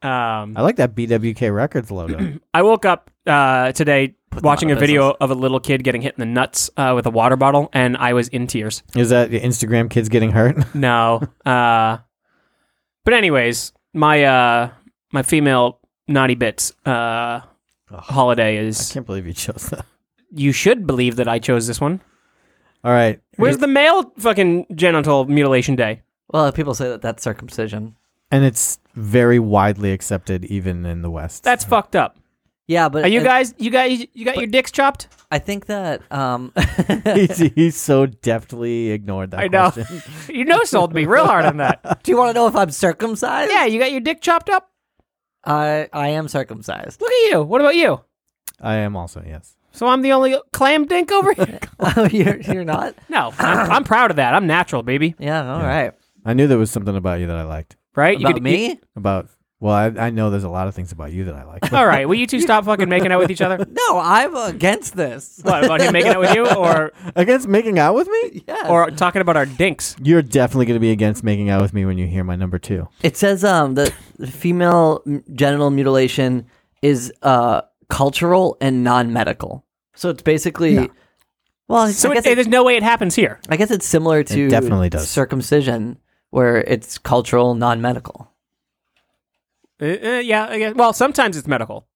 [SPEAKER 2] Um,
[SPEAKER 3] Oh.
[SPEAKER 1] I like that BWK
[SPEAKER 2] [CLEARS THROAT]
[SPEAKER 1] Records logo.
[SPEAKER 2] I woke up uh, today
[SPEAKER 3] Put them
[SPEAKER 2] watching a
[SPEAKER 3] out of
[SPEAKER 2] video of a little kid getting hit in the nuts uh, with a water bottle, and I was in tears.
[SPEAKER 1] Is that the Instagram kids getting hurt? [LAUGHS]
[SPEAKER 2] No. Uh, but anyways, my uh, my female naughty bits uh, holiday
[SPEAKER 1] I
[SPEAKER 2] is.
[SPEAKER 1] can't believe you chose that.
[SPEAKER 2] You should believe that I chose this one.
[SPEAKER 1] All right.
[SPEAKER 2] Where's the male fucking genital mutilation day?
[SPEAKER 3] Well, people say that that's circumcision.
[SPEAKER 1] and it's very widely accepted even in the West.
[SPEAKER 2] That's fucked up.
[SPEAKER 3] Yeah, but
[SPEAKER 2] Are you
[SPEAKER 3] it-
[SPEAKER 2] guys? You guys? You got your dicks chopped?
[SPEAKER 3] I think that um, [LAUGHS]
[SPEAKER 1] he's, [LAUGHS] he so deftly ignored that
[SPEAKER 2] I know.
[SPEAKER 1] question.
[SPEAKER 2] [LAUGHS] you know, sold me real hard on
[SPEAKER 1] [LAUGHS]
[SPEAKER 2] that.
[SPEAKER 3] do you want to know if I'm circumcised?
[SPEAKER 2] Yeah, you got your dick chopped up.
[SPEAKER 3] I I am
[SPEAKER 1] [LAUGHS]
[SPEAKER 3] circumcised. [LAUGHS]
[SPEAKER 2] Look at you. What about you?
[SPEAKER 1] I am also, yes.
[SPEAKER 2] So I'm the only clam dink over
[SPEAKER 1] [LAUGHS]
[SPEAKER 2] here.
[SPEAKER 3] oh, you're you're not.
[SPEAKER 2] No, I'm, I'm proud of that. I'm natural, baby.
[SPEAKER 3] Yeah, all right.
[SPEAKER 1] I knew there was something about you that I liked.
[SPEAKER 2] Right?
[SPEAKER 3] About
[SPEAKER 2] could-
[SPEAKER 3] me?
[SPEAKER 1] About well, I, I know there's a lot of things about you that I
[SPEAKER 2] [LAUGHS]
[SPEAKER 1] like.
[SPEAKER 2] all right. Will you two stop fucking making out with each
[SPEAKER 1] [LAUGHS]
[SPEAKER 2] other?
[SPEAKER 3] no, I'm against this.
[SPEAKER 2] What about him making out with
[SPEAKER 3] [LAUGHS]
[SPEAKER 2] you, or
[SPEAKER 1] against making out
[SPEAKER 2] [LAUGHS]
[SPEAKER 1] with me?
[SPEAKER 3] Yes.
[SPEAKER 2] or talking about our dinks?
[SPEAKER 1] You're definitely going to be against making out with me when you hear my number two.
[SPEAKER 3] It says um that female m- genital mutilation is uh cultural and non-medical. So it's basically well,
[SPEAKER 2] So
[SPEAKER 3] I,
[SPEAKER 2] it,
[SPEAKER 3] guess
[SPEAKER 2] there's no way it happens here.
[SPEAKER 3] I guess it's similar to
[SPEAKER 1] definitely does.
[SPEAKER 3] circumcision where it's cultural, non-medical.
[SPEAKER 2] Uh, uh, yeah. I guess, well, sometimes it's medical.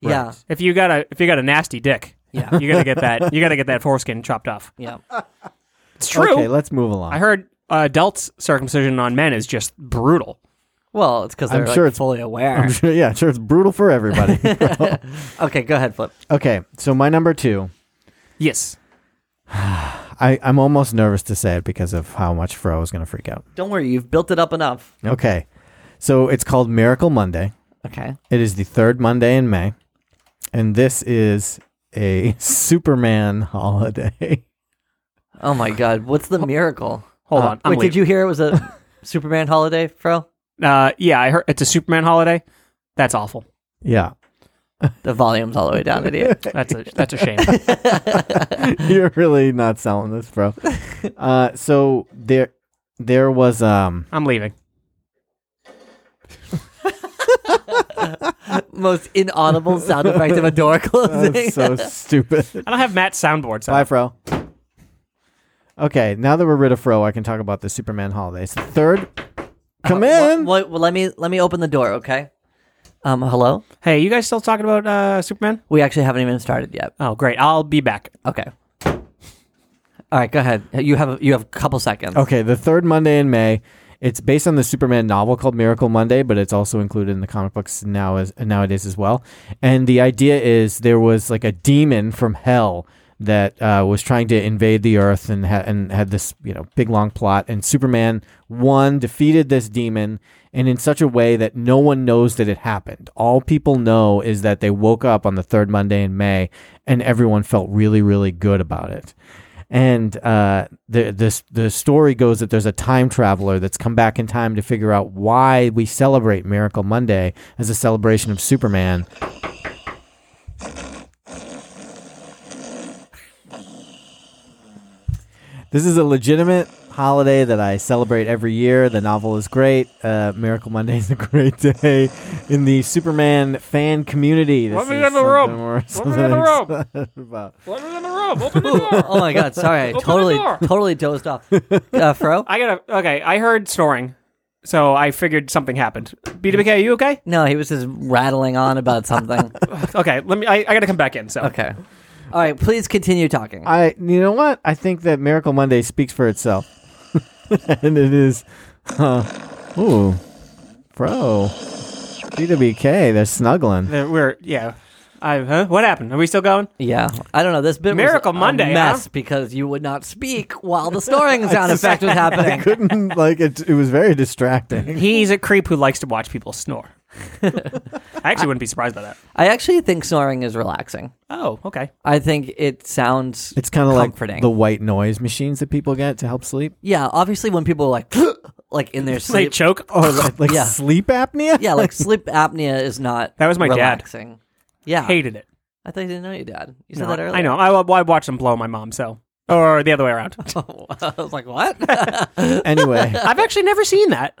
[SPEAKER 3] Yeah.
[SPEAKER 2] If you got a if you got a nasty dick,
[SPEAKER 3] Yeah.
[SPEAKER 2] you gotta get that you gotta get that foreskin chopped off.
[SPEAKER 3] Yeah.
[SPEAKER 2] It's true.
[SPEAKER 1] Okay, let's move along.
[SPEAKER 2] I heard uh, adults circumcision on men is just brutal.
[SPEAKER 3] Well, it's because
[SPEAKER 1] I'm
[SPEAKER 3] they're like,
[SPEAKER 1] sure it's-
[SPEAKER 3] fully aware.
[SPEAKER 1] I'm sure, [LAUGHS] yeah, sure. It's brutal
[SPEAKER 2] [LAUGHS]
[SPEAKER 1] for everybody.
[SPEAKER 3] Okay, go ahead, Flip.
[SPEAKER 1] okay, so my number two,
[SPEAKER 2] Yes.
[SPEAKER 1] I, I'm almost nervous to say it because of how much Fro is going to freak out.
[SPEAKER 3] Don't worry, you've built it up enough.
[SPEAKER 1] Okay, so it's called Miracle Monday.
[SPEAKER 3] Okay.
[SPEAKER 1] It is the third Monday in May, and this is a [LAUGHS] Superman holiday. [LAUGHS]
[SPEAKER 3] Oh my God, what's the miracle?
[SPEAKER 2] Hold
[SPEAKER 3] Uh,
[SPEAKER 2] on, I'm
[SPEAKER 3] wait, did
[SPEAKER 2] leaving.
[SPEAKER 3] you hear it was
[SPEAKER 2] [LAUGHS]
[SPEAKER 3] a Superman holiday, Fro?
[SPEAKER 2] Uh, yeah, I heard it's a Superman holiday. That's awful.
[SPEAKER 1] yeah,
[SPEAKER 3] The volume's all the way
[SPEAKER 2] [LAUGHS]
[SPEAKER 3] down, idiot.
[SPEAKER 2] That's a
[SPEAKER 3] [LAUGHS]
[SPEAKER 2] that's a shame.
[SPEAKER 1] [LAUGHS] you're really not selling this, bro. Uh, so there, there was um.
[SPEAKER 2] I'm leaving.
[SPEAKER 3] Most inaudible
[SPEAKER 2] [LAUGHS]
[SPEAKER 3] sound effect of a door closing. [LAUGHS]
[SPEAKER 1] That's so stupid.
[SPEAKER 2] I don't have Matt's soundboard. So
[SPEAKER 1] Bye, Fro. Okay, now that we're rid of Fro, I can talk about the Superman holiday. It's the third. Come
[SPEAKER 3] Well,
[SPEAKER 1] in.
[SPEAKER 3] well, well, let me let me open the door, okay? Um, hello.
[SPEAKER 2] hey, you guys still talking about uh, Superman?
[SPEAKER 3] We actually haven't even started yet.
[SPEAKER 2] Oh, great. I'll be back.
[SPEAKER 3] Okay. All right, go ahead. You have you have a couple seconds.
[SPEAKER 1] Okay, the third Monday in May. It's based on the Superman novel called Miracle Monday, but it's also included in the comic books now as nowadays as well. And the idea is there was like a demon from hell that uh, was trying to invade the Earth and ha- and had this you know big long plot. And Superman one defeated this demon, and in such a way that no one knows that it happened. All people know is that they woke up on the third Monday in May, and everyone felt really really good about it and uh, the this the story goes that there's a time traveler that's come back in time to figure out why we celebrate Miracle Monday as a celebration of Superman. This is a legitimate holiday that I celebrate every year. The novel is great. Uh, Miracle Monday is a [LAUGHS] great day in the Superman fan community. This
[SPEAKER 2] Let me
[SPEAKER 1] is
[SPEAKER 2] in the
[SPEAKER 1] something
[SPEAKER 2] room.
[SPEAKER 1] we're
[SPEAKER 2] Let me in the
[SPEAKER 1] something
[SPEAKER 2] [LAUGHS] room.
[SPEAKER 1] excited [LAUGHS] about.
[SPEAKER 2] Let me in the room. Open the
[SPEAKER 3] Oh my god, sorry. I
[SPEAKER 2] [LAUGHS] Open the
[SPEAKER 3] totally
[SPEAKER 2] door.
[SPEAKER 3] totally dozed off.
[SPEAKER 2] [LAUGHS]
[SPEAKER 3] Uh, Fro?
[SPEAKER 2] I gotta. Okay, I heard snoring, so I figured something happened. BWK, are you okay?
[SPEAKER 3] No, he was just rattling on about
[SPEAKER 2] [LAUGHS]
[SPEAKER 3] something.
[SPEAKER 2] Okay, let me. I, I gotta come back in. So
[SPEAKER 3] Okay. All right, please continue talking.
[SPEAKER 1] I you know what? I think that Miracle Monday speaks for itself. [LAUGHS] and it is uh, Ooh. Bro. GWK, they're
[SPEAKER 2] [LAUGHS]
[SPEAKER 1] snuggling.
[SPEAKER 2] There- we're yeah. I huh? What happened? Are we still going?
[SPEAKER 3] Yeah, I don't know. This bit
[SPEAKER 2] Miracle
[SPEAKER 3] was a
[SPEAKER 2] Monday,
[SPEAKER 3] mess
[SPEAKER 2] huh?
[SPEAKER 3] because you would not speak while the
[SPEAKER 2] [LAUGHS]
[SPEAKER 3] snoring sound effect was happening.
[SPEAKER 1] Couldn't like it it was very distracting.
[SPEAKER 2] He's a creep who likes to watch people snore. I actually wouldn't be surprised by that.
[SPEAKER 3] I actually think snoring is relaxing.
[SPEAKER 2] Oh, okay.
[SPEAKER 3] I think it sounds
[SPEAKER 1] It's kind of
[SPEAKER 3] Comforting.
[SPEAKER 1] like the white noise machines that people get to help sleep.
[SPEAKER 3] yeah. Obviously, when people are like [GASPS] like in their
[SPEAKER 2] They
[SPEAKER 3] sleep.
[SPEAKER 2] choke.
[SPEAKER 1] Oh, like, like
[SPEAKER 3] Yeah.
[SPEAKER 1] sleep apnea?
[SPEAKER 3] yeah,
[SPEAKER 1] [LAUGHS]
[SPEAKER 3] like sleep apnea is not.
[SPEAKER 2] That was my dad.
[SPEAKER 3] relaxing. dad. Yeah,
[SPEAKER 2] Hated it.
[SPEAKER 3] I thought you didn't know your dad. You said
[SPEAKER 2] No,
[SPEAKER 3] that earlier.
[SPEAKER 2] I know. I, I watched them blow my mom. So or the other way around.
[SPEAKER 3] [LAUGHS] I was like, what? [LAUGHS]
[SPEAKER 1] Anyway,
[SPEAKER 2] I've actually never seen that.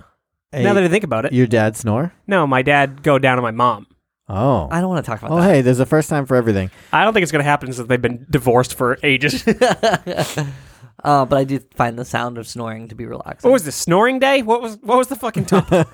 [SPEAKER 1] hey,
[SPEAKER 2] now that I think about it,
[SPEAKER 1] your dad snore?
[SPEAKER 2] no, my dad go down on my mom.
[SPEAKER 1] Oh.
[SPEAKER 3] I don't want to talk about
[SPEAKER 1] oh, hey, there's a first time for everything.
[SPEAKER 2] I don't think it's going to happen since they've been divorced for ages.
[SPEAKER 3] that. uh, but I do find the sound of snoring to be relaxing.
[SPEAKER 2] what was this snoring day? What was what was the fucking topic?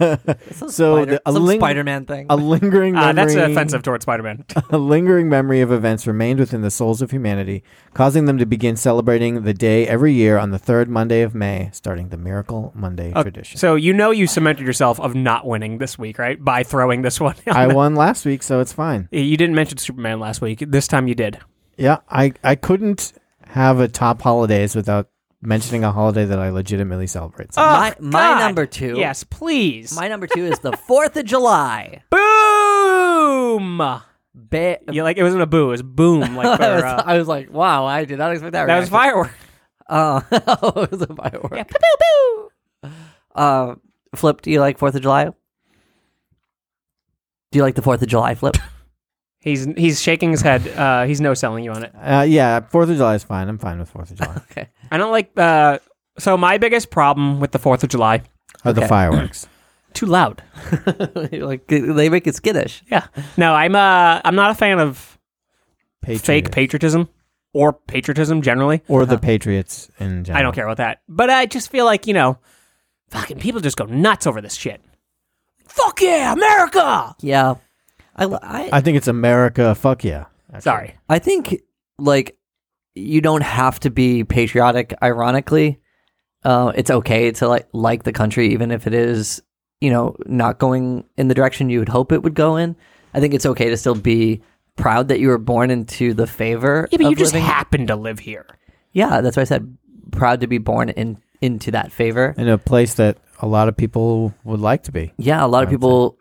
[SPEAKER 3] Some
[SPEAKER 1] So
[SPEAKER 3] Spider-
[SPEAKER 1] the- a
[SPEAKER 3] some
[SPEAKER 1] ling-
[SPEAKER 3] Spider-Man thing.
[SPEAKER 1] A lingering memory.
[SPEAKER 2] Uh, that's offensive towards Spider Man.
[SPEAKER 1] A lingering memory of events remained within the souls of humanity, causing them to begin celebrating the day every year on the third Monday of May, starting the Miracle Monday
[SPEAKER 2] [LAUGHS]
[SPEAKER 1] tradition.
[SPEAKER 2] so you know you cemented yourself of not winning this week, right? By throwing this [LAUGHS] one. out.
[SPEAKER 1] I won last week, so it's fine.
[SPEAKER 2] you didn't mention Superman last week. This time you did.
[SPEAKER 1] Yeah, I, I couldn't have a top holidays without mentioning a holiday that I legitimately celebrate. So
[SPEAKER 3] my
[SPEAKER 2] Oh,
[SPEAKER 3] Ah, my
[SPEAKER 2] God.
[SPEAKER 3] number two.
[SPEAKER 2] Yes, please.
[SPEAKER 3] My number two is the Fourth of July. [LAUGHS]
[SPEAKER 2] boom.
[SPEAKER 3] Ba- [LAUGHS]
[SPEAKER 2] Yeah, like it wasn't a boo. It was boom. Like for,
[SPEAKER 3] I, was,
[SPEAKER 2] uh,
[SPEAKER 3] I was like, wow, I did not expect that.
[SPEAKER 2] that was
[SPEAKER 3] reaction.
[SPEAKER 2] fireworks.
[SPEAKER 3] Uh, [LAUGHS] it was a firework. Yeah, boo, boo, boo. Uh, Flip, do you like Fourth of July? Do you like the Fourth of July, Flip? [LAUGHS]
[SPEAKER 2] He's he's shaking his head. Uh, he's no selling you on it.
[SPEAKER 1] uh, yeah, Fourth of July is fine. I'm fine with Fourth of
[SPEAKER 2] [LAUGHS]
[SPEAKER 1] July.
[SPEAKER 3] okay.
[SPEAKER 2] I don't like. Uh, so my biggest problem with the Fourth of July
[SPEAKER 1] Or the
[SPEAKER 3] Okay.
[SPEAKER 1] fireworks.
[SPEAKER 2] too loud.
[SPEAKER 3] You're like they make it skittish.
[SPEAKER 2] Yeah. No, I'm uh I'm not a fan of fake
[SPEAKER 1] Patriot.
[SPEAKER 2] patriotism or patriotism generally.
[SPEAKER 1] or the Patriots in general.
[SPEAKER 2] I don't care about that. But I just feel like, you know, fucking people just go nuts over this shit. Fuck yeah, America.
[SPEAKER 3] Yeah. I, I
[SPEAKER 1] I think it's America. Fuck yeah. Actually.
[SPEAKER 2] Sorry.
[SPEAKER 3] I think like you don't have to be patriotic. Ironically, uh, it's okay to like like the country, even if it is you know not going in the direction you would hope it would go in. I think it's okay to still be proud that you were born into the favor.
[SPEAKER 2] Yeah, but
[SPEAKER 3] of
[SPEAKER 2] you just
[SPEAKER 3] living-
[SPEAKER 2] happen to live here.
[SPEAKER 3] Yeah, that's why I said proud to be born in into that favor.
[SPEAKER 1] In a place that a lot of people would like to be.
[SPEAKER 3] Yeah, a lot of people,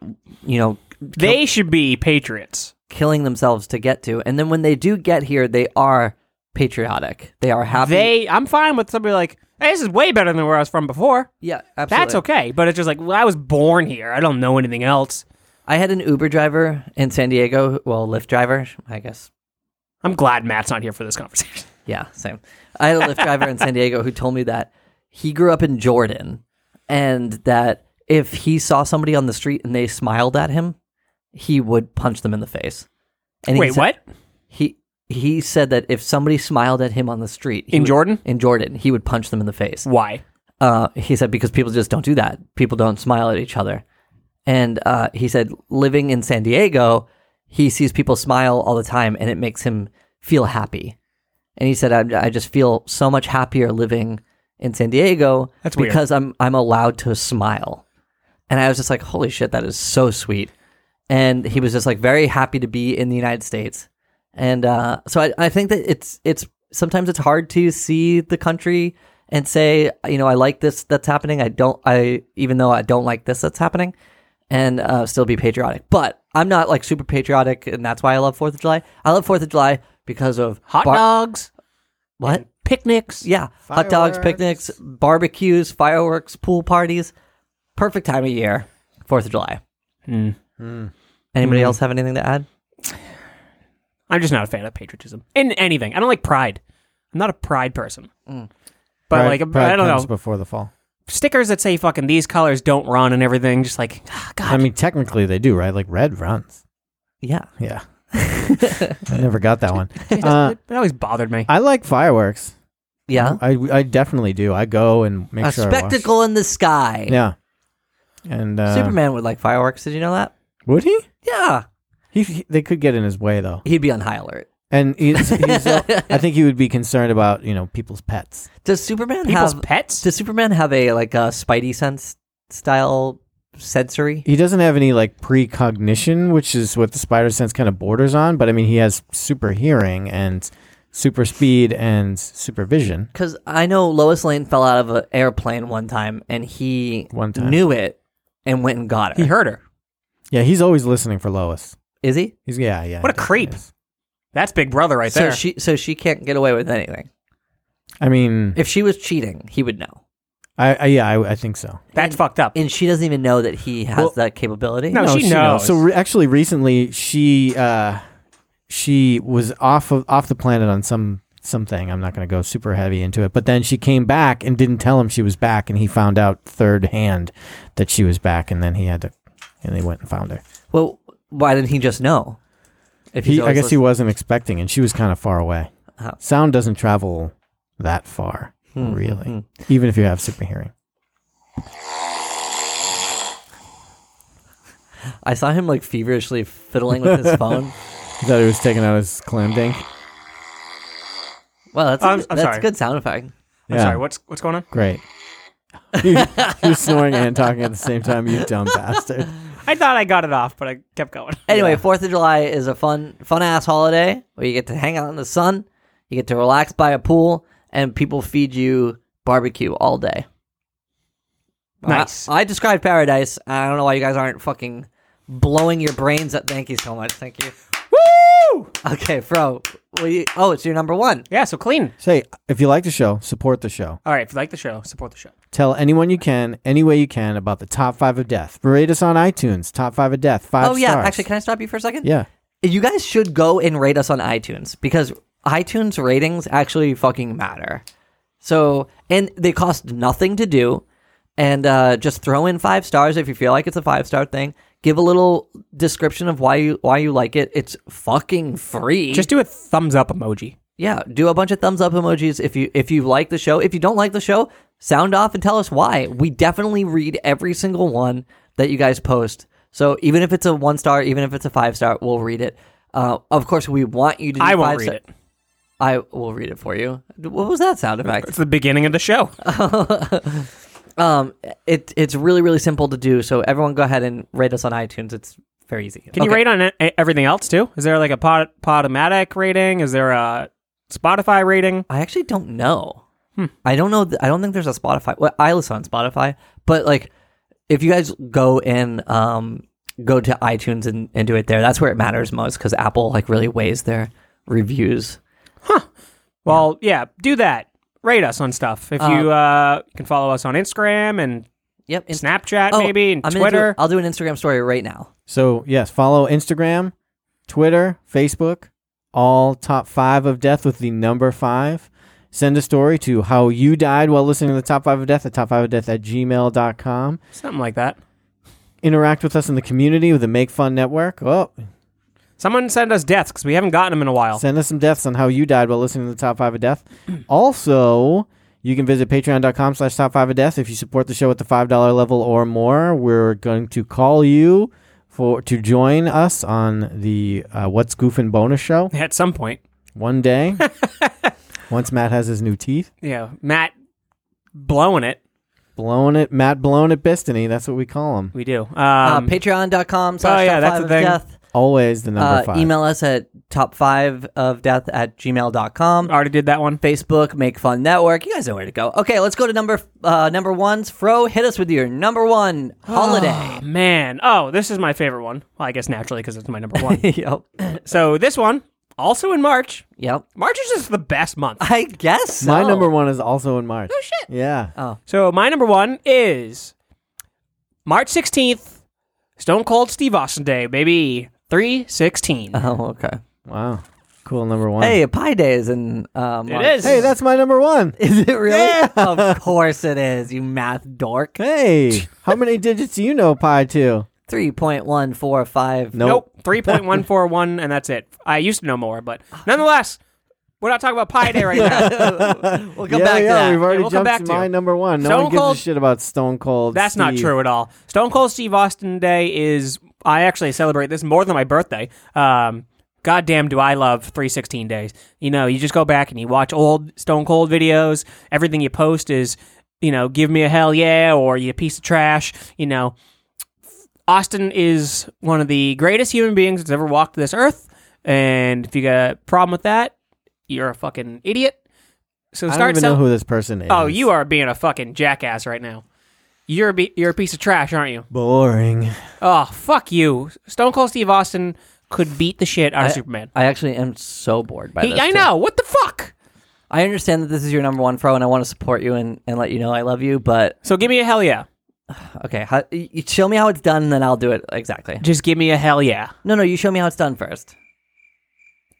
[SPEAKER 3] you know,
[SPEAKER 2] They should be patriots.
[SPEAKER 3] killing themselves to get to, and then when they do get here, they are patriotic. They are happy.
[SPEAKER 2] They I'm fine with somebody like, "Hey, this is way better than where I was from before."
[SPEAKER 3] yeah, absolutely.
[SPEAKER 2] That's okay, but it's just like, well, I was born here. I don't know anything else.
[SPEAKER 3] I had an Uber driver in San Diego. Well, Lyft driver, I guess.
[SPEAKER 2] I'm glad Matt's not here for this conversation.
[SPEAKER 3] Yeah, same. I had a Lyft driver in San
[SPEAKER 2] [LAUGHS]
[SPEAKER 3] Diego who told me that he grew up in Jordan and that if he saw somebody on the street and they smiled at him, he would punch them in the face. And he
[SPEAKER 2] Wait,
[SPEAKER 3] said-
[SPEAKER 2] what?
[SPEAKER 3] He he said that if somebody smiled at him on the street he
[SPEAKER 2] In
[SPEAKER 3] would-
[SPEAKER 2] Jordan?
[SPEAKER 3] in Jordan, he would punch them in the face.
[SPEAKER 2] Why?
[SPEAKER 3] uh, he said because people just don't do that. People don't smile at each other. And uh, he said living in San Diego, he sees people smile all the time, and it makes him feel happy. And he said, "I, I just feel so much happier living in San Diego
[SPEAKER 2] That's weird.
[SPEAKER 3] because I'm I'm allowed to smile." And I was just like, "Holy shit, that is so sweet." And he was just like very happy to be in the United States. And uh, so I, I think that it's it's sometimes it's hard to see the country and say, you know, I like this that's happening. I don't I even though I don't like this that's happening and uh, still be patriotic. But I'm not like super patriotic and that's why I love 4th of July. I love 4th of July because of
[SPEAKER 2] Hot
[SPEAKER 3] bar-
[SPEAKER 2] dogs,
[SPEAKER 3] What?
[SPEAKER 2] picnics.
[SPEAKER 3] Yeah, hot dogs, picnics, barbecues, fireworks, pool parties. Perfect time of year, Fourth of July.
[SPEAKER 2] Hmm.
[SPEAKER 3] Anybody else have anything to add?
[SPEAKER 2] I'm just not a fan of patriotism in anything. I don't like pride. I'm not a pride person.
[SPEAKER 3] Mm.
[SPEAKER 2] But
[SPEAKER 1] Pride-
[SPEAKER 2] like,
[SPEAKER 1] pride
[SPEAKER 2] I don't know
[SPEAKER 1] comes before the fall.
[SPEAKER 2] stickers that say fucking these colors don't run and everything. Just like [SIGHS] ah, God,
[SPEAKER 1] I mean, technically they do, right? Like red runs.
[SPEAKER 3] Yeah,
[SPEAKER 2] [LAUGHS]
[SPEAKER 1] Yeah. I never got that one. Uh,
[SPEAKER 2] it always bothered me.
[SPEAKER 1] I like fireworks.
[SPEAKER 3] yeah.
[SPEAKER 1] I, I definitely do. I go and make
[SPEAKER 3] A
[SPEAKER 1] sure. I watch.
[SPEAKER 3] spectacle in the sky.
[SPEAKER 1] Yeah. And uh,
[SPEAKER 3] Superman would like fireworks. Did you know that?
[SPEAKER 1] Would he?
[SPEAKER 3] Yeah,
[SPEAKER 1] he? He they could get in his way though,
[SPEAKER 3] he'd be on high alert.
[SPEAKER 1] and
[SPEAKER 2] [LAUGHS]
[SPEAKER 1] he's, he's, uh, I think he would be concerned about you know people's pets.
[SPEAKER 3] Does Superman
[SPEAKER 2] People's
[SPEAKER 3] have?
[SPEAKER 2] pets.
[SPEAKER 3] Does Superman have a like a Spidey sense style sensory?
[SPEAKER 1] He doesn't have any like precognition, which is what the spider sense kind of borders on. But I mean, he has super hearing and super speed and super vision.
[SPEAKER 3] Because I know Lois Lane fell out of an airplane one time, and he
[SPEAKER 1] One time.
[SPEAKER 3] knew it and went and got her.
[SPEAKER 2] he hurt her.
[SPEAKER 1] Yeah, he's always listening for Lois.
[SPEAKER 3] Is he?
[SPEAKER 1] He's yeah, yeah.
[SPEAKER 2] What a
[SPEAKER 1] he
[SPEAKER 2] creep.
[SPEAKER 1] is.
[SPEAKER 2] That's Big Brother right
[SPEAKER 3] so
[SPEAKER 2] there.
[SPEAKER 3] she so she can't get away with anything.
[SPEAKER 1] I mean,
[SPEAKER 3] If she was cheating, he would know.
[SPEAKER 1] I, I yeah, I, I think so.
[SPEAKER 2] That's fucked up.
[SPEAKER 3] And she doesn't even know that he has
[SPEAKER 1] Well-
[SPEAKER 3] that capability.
[SPEAKER 2] No, she
[SPEAKER 3] Oh,
[SPEAKER 2] knows.
[SPEAKER 1] So re- actually, recently she uh, she was off of off the planet on some something. I'm not going to go super heavy into it, but then she came back and didn't tell him she was back, and he found out third hand that she was back, and then he had to, and they went and found her.
[SPEAKER 3] Well, why didn't he just know? If he's
[SPEAKER 1] He, I
[SPEAKER 3] always
[SPEAKER 1] guess he
[SPEAKER 3] listening-
[SPEAKER 1] wasn't expecting, and she was kind of far away.
[SPEAKER 3] Oh.
[SPEAKER 1] Sound doesn't travel that far,
[SPEAKER 2] Hmm.
[SPEAKER 1] really, even if you have super hearing.
[SPEAKER 3] I saw him like feverishly fiddling with
[SPEAKER 1] [LAUGHS]
[SPEAKER 3] his phone.
[SPEAKER 1] He thought he was taking out his clam dink.
[SPEAKER 3] Well, that's a,
[SPEAKER 2] I'm-
[SPEAKER 3] good-
[SPEAKER 2] I'm
[SPEAKER 3] that's
[SPEAKER 2] sorry.
[SPEAKER 3] a good sound effect.
[SPEAKER 2] I'm
[SPEAKER 1] Yeah.
[SPEAKER 2] sorry. What's what's going on? [LAUGHS]
[SPEAKER 1] Great. you, you're snoring and talking at the same time, you dumb bastard.
[SPEAKER 2] I thought I got it off, but I
[SPEAKER 3] [LAUGHS]
[SPEAKER 2] kept going.
[SPEAKER 3] Anyway, Fourth of July is a fun, fun ass holiday where you get to hang out in the sun, you get to relax by a pool, and people feed you barbecue all day.
[SPEAKER 2] Nice.
[SPEAKER 3] I, I described paradise. and I don't know why you guys aren't fucking blowing your brains up. Thank you so much. Thank you. uh.
[SPEAKER 2] Woo!
[SPEAKER 3] Okay, bro. Will you, oh, it's your number one.
[SPEAKER 2] Yeah. So clean.
[SPEAKER 1] Say, if you like the show, support the show.
[SPEAKER 2] All right. If you like the show, support the show.
[SPEAKER 1] Tell anyone you can, any way you can, about the top five of death. Berate us on iTunes, top five of death, five
[SPEAKER 3] oh yeah,
[SPEAKER 1] stars.
[SPEAKER 3] actually, can I stop you for a second?
[SPEAKER 1] yeah.
[SPEAKER 3] you guys should go and rate us on iTunes because iTunes ratings actually fucking matter. So, and they cost nothing to do. And uh, just throw in five stars if you feel like it's a five star thing. Give a little description of why you why you like it. It's fucking free.
[SPEAKER 2] Just do a thumbs up emoji.
[SPEAKER 3] yeah, do a bunch of thumbs up emojis if you if you like the show. If you don't like the show, sound off and tell us why. We definitely read every single one that you guys post. So even if it's a one star, even if it's a five star, we'll read it. Uh, of course, we want you to. Do
[SPEAKER 2] I won't
[SPEAKER 3] five
[SPEAKER 2] read
[SPEAKER 3] star-
[SPEAKER 2] it.
[SPEAKER 3] I will read it for you. What was that sound effect?
[SPEAKER 2] It's the beginning of
[SPEAKER 3] [LAUGHS]
[SPEAKER 2] the show.
[SPEAKER 3] Um, it it's really really simple to do. So everyone, go ahead and rate us on iTunes. It's very easy.
[SPEAKER 2] Can you
[SPEAKER 3] Okay.
[SPEAKER 2] rate on e- everything else too? Is there like a pod, Podomatic rating? Is there a Spotify rating?
[SPEAKER 3] I actually don't know.
[SPEAKER 2] Hmm.
[SPEAKER 3] I don't know. th- I don't think there's a Spotify. Well, I listen on Spotify, but like, if you guys go and um, go to iTunes and, and do it there, that's where it matters most because Apple like really weighs their reviews.
[SPEAKER 2] Well, yeah, do that. Rate us on stuff. If you uh, you can follow us on Instagram and
[SPEAKER 3] Yep. Inst-
[SPEAKER 2] Snapchat,
[SPEAKER 3] Oh,
[SPEAKER 2] maybe, and
[SPEAKER 3] I'm gonna do-
[SPEAKER 2] Twitter.
[SPEAKER 3] I'll do an Instagram story right now.
[SPEAKER 1] So yes, follow Instagram, Twitter, Facebook, all top five of death with the number five. Send a story to how you died while listening to the top five of death at top five of death at gmail.com.
[SPEAKER 2] Something like that.
[SPEAKER 1] Interact with us in the community with the Make Fun Network. Oh,
[SPEAKER 2] Someone send us deaths because we haven't gotten them in a while.
[SPEAKER 1] Send us some deaths on how you died while listening to the top five of death. also, you can visit patreon.com slash top five of death. If you support the show at the five dollar level or more, we're going to call you for to join us on the uh, What's Goofin' bonus show
[SPEAKER 2] At some point,
[SPEAKER 1] one day. Once Matt has his new teeth.
[SPEAKER 2] yeah, Matt blowing it.
[SPEAKER 1] Blown it Matt blown it Bistany, that's what we call him.
[SPEAKER 2] We do. Um, oh,
[SPEAKER 3] uh, Patreon.com slash
[SPEAKER 2] yeah,
[SPEAKER 3] top
[SPEAKER 2] that's
[SPEAKER 3] five
[SPEAKER 2] the
[SPEAKER 3] of
[SPEAKER 2] thing.
[SPEAKER 3] death.
[SPEAKER 1] Always the number
[SPEAKER 3] Uh,
[SPEAKER 1] five.
[SPEAKER 3] email us at top five of death at gmail.com.
[SPEAKER 2] already did that one.
[SPEAKER 3] Facebook, Make Fun Network. You guys know where to go. Okay, let's go to number uh, number ones. Fro, hit us with your number one holiday. [LAUGHS]
[SPEAKER 2] Man, oh, this is my favorite one. Well, I guess naturally because it's my number one.
[SPEAKER 3] [LAUGHS] yep,
[SPEAKER 2] so this one, also in March.
[SPEAKER 3] yep.
[SPEAKER 2] March is just the best month.
[SPEAKER 3] [LAUGHS] I guess so.
[SPEAKER 1] My number one is also in March. Oh shit. Yeah.
[SPEAKER 2] So my number one is March sixteenth, Stone Cold Steve Austin Day, baby. Three sixteen.
[SPEAKER 3] [LAUGHS] Oh, okay.
[SPEAKER 1] Wow. Cool number one.
[SPEAKER 3] Hey, Pi Day is in. Uh, March.
[SPEAKER 2] is.
[SPEAKER 1] Hey, that's my number one.
[SPEAKER 3] [LAUGHS] Is it really? [LAUGHS] of course it is. You math
[SPEAKER 1] [LAUGHS]
[SPEAKER 3] dork.
[SPEAKER 1] Hey, how many digits do you know pi to?
[SPEAKER 3] Three point one four five. [LAUGHS]
[SPEAKER 1] [LAUGHS] Nope.
[SPEAKER 2] Nope. Three point one four one, and that's it. I used to know more, but nonetheless, we're not talking about Pi Day right now.
[SPEAKER 3] We'll come
[SPEAKER 1] yeah,
[SPEAKER 3] back
[SPEAKER 1] yeah,
[SPEAKER 3] to
[SPEAKER 2] Yeah,
[SPEAKER 1] we've already
[SPEAKER 2] we'll come
[SPEAKER 1] jumped
[SPEAKER 2] back
[SPEAKER 1] to
[SPEAKER 2] to
[SPEAKER 1] my
[SPEAKER 2] it.
[SPEAKER 1] number one. No
[SPEAKER 2] Stone
[SPEAKER 1] one gives
[SPEAKER 2] Cold-
[SPEAKER 1] a shit about Stone Cold.
[SPEAKER 2] That's not
[SPEAKER 1] Steve.
[SPEAKER 2] true at all. Stone Cold Steve Austin Day is. I actually celebrate this more than my birthday. Um, goddamn, do I love 316 days. You know, you just go back and you watch old Stone Cold videos. Everything you post is, you know, give me a hell yeah or you piece of trash. You know, Austin is one of the greatest human beings that's ever walked this earth. And if you got a problem with that, you're a fucking idiot. So
[SPEAKER 1] I
[SPEAKER 2] start
[SPEAKER 1] don't even
[SPEAKER 2] cel-
[SPEAKER 1] know who this person is.
[SPEAKER 2] Oh, you are being a fucking jackass right now. You're a be- you're a piece of trash, aren't you?
[SPEAKER 1] boring.
[SPEAKER 2] Oh, fuck you. Stone Cold Steve Austin could beat the shit out of Superman.
[SPEAKER 3] I actually am so bored by
[SPEAKER 2] He-
[SPEAKER 3] this.
[SPEAKER 2] I
[SPEAKER 3] too.
[SPEAKER 2] know. What the fuck?
[SPEAKER 3] I understand that this is your number one fro, and I want to support you and, and let you know I love you. But
[SPEAKER 2] So give me a hell yeah.
[SPEAKER 3] okay, how, y- you show me how it's done, and then I'll do it exactly.
[SPEAKER 2] Just give me a hell yeah.
[SPEAKER 3] No, no, you show me how it's done first.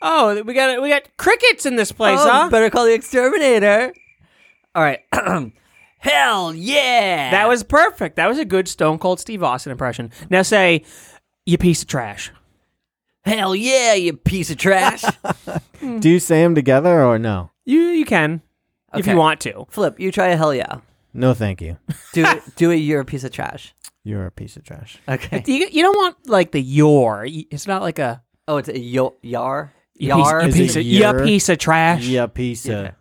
[SPEAKER 2] Oh, we got we got crickets in this place,
[SPEAKER 3] oh,
[SPEAKER 2] huh?
[SPEAKER 3] Better call the exterminator. All right. [CLEARS THROAT] Hell yeah!
[SPEAKER 2] That was perfect. That was a good Stone Cold Steve Austin impression. Now say, you piece of trash.
[SPEAKER 3] hell yeah, you piece of
[SPEAKER 2] [LAUGHS]
[SPEAKER 3] trash.
[SPEAKER 2] Hmm.
[SPEAKER 1] Do you say them together or no?
[SPEAKER 2] You you can if
[SPEAKER 3] Okay.
[SPEAKER 2] you want to.
[SPEAKER 3] Flip, you try a hell yeah.
[SPEAKER 1] No, thank you.
[SPEAKER 3] Do it, do it. You're a piece of trash.
[SPEAKER 1] You're a piece of trash.
[SPEAKER 3] Okay.
[SPEAKER 2] You, you don't want like the your. It's not like a
[SPEAKER 3] [LAUGHS] Oh, it's a yo- yar.
[SPEAKER 2] you piece-
[SPEAKER 3] Yar.
[SPEAKER 2] you
[SPEAKER 1] Is it
[SPEAKER 2] piece, of, you
[SPEAKER 1] your?
[SPEAKER 2] piece of trash.
[SPEAKER 1] Yeah, piece of.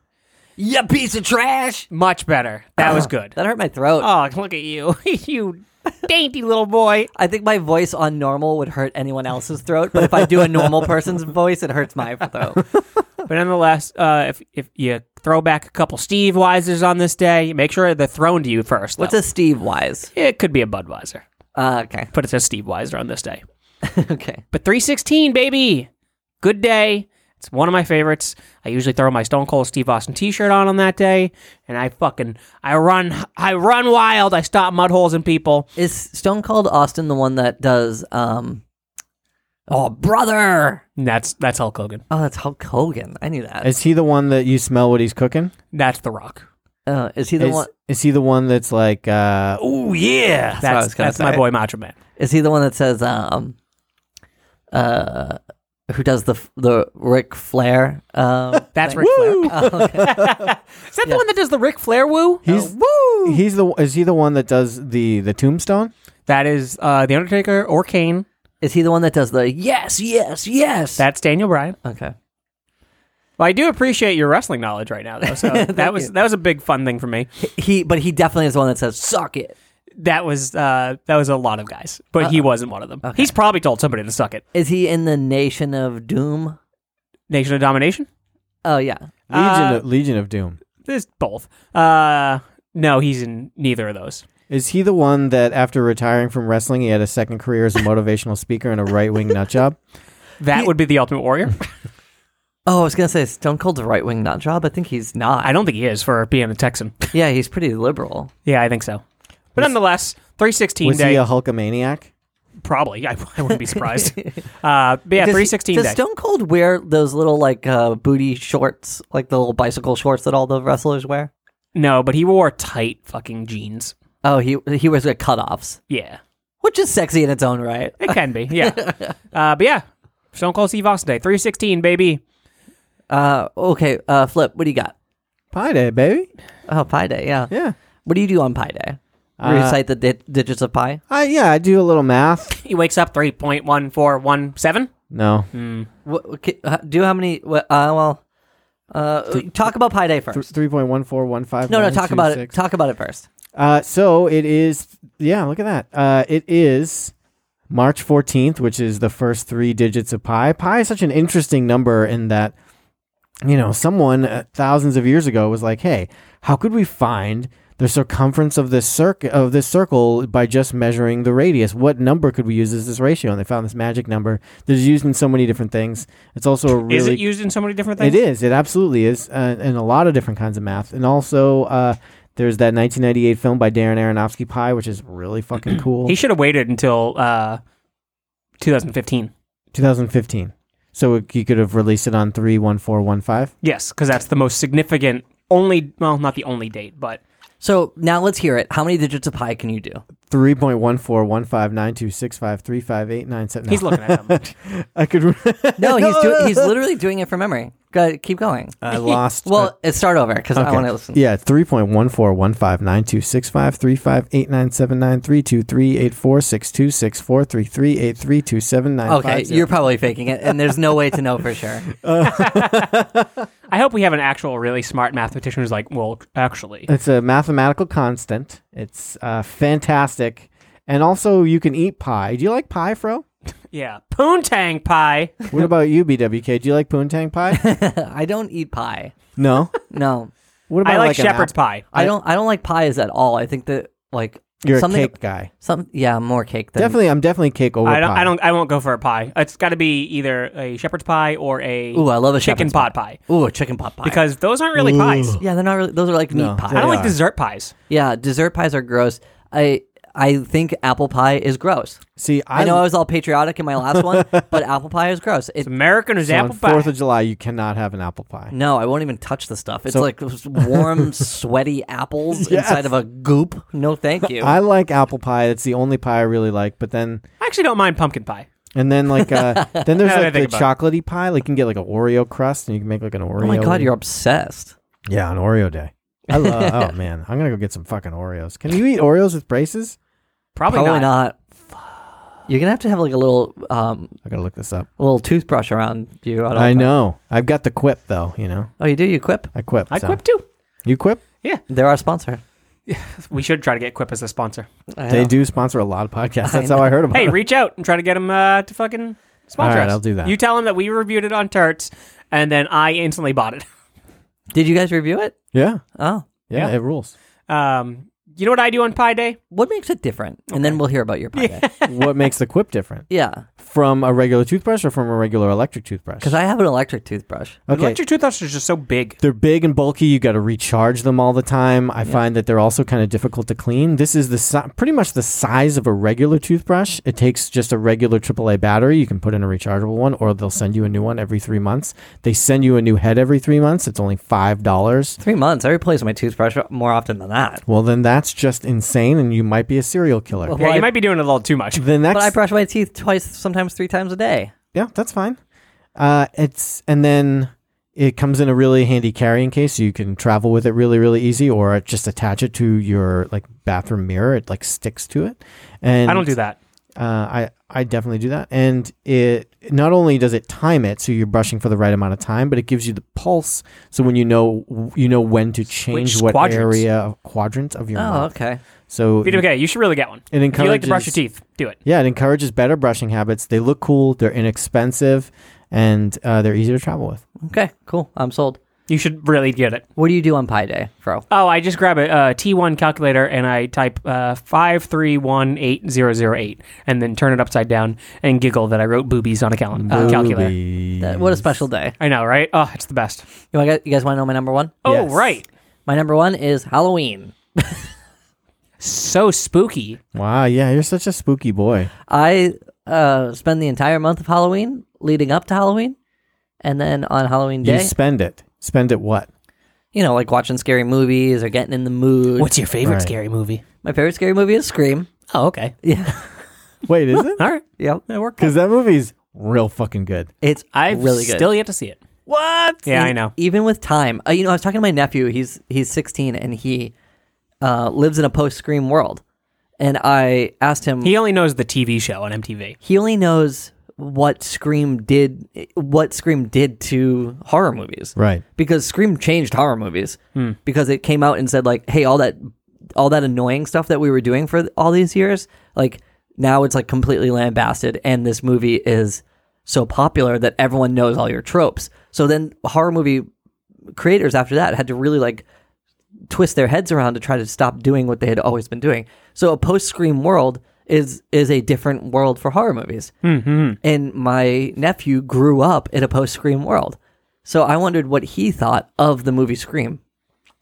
[SPEAKER 3] You piece of trash. Uh-huh.
[SPEAKER 2] Much better. That was good.
[SPEAKER 3] That hurt my throat.
[SPEAKER 2] Oh, look at you, [LAUGHS] you dainty little boy.
[SPEAKER 3] I think my voice on normal would hurt anyone else's throat, but if I do a normal person's voice, it hurts my
[SPEAKER 2] [LAUGHS]
[SPEAKER 3] throat.
[SPEAKER 2] But nonetheless, uh, if if you throw back a couple Steve Weisers on this day, make sure they're thrown to you first.
[SPEAKER 3] What's
[SPEAKER 2] though.
[SPEAKER 3] a Steve Wise?
[SPEAKER 2] It could be a Budweiser,
[SPEAKER 3] Uh, okay. [LAUGHS]
[SPEAKER 2] but it says Steve Weiser on this day.
[SPEAKER 3] okay.
[SPEAKER 2] But 316, baby. Good day. It's one of my favorites. I usually throw my Stone Cold Steve Austin t-shirt on on that day, and I fucking I run I run wild. I stop mud holes in people.
[SPEAKER 3] Is Stone Cold Austin the one that does, um, oh, brother?
[SPEAKER 2] And that's that's Hulk Hogan.
[SPEAKER 3] Oh, that's Hulk Hogan. I knew that. Is,
[SPEAKER 1] Is he the one that you smell what he's cooking?
[SPEAKER 2] That's The Rock.
[SPEAKER 3] uh, is he the
[SPEAKER 1] is,
[SPEAKER 3] one?
[SPEAKER 1] is he the one that's like, uh,
[SPEAKER 2] Oh yeah,
[SPEAKER 3] what I
[SPEAKER 2] that's
[SPEAKER 3] was gonna
[SPEAKER 2] that's my
[SPEAKER 3] say.
[SPEAKER 2] boy Macho Man.
[SPEAKER 3] Is he the one that says, um, uh, who does the the Ric Flair? [LAUGHS] Um,
[SPEAKER 2] That's
[SPEAKER 3] thing?
[SPEAKER 2] Ric Flair. [LAUGHS]
[SPEAKER 3] Oh, okay.
[SPEAKER 2] Is that the one that does the Ric Flair woo?
[SPEAKER 1] he's
[SPEAKER 3] Woo!
[SPEAKER 1] he's the is he the one that does the the tombstone?
[SPEAKER 2] That is uh, the Undertaker or Kane.
[SPEAKER 3] Is he the one that does the yes, yes, yes?
[SPEAKER 2] That's Daniel Bryan.
[SPEAKER 3] okay.
[SPEAKER 2] Well, I do appreciate your wrestling knowledge right now, though. So that was that was a big fun thing for me.
[SPEAKER 3] He, but he definitely is the one that says "suck it."
[SPEAKER 2] That was uh, that was a lot of guys, but he wasn't one of them. He's probably told somebody to suck it.
[SPEAKER 3] Is he in the Nation of Doom?
[SPEAKER 2] Nation of Domination.
[SPEAKER 3] Oh yeah.
[SPEAKER 1] Legion
[SPEAKER 2] Uh,
[SPEAKER 1] of, Legion of Doom.
[SPEAKER 2] There's both. Uh, no, he's in neither of those.
[SPEAKER 1] Is he the one that after retiring from wrestling, he had a second career as a motivational speaker and a right wing
[SPEAKER 3] [LAUGHS]
[SPEAKER 1] nut job?
[SPEAKER 2] That would be the Ultimate Warrior.
[SPEAKER 3] Oh, I was gonna say Stone Cold's a right wing nut job. I think he's not.
[SPEAKER 2] I don't think he is for being a Texan.
[SPEAKER 3] yeah, he's pretty liberal.
[SPEAKER 2] yeah, I think so. But nonetheless, three sixteen
[SPEAKER 1] Was
[SPEAKER 2] day
[SPEAKER 1] he a Hulkamaniac?
[SPEAKER 2] probably. [LAUGHS] I, I wouldn't
[SPEAKER 3] [LAUGHS]
[SPEAKER 2] be surprised. uh, but
[SPEAKER 3] Does
[SPEAKER 2] yeah,
[SPEAKER 3] he-
[SPEAKER 2] three sixteen
[SPEAKER 3] Does
[SPEAKER 2] day.
[SPEAKER 3] Stone Cold wear those little like uh, booty shorts, like the little bicycle shorts that all the wrestlers wear?
[SPEAKER 2] No, but he wore tight fucking jeans.
[SPEAKER 3] Oh, he he wears like cutoffs,
[SPEAKER 2] Yeah,
[SPEAKER 3] which is sexy in its own right.
[SPEAKER 2] it can be.
[SPEAKER 3] [LAUGHS]
[SPEAKER 2] Yeah, uh, but yeah, Stone Cold Steve Austin Day, three sixteen, baby.
[SPEAKER 3] Uh, okay, uh, Flip, what do you got?
[SPEAKER 1] Pie Day, baby.
[SPEAKER 3] Oh, Pi Day, yeah.
[SPEAKER 1] Yeah.
[SPEAKER 3] What do you do on Pi Day?
[SPEAKER 2] Uh,
[SPEAKER 3] Recite the di- digits of pi.
[SPEAKER 1] I yeah, I do a little math.
[SPEAKER 2] He wakes up three point one four one seven.
[SPEAKER 1] No.
[SPEAKER 3] What, okay, uh, do how many? What, uh, well, uh, talk about Pi Day first.
[SPEAKER 1] Three point one four one five.
[SPEAKER 3] no, no, talk about it. Talk about it first.
[SPEAKER 1] Uh, so it is. Yeah, look at that. Uh, it is March fourteenth, which is the first three digits of pi. Pi is such an interesting number in that you know, someone uh, thousands of years ago was like, "Hey, how could we find the circumference of this circ- of this circle by just measuring the radius? What number could we use as this ratio?" And they found this magic number that is used in so many different things. It's also a really
[SPEAKER 2] Is it used in so many different
[SPEAKER 1] it
[SPEAKER 2] things?
[SPEAKER 1] is. It absolutely is, uh, and a lot of different kinds of math. And also, uh, there's that 1998 film by Darren Aronofsky, Pi, which is
[SPEAKER 3] [CLEARS THROAT]
[SPEAKER 1] really fucking cool.
[SPEAKER 2] He should have waited until uh, 2015.
[SPEAKER 1] 2015. So it, you could have released it on three one four one five.
[SPEAKER 2] Yes, because that's the most significant. Only well, not the only date, but
[SPEAKER 3] So now let's hear it. How many digits of pi can you do?
[SPEAKER 2] [LAUGHS]
[SPEAKER 1] Three point one four one five nine two six five three five eight nine seven.
[SPEAKER 2] he's looking at them.
[SPEAKER 1] [LAUGHS] I could.
[SPEAKER 3] [LAUGHS] No, he's do-
[SPEAKER 1] [LAUGHS]
[SPEAKER 3] he's literally doing it from memory. Go, keep going.
[SPEAKER 1] I lost. uh,
[SPEAKER 3] Well, uh, start over because I
[SPEAKER 1] okay.
[SPEAKER 3] want to listen.
[SPEAKER 1] Yeah, three point one four one five nine two six five three five eight nine seven nine three two three eight four six two six four three three eight three two seven nine.
[SPEAKER 3] Okay, you're probably faking it, and there's no way to know for
[SPEAKER 1] [LAUGHS]
[SPEAKER 3] sure. [LAUGHS]
[SPEAKER 2] I hope we have an actual really smart mathematician who's like, well, actually,
[SPEAKER 1] It's a mathematical constant. It's uh, fantastic. And also, you can eat pie. Do you like pie, Fro?
[SPEAKER 2] yeah, poontang pie. [LAUGHS]
[SPEAKER 1] What about you, BWK? Do you like poontang pie?
[SPEAKER 3] I don't eat pie.
[SPEAKER 1] No.
[SPEAKER 3] No,
[SPEAKER 1] What about
[SPEAKER 2] I like,
[SPEAKER 1] an
[SPEAKER 2] shepherd's
[SPEAKER 1] apple?
[SPEAKER 2] pie.
[SPEAKER 3] I don't. I don't like pies at all. I think that like
[SPEAKER 1] You're
[SPEAKER 3] Something-
[SPEAKER 1] a cake guy.
[SPEAKER 3] Some yeah, more cake than
[SPEAKER 1] Definitely, I'm definitely cake over
[SPEAKER 2] I don't.
[SPEAKER 1] pie.
[SPEAKER 2] I don't. I won't go for a pie. It's got to be either a shepherd's pie or a
[SPEAKER 3] Ooh, I love a
[SPEAKER 2] chicken
[SPEAKER 3] shepherd's
[SPEAKER 2] pot pie.
[SPEAKER 3] Ooh, a chicken pot pie.
[SPEAKER 2] because those aren't really pies.
[SPEAKER 3] yeah, they're not really. Those are like
[SPEAKER 1] No,
[SPEAKER 3] meat pies.
[SPEAKER 1] they
[SPEAKER 2] I don't like
[SPEAKER 1] are.
[SPEAKER 2] dessert pies.
[SPEAKER 3] Yeah, dessert pies are gross. I I think apple pie is gross.
[SPEAKER 1] See, I,
[SPEAKER 3] I, know I was all patriotic in my last
[SPEAKER 1] [LAUGHS]
[SPEAKER 3] one, but apple pie is gross. It,
[SPEAKER 2] American is
[SPEAKER 1] so
[SPEAKER 2] apple
[SPEAKER 1] on Fourth
[SPEAKER 2] pie.
[SPEAKER 1] of July, you cannot have an apple pie.
[SPEAKER 3] no, I won't even touch the stuff. It's
[SPEAKER 1] So-
[SPEAKER 3] like those
[SPEAKER 1] [LAUGHS]
[SPEAKER 3] warm, sweaty apples
[SPEAKER 1] Yes.
[SPEAKER 3] inside of a goop. No, thank you.
[SPEAKER 1] I like apple pie. It's the only pie I really like. But then,
[SPEAKER 2] I actually don't mind pumpkin pie.
[SPEAKER 1] and then
[SPEAKER 2] [LAUGHS]
[SPEAKER 1] like, uh, then there's
[SPEAKER 2] Now that I
[SPEAKER 1] like
[SPEAKER 2] think
[SPEAKER 1] the
[SPEAKER 2] about
[SPEAKER 1] chocolatey pie. Like you can get like an Oreo crust, and you can make like an Oreo.
[SPEAKER 3] oh my god, you're obsessed.
[SPEAKER 1] yeah, an Oreo day. I love. oh man, I'm gonna go get some fucking Oreos. Can you eat Oreos with braces?
[SPEAKER 2] Probably,
[SPEAKER 3] Probably
[SPEAKER 2] not.
[SPEAKER 3] not. You're gonna have to have like a little um
[SPEAKER 1] I gotta look this up.
[SPEAKER 3] little toothbrush around you. at all
[SPEAKER 1] I
[SPEAKER 3] times.
[SPEAKER 1] know. I've got the quip though. You know,
[SPEAKER 3] Oh, you do. You quip.
[SPEAKER 1] I quip.
[SPEAKER 2] I
[SPEAKER 1] so.
[SPEAKER 2] Quip too.
[SPEAKER 1] You quip.
[SPEAKER 3] They're our sponsor.
[SPEAKER 2] We should try to get Quip as a sponsor.
[SPEAKER 3] I
[SPEAKER 1] They
[SPEAKER 3] know.
[SPEAKER 1] do sponsor a lot of podcasts.
[SPEAKER 3] I
[SPEAKER 1] That's how I heard about
[SPEAKER 2] Hey,
[SPEAKER 1] [LAUGHS] it.
[SPEAKER 2] reach out and try to get him uh, to fucking sponsor
[SPEAKER 1] All right,
[SPEAKER 2] us.
[SPEAKER 1] I'll do that.
[SPEAKER 2] You tell him that we reviewed it on Turts, and then I instantly bought it. [LAUGHS]
[SPEAKER 3] Did you guys review it?
[SPEAKER 1] yeah,
[SPEAKER 3] Oh,
[SPEAKER 1] yeah,
[SPEAKER 2] Yeah.
[SPEAKER 1] it rules.
[SPEAKER 2] Um, you know what I do on Pie Day?
[SPEAKER 3] what makes it different? And then we'll hear about your pie. day.
[SPEAKER 1] what makes the quip different
[SPEAKER 3] [LAUGHS] Yeah,
[SPEAKER 1] from a regular toothbrush or from a regular electric toothbrush?
[SPEAKER 3] because I have an electric toothbrush.
[SPEAKER 1] okay,
[SPEAKER 2] Electric toothbrushes are just so big.
[SPEAKER 1] they're big and bulky. You got to recharge them all the time. I find that they're also kind of difficult to clean. This is the si- pretty much the size of a regular toothbrush. It takes just a regular AAA battery. You can put in a rechargeable one, or they'll send you a new one every three months. They send you a new head every three months. It's only five dollars.
[SPEAKER 3] Three months. I replace my toothbrush more often than that.
[SPEAKER 1] Well, then that's just insane, and you might be a serial killer.
[SPEAKER 3] Well,
[SPEAKER 2] Yeah,
[SPEAKER 3] I-
[SPEAKER 2] you might be doing a little too much. [LAUGHS]
[SPEAKER 1] the next
[SPEAKER 3] But I brush my teeth twice, sometimes three times a day.
[SPEAKER 1] Yeah, that's fine. Uh, it's and then it comes in a really handy carrying case, so you can travel with it really, really easy, or just attach it to your like bathroom mirror. It like sticks to it. And
[SPEAKER 2] I don't do that.
[SPEAKER 1] Uh, I I definitely do that, and it not only does it time it so you're brushing for the right amount of time, but it gives you the pulse, so when you know you know when to change what
[SPEAKER 2] quadrants.
[SPEAKER 1] area quadrant of your
[SPEAKER 3] Oh,
[SPEAKER 1] mouth.
[SPEAKER 3] okay.
[SPEAKER 1] So
[SPEAKER 2] But okay, you should really get one.
[SPEAKER 1] it
[SPEAKER 2] If you like to brush your
[SPEAKER 1] encourages-
[SPEAKER 2] teeth, do it.
[SPEAKER 1] yeah, it encourages better brushing habits. They look cool, they're inexpensive, and uh, they're easy to travel with.
[SPEAKER 3] Okay, cool. I'm sold.
[SPEAKER 2] You should really get it.
[SPEAKER 3] What do you do on Pi Day, Fro?
[SPEAKER 2] Oh, I just grab a uh, T1 calculator and I type uh, 5318008 and then turn it upside down and giggle that I wrote boobies on a cal- uh, calculator.
[SPEAKER 3] That- what a special day.
[SPEAKER 2] I know, right? Oh, it's the best.
[SPEAKER 3] You, wanna, you guys want to know my number one?
[SPEAKER 2] Oh,
[SPEAKER 1] Yes.
[SPEAKER 2] right.
[SPEAKER 3] My number one is Halloween.
[SPEAKER 2] So spooky.
[SPEAKER 1] Wow, yeah, you're such a spooky boy.
[SPEAKER 3] I uh, spend the entire month of Halloween leading up to Halloween. And then on Halloween
[SPEAKER 1] You
[SPEAKER 3] Day, you,
[SPEAKER 1] spend it. Spend it what?
[SPEAKER 3] know, like watching scary movies or getting in the mood.
[SPEAKER 2] What's your favorite
[SPEAKER 1] Right.
[SPEAKER 2] scary movie?
[SPEAKER 3] my favorite scary movie is Scream.
[SPEAKER 2] Oh, okay.
[SPEAKER 3] Yeah.
[SPEAKER 1] Wait,
[SPEAKER 3] [LAUGHS]
[SPEAKER 1] is it?
[SPEAKER 2] All right.
[SPEAKER 3] yep.
[SPEAKER 2] That worked.
[SPEAKER 1] Because that movie's real fucking good.
[SPEAKER 3] It's
[SPEAKER 2] I've
[SPEAKER 3] really good.
[SPEAKER 2] still yet to see it.
[SPEAKER 3] What?
[SPEAKER 2] Yeah, I know.
[SPEAKER 3] Even with time, uh, you know, I was talking to my nephew. He's he's 16 and he uh, lives in a post Scream world. And I asked him.
[SPEAKER 2] He only knows the TV show on MTV.
[SPEAKER 3] he only knows what Scream did. What Scream did to horror movies,
[SPEAKER 1] Right.
[SPEAKER 3] Because Scream changed horror movies. Because it came out and said like, hey, all that all that annoying stuff that we were doing for all these years, like now it's like completely lambasted, and this movie is so popular that everyone knows all your tropes. So then horror movie creators after that had to really like twist their heads around to try to stop doing what they had always been doing. So a post Scream world is is a different world for horror movies. Mm-hmm. And my nephew grew up in a post Scream world. So I wondered what he thought of the movie Scream.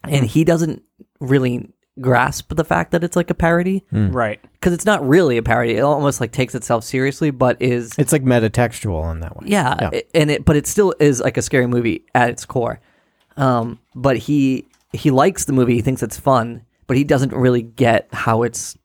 [SPEAKER 3] And he doesn't really grasp the fact that it's like a parody
[SPEAKER 2] Right.
[SPEAKER 3] because it's not really a parody. It almost like takes itself seriously, but is
[SPEAKER 1] It's like metatextual on that one.
[SPEAKER 3] yeah,
[SPEAKER 1] Yeah.
[SPEAKER 3] i- and it but it still is like a scary movie at its core. Um, but he he likes the movie. He thinks it's fun, but he doesn't really get how it's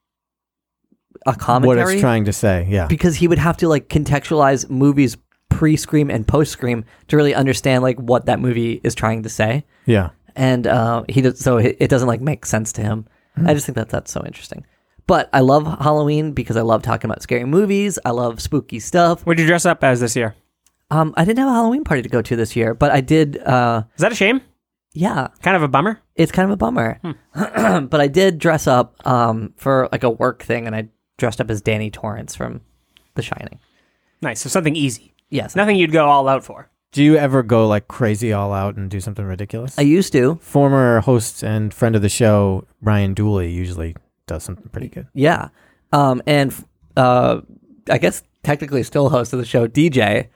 [SPEAKER 3] a
[SPEAKER 1] What
[SPEAKER 3] commentary
[SPEAKER 1] it's trying to say. Yeah.
[SPEAKER 3] because he would have to like contextualize movies pre Scream and post Scream to really understand like what that movie is trying to say.
[SPEAKER 1] yeah.
[SPEAKER 3] And uh, he does, so it it doesn't like make sense to him.
[SPEAKER 1] Hmm.
[SPEAKER 3] I just think that that's so interesting. But I love Halloween because I love talking about scary movies. I love spooky stuff.
[SPEAKER 2] What'd you dress up as this year?
[SPEAKER 3] Um, I didn't have a Halloween party to go to this year, but I did. Uh,
[SPEAKER 2] Is that a shame?
[SPEAKER 3] yeah,
[SPEAKER 2] Kind of a bummer.
[SPEAKER 3] it's kind of a bummer, [CLEARS THROAT] but I did dress up um, for like a work thing, and I dressed up as Danny Torrance from The Shining.
[SPEAKER 2] Nice. So something easy.
[SPEAKER 3] Yes,
[SPEAKER 2] Nothing you'd go all out for. [LAUGHS]
[SPEAKER 1] Do you ever go like crazy all out and do something ridiculous?
[SPEAKER 3] I used to.
[SPEAKER 1] Former host and friend of the show, Ryan Dooley, usually does something pretty good.
[SPEAKER 3] Yeah. Um, and f- uh, I guess technically still host of the show, DJ,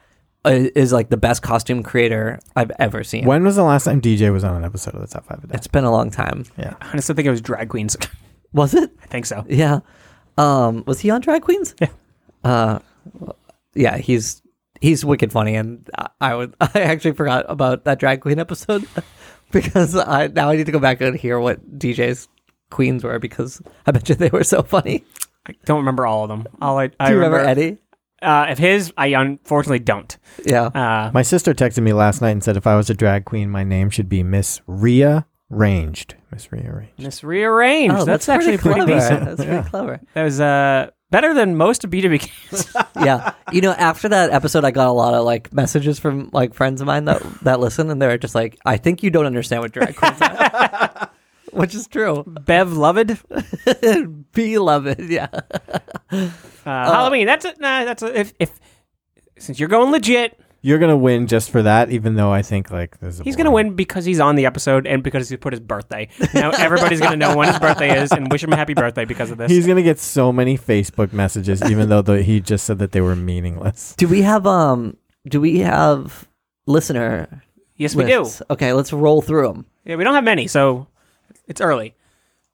[SPEAKER 3] uh, is like the best costume creator I've ever seen.
[SPEAKER 1] When was the last time DJ was on an episode of the Top Five a Day?
[SPEAKER 3] It's been a long time.
[SPEAKER 2] I honestly think it was drag queens. [LAUGHS]
[SPEAKER 3] Was it?
[SPEAKER 2] I think so.
[SPEAKER 3] Yeah. Um, was he on Drag Queens?
[SPEAKER 2] Yeah.
[SPEAKER 3] Uh, yeah, he's he's wicked funny, and I, I would [LAUGHS] I actually forgot about that drag queen episode [LAUGHS] because I now I need to go back and hear what DJ's queens were because I bet you they were so funny.
[SPEAKER 2] I don't remember all of them. All I, I
[SPEAKER 3] Do you remember, Eddie?
[SPEAKER 2] Uh, if his, I unfortunately don't.
[SPEAKER 3] Yeah.
[SPEAKER 2] Uh,
[SPEAKER 1] My sister texted me last night and said if I was a drag queen, my name should be Miss Rhea Ranged. Miss Rhea Ranged.
[SPEAKER 2] Miss Rearrange. that's, actually pretty,
[SPEAKER 3] Oh, clever.
[SPEAKER 2] decent.
[SPEAKER 3] That's pretty clever.
[SPEAKER 2] That was uh, better than most of B2B
[SPEAKER 3] [LAUGHS]
[SPEAKER 2] games.
[SPEAKER 3] yeah. You know, after that episode, I got a lot of like messages from like friends of mine that that listen, and they're just like, "I think you don't understand what drag queens are," [LAUGHS] which is true. [LAUGHS]
[SPEAKER 2] Bev Loved. Uh,
[SPEAKER 3] Beloved, yeah,
[SPEAKER 2] Halloween. That's it. Nah, that's a, if, if since you're going legit,
[SPEAKER 1] You're gonna win just for that, even though I think like there's a
[SPEAKER 2] he's gonna win because he's on the episode and because he put his birthday.
[SPEAKER 3] [LAUGHS]
[SPEAKER 2] Now everybody's gonna know when his birthday is and wish him a happy birthday because of this.
[SPEAKER 1] He's gonna get so many Facebook messages, even though the, he just said that they were meaningless.
[SPEAKER 3] Do we have um? Do we have listener?
[SPEAKER 2] yes, we
[SPEAKER 3] lists?
[SPEAKER 2] do.
[SPEAKER 3] Okay, let's roll through them.
[SPEAKER 2] Yeah, we don't have many, so it's early.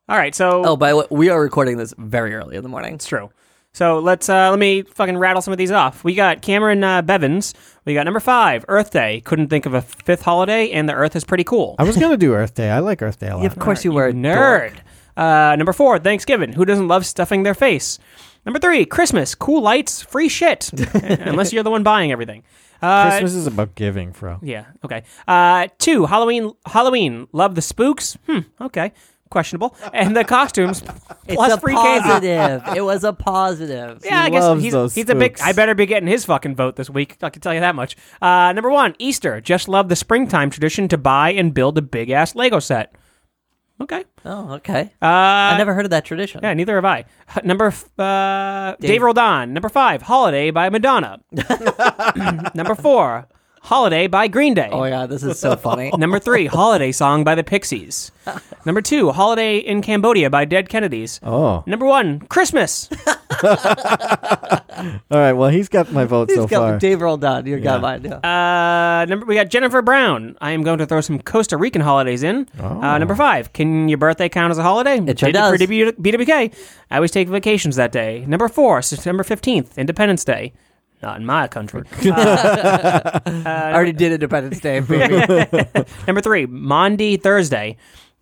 [SPEAKER 2] All right, so
[SPEAKER 3] Oh, by the way, we are recording this very early in the morning.
[SPEAKER 2] It's true. So let's uh, let me fucking rattle some of these off. We got Cameron uh, Bevins. We got number five, Earth Day. Couldn't think of a fifth holiday, and the Earth is pretty cool.
[SPEAKER 1] I was gonna do Earth Day. I like Earth Day a lot.
[SPEAKER 3] of course, you were a dork.
[SPEAKER 2] Nerd. Uh, number four, Thanksgiving. Who doesn't love stuffing their face? Number three, Christmas. Cool lights,
[SPEAKER 3] [LAUGHS]
[SPEAKER 2] free shit. Unless you're the one buying everything. Uh,
[SPEAKER 1] Christmas is about giving, bro.
[SPEAKER 2] Yeah. Okay. Uh, two. Halloween. Halloween. Love the spooks. Hmm. Okay. Questionable. And the costumes. plus
[SPEAKER 3] [LAUGHS] It's a
[SPEAKER 2] free candy.
[SPEAKER 3] positive. it was [LAUGHS] a positive.
[SPEAKER 2] Yeah, I guess
[SPEAKER 1] loves
[SPEAKER 2] he's,
[SPEAKER 1] those
[SPEAKER 2] he's a big.
[SPEAKER 1] spooks.
[SPEAKER 2] I better be getting his fucking vote this week. I can tell you that much. Uh, number one, Easter. Just love the springtime tradition to buy and build a big ass Lego set. Okay.
[SPEAKER 3] Oh, okay.
[SPEAKER 2] Uh,
[SPEAKER 3] I never heard of that tradition.
[SPEAKER 2] Yeah, neither have I. H- Number f- uh, Dave. Roldan. Number five, Holiday by
[SPEAKER 1] [LAUGHS]
[SPEAKER 2] Madonna. [CLEARS THROAT] number four, Holiday by Green Day.
[SPEAKER 3] Oh my god, this is so [LAUGHS] funny.
[SPEAKER 2] Number three, Holiday Song by the
[SPEAKER 1] [LAUGHS]
[SPEAKER 2] Pixies. Number two, Holiday in Cambodia by Dead Kennedys.
[SPEAKER 1] Oh, all
[SPEAKER 2] Number one, Christmas.
[SPEAKER 1] right. Well, he's got my vote so
[SPEAKER 3] He's got
[SPEAKER 1] far.
[SPEAKER 3] Dave rolled down. You got mine. Yeah.
[SPEAKER 2] Uh, number we got Jennifer Brown. I am going to throw some Costa Rican holidays in. Uh, number five. Can your birthday count as a holiday?
[SPEAKER 3] It sure
[SPEAKER 2] Did it for
[SPEAKER 3] does.
[SPEAKER 2] DB BWK. I always take vacations that day. Number four, September fifteenth, Independence Day. Not in my country. Uh,
[SPEAKER 3] I already did Independence
[SPEAKER 2] [LAUGHS]
[SPEAKER 3] Day. baby.
[SPEAKER 2] number three, Maundy Thursday,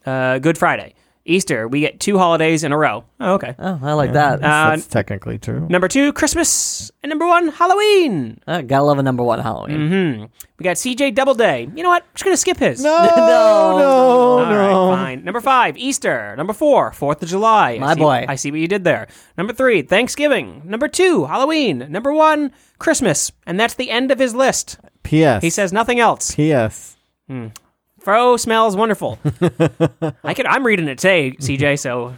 [SPEAKER 2] uh, Good Friday, Easter. We get two holidays in a row. Oh, okay.
[SPEAKER 3] oh, I like that.
[SPEAKER 2] Uh,
[SPEAKER 1] That's technically true.
[SPEAKER 2] number two, Christmas, and number one, Halloween.
[SPEAKER 3] Uh, gotta love a number one Halloween.
[SPEAKER 2] Hmm. We got CJ Doubleday. You know what? I'm just gonna skip his.
[SPEAKER 1] No, no, Oh, no.
[SPEAKER 2] All right, fine. Number five, Easter. Number four, Fourth of July. I
[SPEAKER 3] My
[SPEAKER 2] see-
[SPEAKER 3] boy.
[SPEAKER 2] I see what you did there. Number three, Thanksgiving. Number two, Halloween. Number one, Christmas. And that's the end of his list.
[SPEAKER 1] P.S.
[SPEAKER 2] He says nothing else.
[SPEAKER 1] P.S.
[SPEAKER 2] Fro smells wonderful. I could. I'm reading it today, CJ. So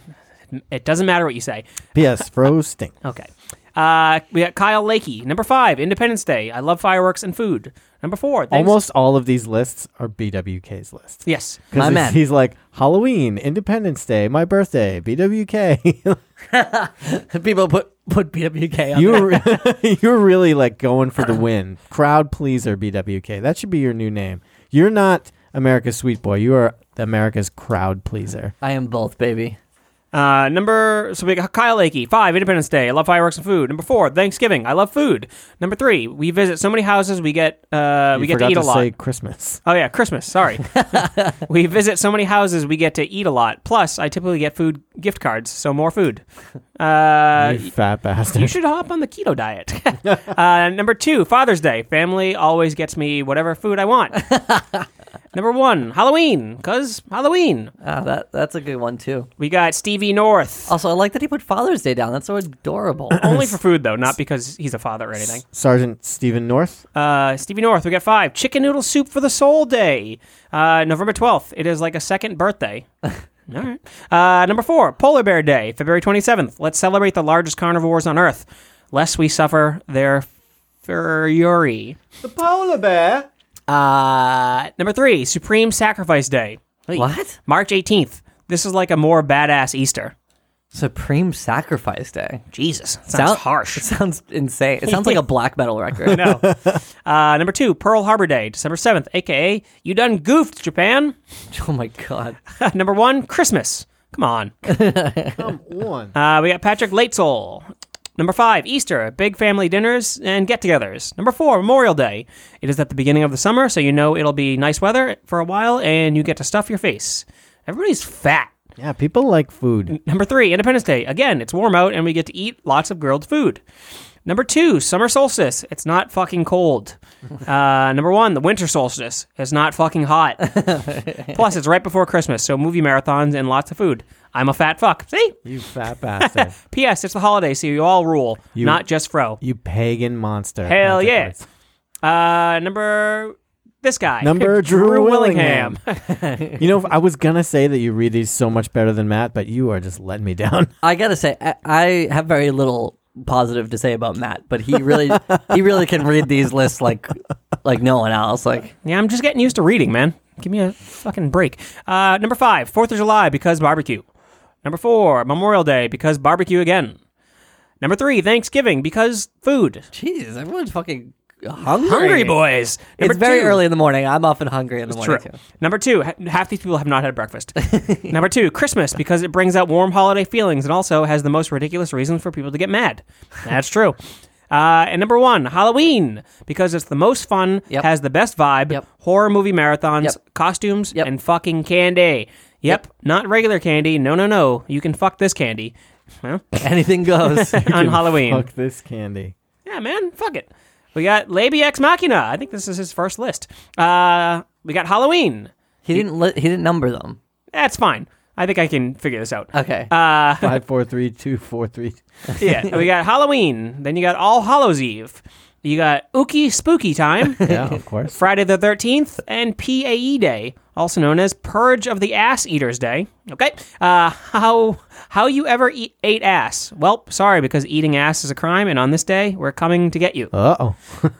[SPEAKER 2] it doesn't matter what you say.
[SPEAKER 1] P.S. Froze stink.
[SPEAKER 2] Okay. Uh, we got Kyle Lakey. Number five, Independence Day. I love fireworks and food. Number four, thanks-
[SPEAKER 1] Almost all of these lists are BWK's lists.
[SPEAKER 2] Yes.
[SPEAKER 1] Because
[SPEAKER 3] My
[SPEAKER 1] he's,
[SPEAKER 3] man.
[SPEAKER 1] he's like Halloween, Independence Day, my birthday, [LAUGHS] BWK.
[SPEAKER 3] [LAUGHS]
[SPEAKER 2] Mm.
[SPEAKER 3] People put put BWK on.
[SPEAKER 1] you
[SPEAKER 3] there.
[SPEAKER 1] [LAUGHS] were you're really like going for the win. Crowd pleaser, BWK. That should be your new name. You're not America's sweet boy. You are America's crowd pleaser.
[SPEAKER 3] I am both, baby.
[SPEAKER 2] Uh, number so we got Kyle Lakey. Five Independence Day. I love fireworks and food. Number four Thanksgiving. I love food. Number three we visit so many houses we get uh,
[SPEAKER 1] You
[SPEAKER 2] we get
[SPEAKER 1] forgot
[SPEAKER 2] to eat a lot.
[SPEAKER 1] say Christmas.
[SPEAKER 2] Oh yeah, Christmas.
[SPEAKER 1] [LAUGHS]
[SPEAKER 2] Sorry, [LAUGHS] we visit so many houses we get to eat a lot. Plus, I typically get food gift cards, so more food. Uh,
[SPEAKER 1] you fat bastard.
[SPEAKER 2] you should hop on the keto diet. [LAUGHS] uh, number two, Father's Day. Family always gets me whatever food I
[SPEAKER 1] [LAUGHS]
[SPEAKER 2] want. number one, Halloween, cause Halloween.
[SPEAKER 1] Uh,
[SPEAKER 3] Ah, that that's a good one too.
[SPEAKER 2] We got Stevie North.
[SPEAKER 3] Also, I like that he put Father's Day down. That's so
[SPEAKER 2] [COUGHS]
[SPEAKER 3] adorable.
[SPEAKER 2] Only for food though, not because he's a father or anything.
[SPEAKER 1] Sergeant Stephen North.
[SPEAKER 2] Uh, Stevie North, we got five. Chicken noodle soup for the soul day, uh, November twelfth. It is like a second birthday. All right. Uh, number four, polar bear day, February twenty seventh. Let's celebrate the largest carnivores on Earth, lest we suffer their fury.
[SPEAKER 1] The polar bear.
[SPEAKER 2] Uh, number three, Supreme Sacrifice Day,
[SPEAKER 3] what?
[SPEAKER 2] March eighteenth. This is like a more badass Easter.
[SPEAKER 3] Supreme Sacrifice Day.
[SPEAKER 2] Jesus, sounds
[SPEAKER 3] Sound-
[SPEAKER 2] harsh.
[SPEAKER 3] It [LAUGHS] sounds insane. It sounds like a black metal
[SPEAKER 2] [LAUGHS]
[SPEAKER 3] record.
[SPEAKER 2] no. Uh, number two, Pearl Harbor Day, December 7th, aka You Done Goofed, Japan.
[SPEAKER 3] [LAUGHS] Oh my god.
[SPEAKER 2] [LAUGHS] number one, Christmas. Come on.
[SPEAKER 1] Come on.
[SPEAKER 2] Uh, we got Patrick Latesoul. Number five, Easter, big family dinners and get togethers. Number four, Memorial Day. It is at the beginning of the summer, so you know it'll be nice weather for a while and you get to stuff your face. Everybody's fat.
[SPEAKER 1] [LAUGHS] Yeah, people like food.
[SPEAKER 2] Number three, Independence Day. Again, it's warm out and we get to eat lots of grilled food. Number two, summer solstice. It's not fucking
[SPEAKER 1] [LAUGHS]
[SPEAKER 2] cold. Uh, number one, the winter solstice. It's not fucking hot.
[SPEAKER 1] [LAUGHS]
[SPEAKER 2] Plus, it's right before Christmas, so movie marathons and lots of food. I'm a fat fuck. See?
[SPEAKER 1] You
[SPEAKER 2] [LAUGHS]
[SPEAKER 1] fat bastard.
[SPEAKER 2] P.S. It's the holiday, so you all rule,
[SPEAKER 1] You-
[SPEAKER 2] not just Fro.
[SPEAKER 1] you pagan monster.
[SPEAKER 2] Hell
[SPEAKER 1] Patrick
[SPEAKER 2] yeah.
[SPEAKER 1] Lates.
[SPEAKER 2] Uh, number this guy. [LAUGHS]
[SPEAKER 1] Number Drew Willingham. You know, I was gonna say that you read these so much better than Matt, but you are just letting me down.
[SPEAKER 3] I gotta say, I, I have very little positive to say about Matt, but he really, he really can read these lists like, like no one else. Like,
[SPEAKER 2] yeah, I'm just getting used to reading, man. Give me a fucking break. Uh, number five, Fourth of July because barbecue. Number four, Memorial Day because barbecue again. Number three, Thanksgiving because food.
[SPEAKER 3] jeez, everyone's fucking hungry.
[SPEAKER 2] Hungry boys. Number
[SPEAKER 3] It's very
[SPEAKER 2] two-
[SPEAKER 3] early in the morning. I'm often hungry in the morning
[SPEAKER 2] True.
[SPEAKER 3] too.
[SPEAKER 2] Number two, ha- half these people have not
[SPEAKER 3] [LAUGHS]
[SPEAKER 2] had breakfast. Number two, Christmas because it brings out warm holiday feelings and also has the most ridiculous reasons for people to get mad.
[SPEAKER 3] [LAUGHS]
[SPEAKER 2] That's true. Uh, and number one, Halloween because it's the most fun,
[SPEAKER 3] Yep.
[SPEAKER 2] has the best vibe,
[SPEAKER 3] Yep.
[SPEAKER 2] horror movie marathons,
[SPEAKER 3] Yep.
[SPEAKER 2] costumes,
[SPEAKER 3] Yep.
[SPEAKER 2] and fucking candy. Yep.
[SPEAKER 3] Yep.
[SPEAKER 2] not regular candy. No, no, no. You can fuck
[SPEAKER 3] [LAUGHS]
[SPEAKER 2] this candy. Well, [LAUGHS]
[SPEAKER 3] Anything goes.
[SPEAKER 2] on Halloween.
[SPEAKER 1] Fuck
[SPEAKER 2] [LAUGHS]
[SPEAKER 1] this candy.
[SPEAKER 2] Yeah, man, fuck it. We got Labia Ex Machina. I think this is his first list. Uh, we got Halloween.
[SPEAKER 3] he didn't. Li- he didn't number them.
[SPEAKER 2] That's fine. I think I can figure this out.
[SPEAKER 3] Okay.
[SPEAKER 2] Uh,
[SPEAKER 1] Five, four, three, two, four, three.
[SPEAKER 2] yeah, we got Halloween. Then you got All Hallows Eve. You got Ookie Spooky Time,
[SPEAKER 1] [LAUGHS]
[SPEAKER 2] [LAUGHS]
[SPEAKER 1] Yeah, of course.
[SPEAKER 2] Friday the 13th, and PAE Day, also known as Purge of the Ass Eaters Day. Okay. Uh, how how you ever eat, ate ass? Well, sorry, because eating ass is a crime, and on this day, we're coming to get you.
[SPEAKER 1] Uh oh.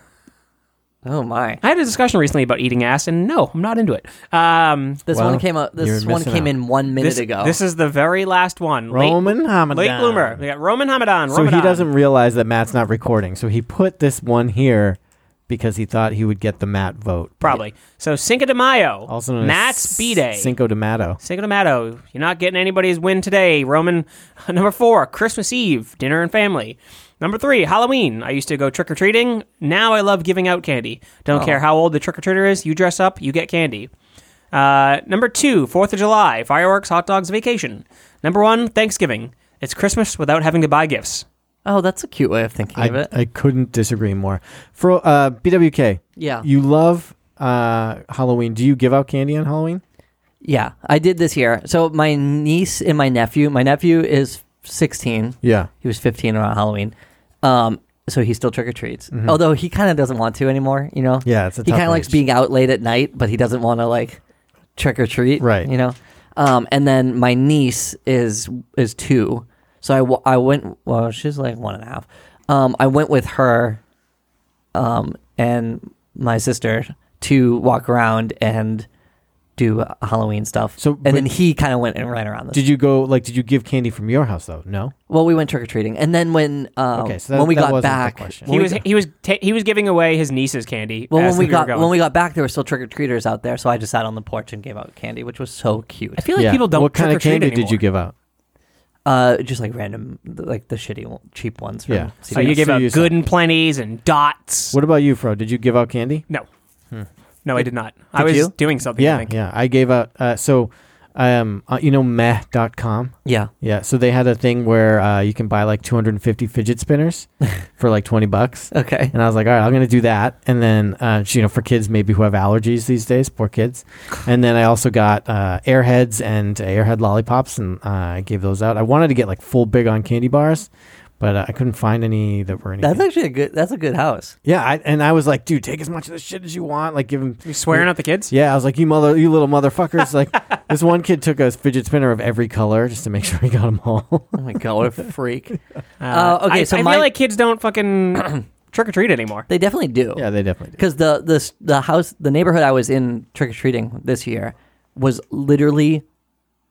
[SPEAKER 3] oh my.
[SPEAKER 2] I had a discussion recently about eating ass, and no, I'm not into it. Um,
[SPEAKER 3] This
[SPEAKER 1] Well,
[SPEAKER 3] one came out. This
[SPEAKER 1] you're
[SPEAKER 3] one
[SPEAKER 1] missing
[SPEAKER 3] came
[SPEAKER 1] out.
[SPEAKER 3] in one minute
[SPEAKER 2] this,
[SPEAKER 3] ago.
[SPEAKER 2] this is the very last one. Late-
[SPEAKER 1] Roman Hamadan.
[SPEAKER 2] Late, bloomer. We got Roman Hamadan.
[SPEAKER 1] So he
[SPEAKER 2] Ramadan.
[SPEAKER 1] doesn't realize that Matt's not recording. So he put this one here because he thought he would get the Matt vote.
[SPEAKER 2] Probably. So Cinco de Mayo.
[SPEAKER 1] Also known
[SPEAKER 2] Matt's
[SPEAKER 1] as
[SPEAKER 2] B Day.
[SPEAKER 1] Cinco de Mato.
[SPEAKER 2] Cinco de Mayo. You're not getting anybody's win today. Roman [LAUGHS] number four, Christmas Eve, dinner and family. Number three, Halloween. I used to go trick or treating. Now I love giving out candy. Don't care how old the trick or treater is. You dress up, you get candy. Uh, number two, Fourth of July, fireworks, hot dogs, vacation. Number one, Thanksgiving. It's Christmas without having to buy gifts.
[SPEAKER 3] oh, that's a cute way of thinking of
[SPEAKER 1] I,
[SPEAKER 3] it.
[SPEAKER 1] I couldn't disagree more. For uh, BWK,
[SPEAKER 3] yeah.
[SPEAKER 1] you love uh, Halloween. Do you give out candy on Halloween?
[SPEAKER 3] yeah. I did this year. So my niece and my nephew. My nephew is 16.
[SPEAKER 1] Yeah.
[SPEAKER 3] He was 15 around Halloween. Um, so he still trick or treats. Although he kind of doesn't want to anymore, you know?
[SPEAKER 1] Mm-hmm. Yeah, it's a
[SPEAKER 3] He
[SPEAKER 1] tough
[SPEAKER 3] kind of likes
[SPEAKER 1] age.
[SPEAKER 3] being out late at night, but he doesn't want to like trick or treat.
[SPEAKER 1] Right.
[SPEAKER 3] You know? Um, and then my niece is is two. So I, w- I went, well, she's like one and a half. Um, I went with her um, and my sister to walk around and do uh, Halloween stuff.
[SPEAKER 1] So-
[SPEAKER 3] and
[SPEAKER 1] but-
[SPEAKER 3] then he kind of went and ran around. The
[SPEAKER 1] Did you go, like, did you give candy from your house, though? No?
[SPEAKER 3] well, we went trick or treating, and then when um,
[SPEAKER 1] Okay, so that-
[SPEAKER 3] when we
[SPEAKER 1] that
[SPEAKER 3] got
[SPEAKER 1] wasn't the
[SPEAKER 3] back,
[SPEAKER 1] question.
[SPEAKER 3] when
[SPEAKER 2] he
[SPEAKER 3] we
[SPEAKER 2] was
[SPEAKER 3] got-
[SPEAKER 2] he was ta he was giving away his niece's candy.
[SPEAKER 3] well
[SPEAKER 2] as
[SPEAKER 3] when we
[SPEAKER 2] were
[SPEAKER 3] got
[SPEAKER 2] going.
[SPEAKER 3] when we got back, there were still trick or treaters out there, so I just sat on the porch and gave out candy, which was so cute.
[SPEAKER 2] I feel like people don't.
[SPEAKER 1] What kind
[SPEAKER 2] trick
[SPEAKER 1] of
[SPEAKER 2] or treat
[SPEAKER 1] candy did
[SPEAKER 2] anymore.
[SPEAKER 1] you give out?
[SPEAKER 3] Uh, just like random, like the shitty, one- cheap ones. From
[SPEAKER 1] Yeah.
[SPEAKER 2] So
[SPEAKER 3] CVS.
[SPEAKER 2] you gave
[SPEAKER 1] So
[SPEAKER 2] out
[SPEAKER 1] you said-
[SPEAKER 2] good and plenties and dots.
[SPEAKER 1] What about you, Fro? Did you give out candy?
[SPEAKER 2] No, no, I did not. I
[SPEAKER 3] Did
[SPEAKER 2] was
[SPEAKER 3] you?
[SPEAKER 2] doing something. I
[SPEAKER 1] Yeah,
[SPEAKER 2] think.
[SPEAKER 1] yeah. I gave out, uh, so, um, uh, you know, meh.com?
[SPEAKER 3] yeah,
[SPEAKER 1] Yeah, so they had a thing where uh, you can buy like 250 fidget spinners for like 20 bucks. [LAUGHS]
[SPEAKER 3] okay. [LAUGHS]
[SPEAKER 1] And I was like, all right, I'm going to do that. And then, uh, you know, for kids maybe who have allergies these days, poor kids. And then I also got uh, airheads and airhead lollipops, and uh, I gave those out. I wanted to get like full big on candy bars, but uh, I couldn't find any that were any.
[SPEAKER 3] That's
[SPEAKER 1] good.
[SPEAKER 3] actually a good. That's a good house.
[SPEAKER 1] yeah, I, and I was like, dude, take as much of this shit as you want. Like, give him.
[SPEAKER 2] You swearing at the kids?
[SPEAKER 1] Yeah, I was like, you mother, you little motherfuckers. like, this one kid took a fidget spinner of every color just to make sure he got them
[SPEAKER 3] [LAUGHS]
[SPEAKER 1] all.
[SPEAKER 3] Oh my god, what a freak!
[SPEAKER 2] Uh,
[SPEAKER 3] Uh, okay,
[SPEAKER 2] I,
[SPEAKER 3] so
[SPEAKER 2] I
[SPEAKER 3] my-
[SPEAKER 2] feel like kids don't
[SPEAKER 1] [COUGHS]
[SPEAKER 2] fucking trick or treat anymore.
[SPEAKER 3] [LAUGHS] They definitely do.
[SPEAKER 1] yeah, they definitely did.
[SPEAKER 3] Because the the s- the house, the neighborhood I was in trick or treating this year was literally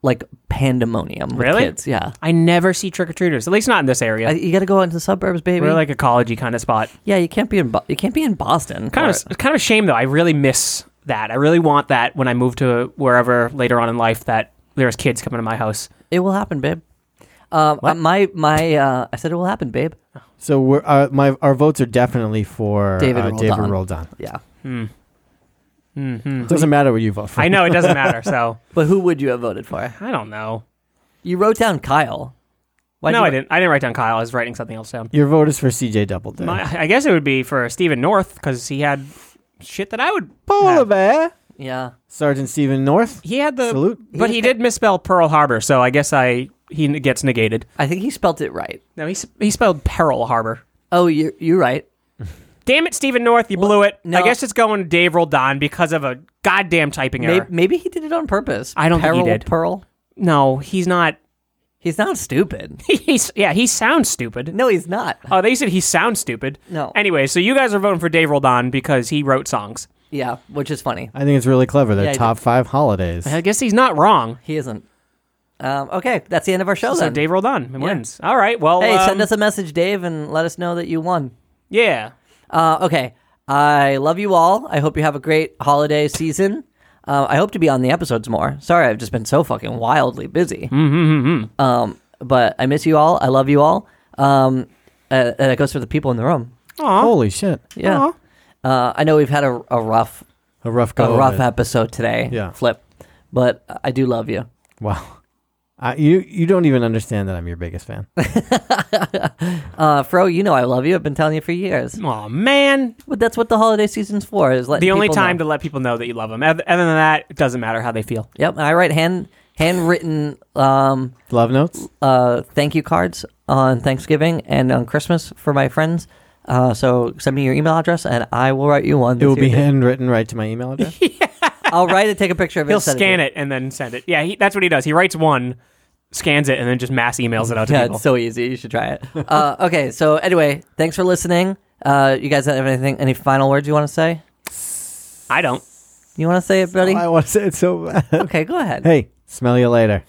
[SPEAKER 3] like pandemonium. with
[SPEAKER 2] Really?
[SPEAKER 3] kids. Yeah.
[SPEAKER 2] I never see trick or treaters, at least not in this area.
[SPEAKER 3] Uh, You got to go out into the suburbs, baby.
[SPEAKER 2] We're like a collegey kind of spot.
[SPEAKER 3] yeah, you can't be in. Bo- you can't be in Boston.
[SPEAKER 2] Kind
[SPEAKER 3] for
[SPEAKER 2] of,
[SPEAKER 3] it.
[SPEAKER 2] it's kind of a shame though. I really miss that. I really want that when I move to wherever later on in life that there's kids coming to my house.
[SPEAKER 3] It will happen, babe. Um, uh, my my. Uh, I said it will happen, babe.
[SPEAKER 1] So we're, uh, my our votes are definitely for
[SPEAKER 3] David
[SPEAKER 1] uh, David
[SPEAKER 3] Roldan.
[SPEAKER 1] Roldan.
[SPEAKER 3] Yeah.
[SPEAKER 2] hmm
[SPEAKER 1] It doesn't matter what you vote for.
[SPEAKER 2] I know it doesn't matter. So
[SPEAKER 3] But who would you have voted for?
[SPEAKER 2] I don't know.
[SPEAKER 3] You wrote down Kyle. Why'd
[SPEAKER 2] no,
[SPEAKER 3] you-
[SPEAKER 2] I didn't. I didn't write down Kyle. I was writing something else down.
[SPEAKER 1] Your vote is for CJ Doubleday.
[SPEAKER 2] My, I guess it would be for Stephen North because he had shit that I would.
[SPEAKER 1] Polar
[SPEAKER 2] have.
[SPEAKER 1] Bear.
[SPEAKER 3] Yeah.
[SPEAKER 1] Sergeant Stephen North.
[SPEAKER 2] He had the
[SPEAKER 1] Salute.
[SPEAKER 2] but he did misspell Pearl Harbor, so I guess I he n- gets negated.
[SPEAKER 3] I think he spelt it right.
[SPEAKER 2] No, he s- he spelled Pearl Harbor.
[SPEAKER 3] Oh, you're you're right.
[SPEAKER 2] Damn it, Stephen North, you blew it.
[SPEAKER 3] no.
[SPEAKER 2] I guess it's going Dave Roldan because of a goddamn typing
[SPEAKER 3] Maybe,
[SPEAKER 2] error.
[SPEAKER 3] maybe he did it on purpose.
[SPEAKER 2] I don't think he
[SPEAKER 3] Peril,
[SPEAKER 2] did.
[SPEAKER 3] Pearl.
[SPEAKER 2] No, he's not. [LAUGHS]
[SPEAKER 3] He's not stupid.
[SPEAKER 2] He's yeah, he sounds stupid.
[SPEAKER 3] No, he's not.
[SPEAKER 2] Oh, they said he sounds stupid.
[SPEAKER 3] No.
[SPEAKER 2] Anyway, so you guys are voting for Dave Roldan because he wrote songs.
[SPEAKER 3] Yeah, which is funny.
[SPEAKER 1] I think it's really clever. They're
[SPEAKER 3] Yeah, I do.
[SPEAKER 1] top five holidays.
[SPEAKER 2] I guess he's not wrong.
[SPEAKER 3] He isn't. Um, okay, that's the end of our show
[SPEAKER 2] So
[SPEAKER 3] then.
[SPEAKER 2] Dave Roldan wins. All right. Well,
[SPEAKER 3] hey,
[SPEAKER 2] um,
[SPEAKER 3] send us a message, Dave, and let us know that you won.
[SPEAKER 2] yeah.
[SPEAKER 3] Uh, okay, I love you all. I hope you have a great holiday season. Uh, I hope to be on the episodes more. Sorry, I've just been so fucking wildly busy.
[SPEAKER 2] Mm-hmm,
[SPEAKER 3] Um, but I miss you all. I love you all. Um, uh, and it goes for the people in the room.
[SPEAKER 1] Holy shit!
[SPEAKER 3] Yeah. Uh, I know we've had a, a rough,
[SPEAKER 1] A rough
[SPEAKER 3] a
[SPEAKER 1] go. of
[SPEAKER 3] rough
[SPEAKER 1] it.
[SPEAKER 3] episode today.
[SPEAKER 1] Yeah.
[SPEAKER 3] Flip, but I do love you.
[SPEAKER 1] Wow. I, you you don't even understand that I'm your biggest fan.
[SPEAKER 3] Uh, Fro, you know I love you. I've been telling you for years.
[SPEAKER 2] Oh man,
[SPEAKER 3] But that's what the holiday season's for. Is letting
[SPEAKER 2] the only
[SPEAKER 3] people
[SPEAKER 2] time
[SPEAKER 3] know.
[SPEAKER 2] to let people know that you love them. Other other than that, it doesn't matter how they feel.
[SPEAKER 3] Yep. And I write hand handwritten um,
[SPEAKER 1] Love notes.
[SPEAKER 3] uh, thank you cards on Thanksgiving and on Christmas for my friends. Uh, so send me your email address and I will write you one.
[SPEAKER 1] It will
[SPEAKER 3] this
[SPEAKER 1] be
[SPEAKER 3] year.
[SPEAKER 1] handwritten right to my email address.
[SPEAKER 3] I'll write it, take a picture of it.
[SPEAKER 2] He'll
[SPEAKER 3] and send
[SPEAKER 2] scan
[SPEAKER 3] to
[SPEAKER 2] it and then send it. Yeah, he, that's what he does. He writes one, scans it, and then just mass emails it out to
[SPEAKER 3] you. Yeah,
[SPEAKER 2] people.
[SPEAKER 3] it's so easy. You should try it. [LAUGHS] uh, okay. So anyway, thanks for listening. Uh, you guys have anything? Any final words you want to say?
[SPEAKER 2] I don't.
[SPEAKER 3] You want to say it, buddy?
[SPEAKER 1] I want to say it so bad. [LAUGHS]
[SPEAKER 3] Okay, go ahead.
[SPEAKER 1] Hey, smell you later.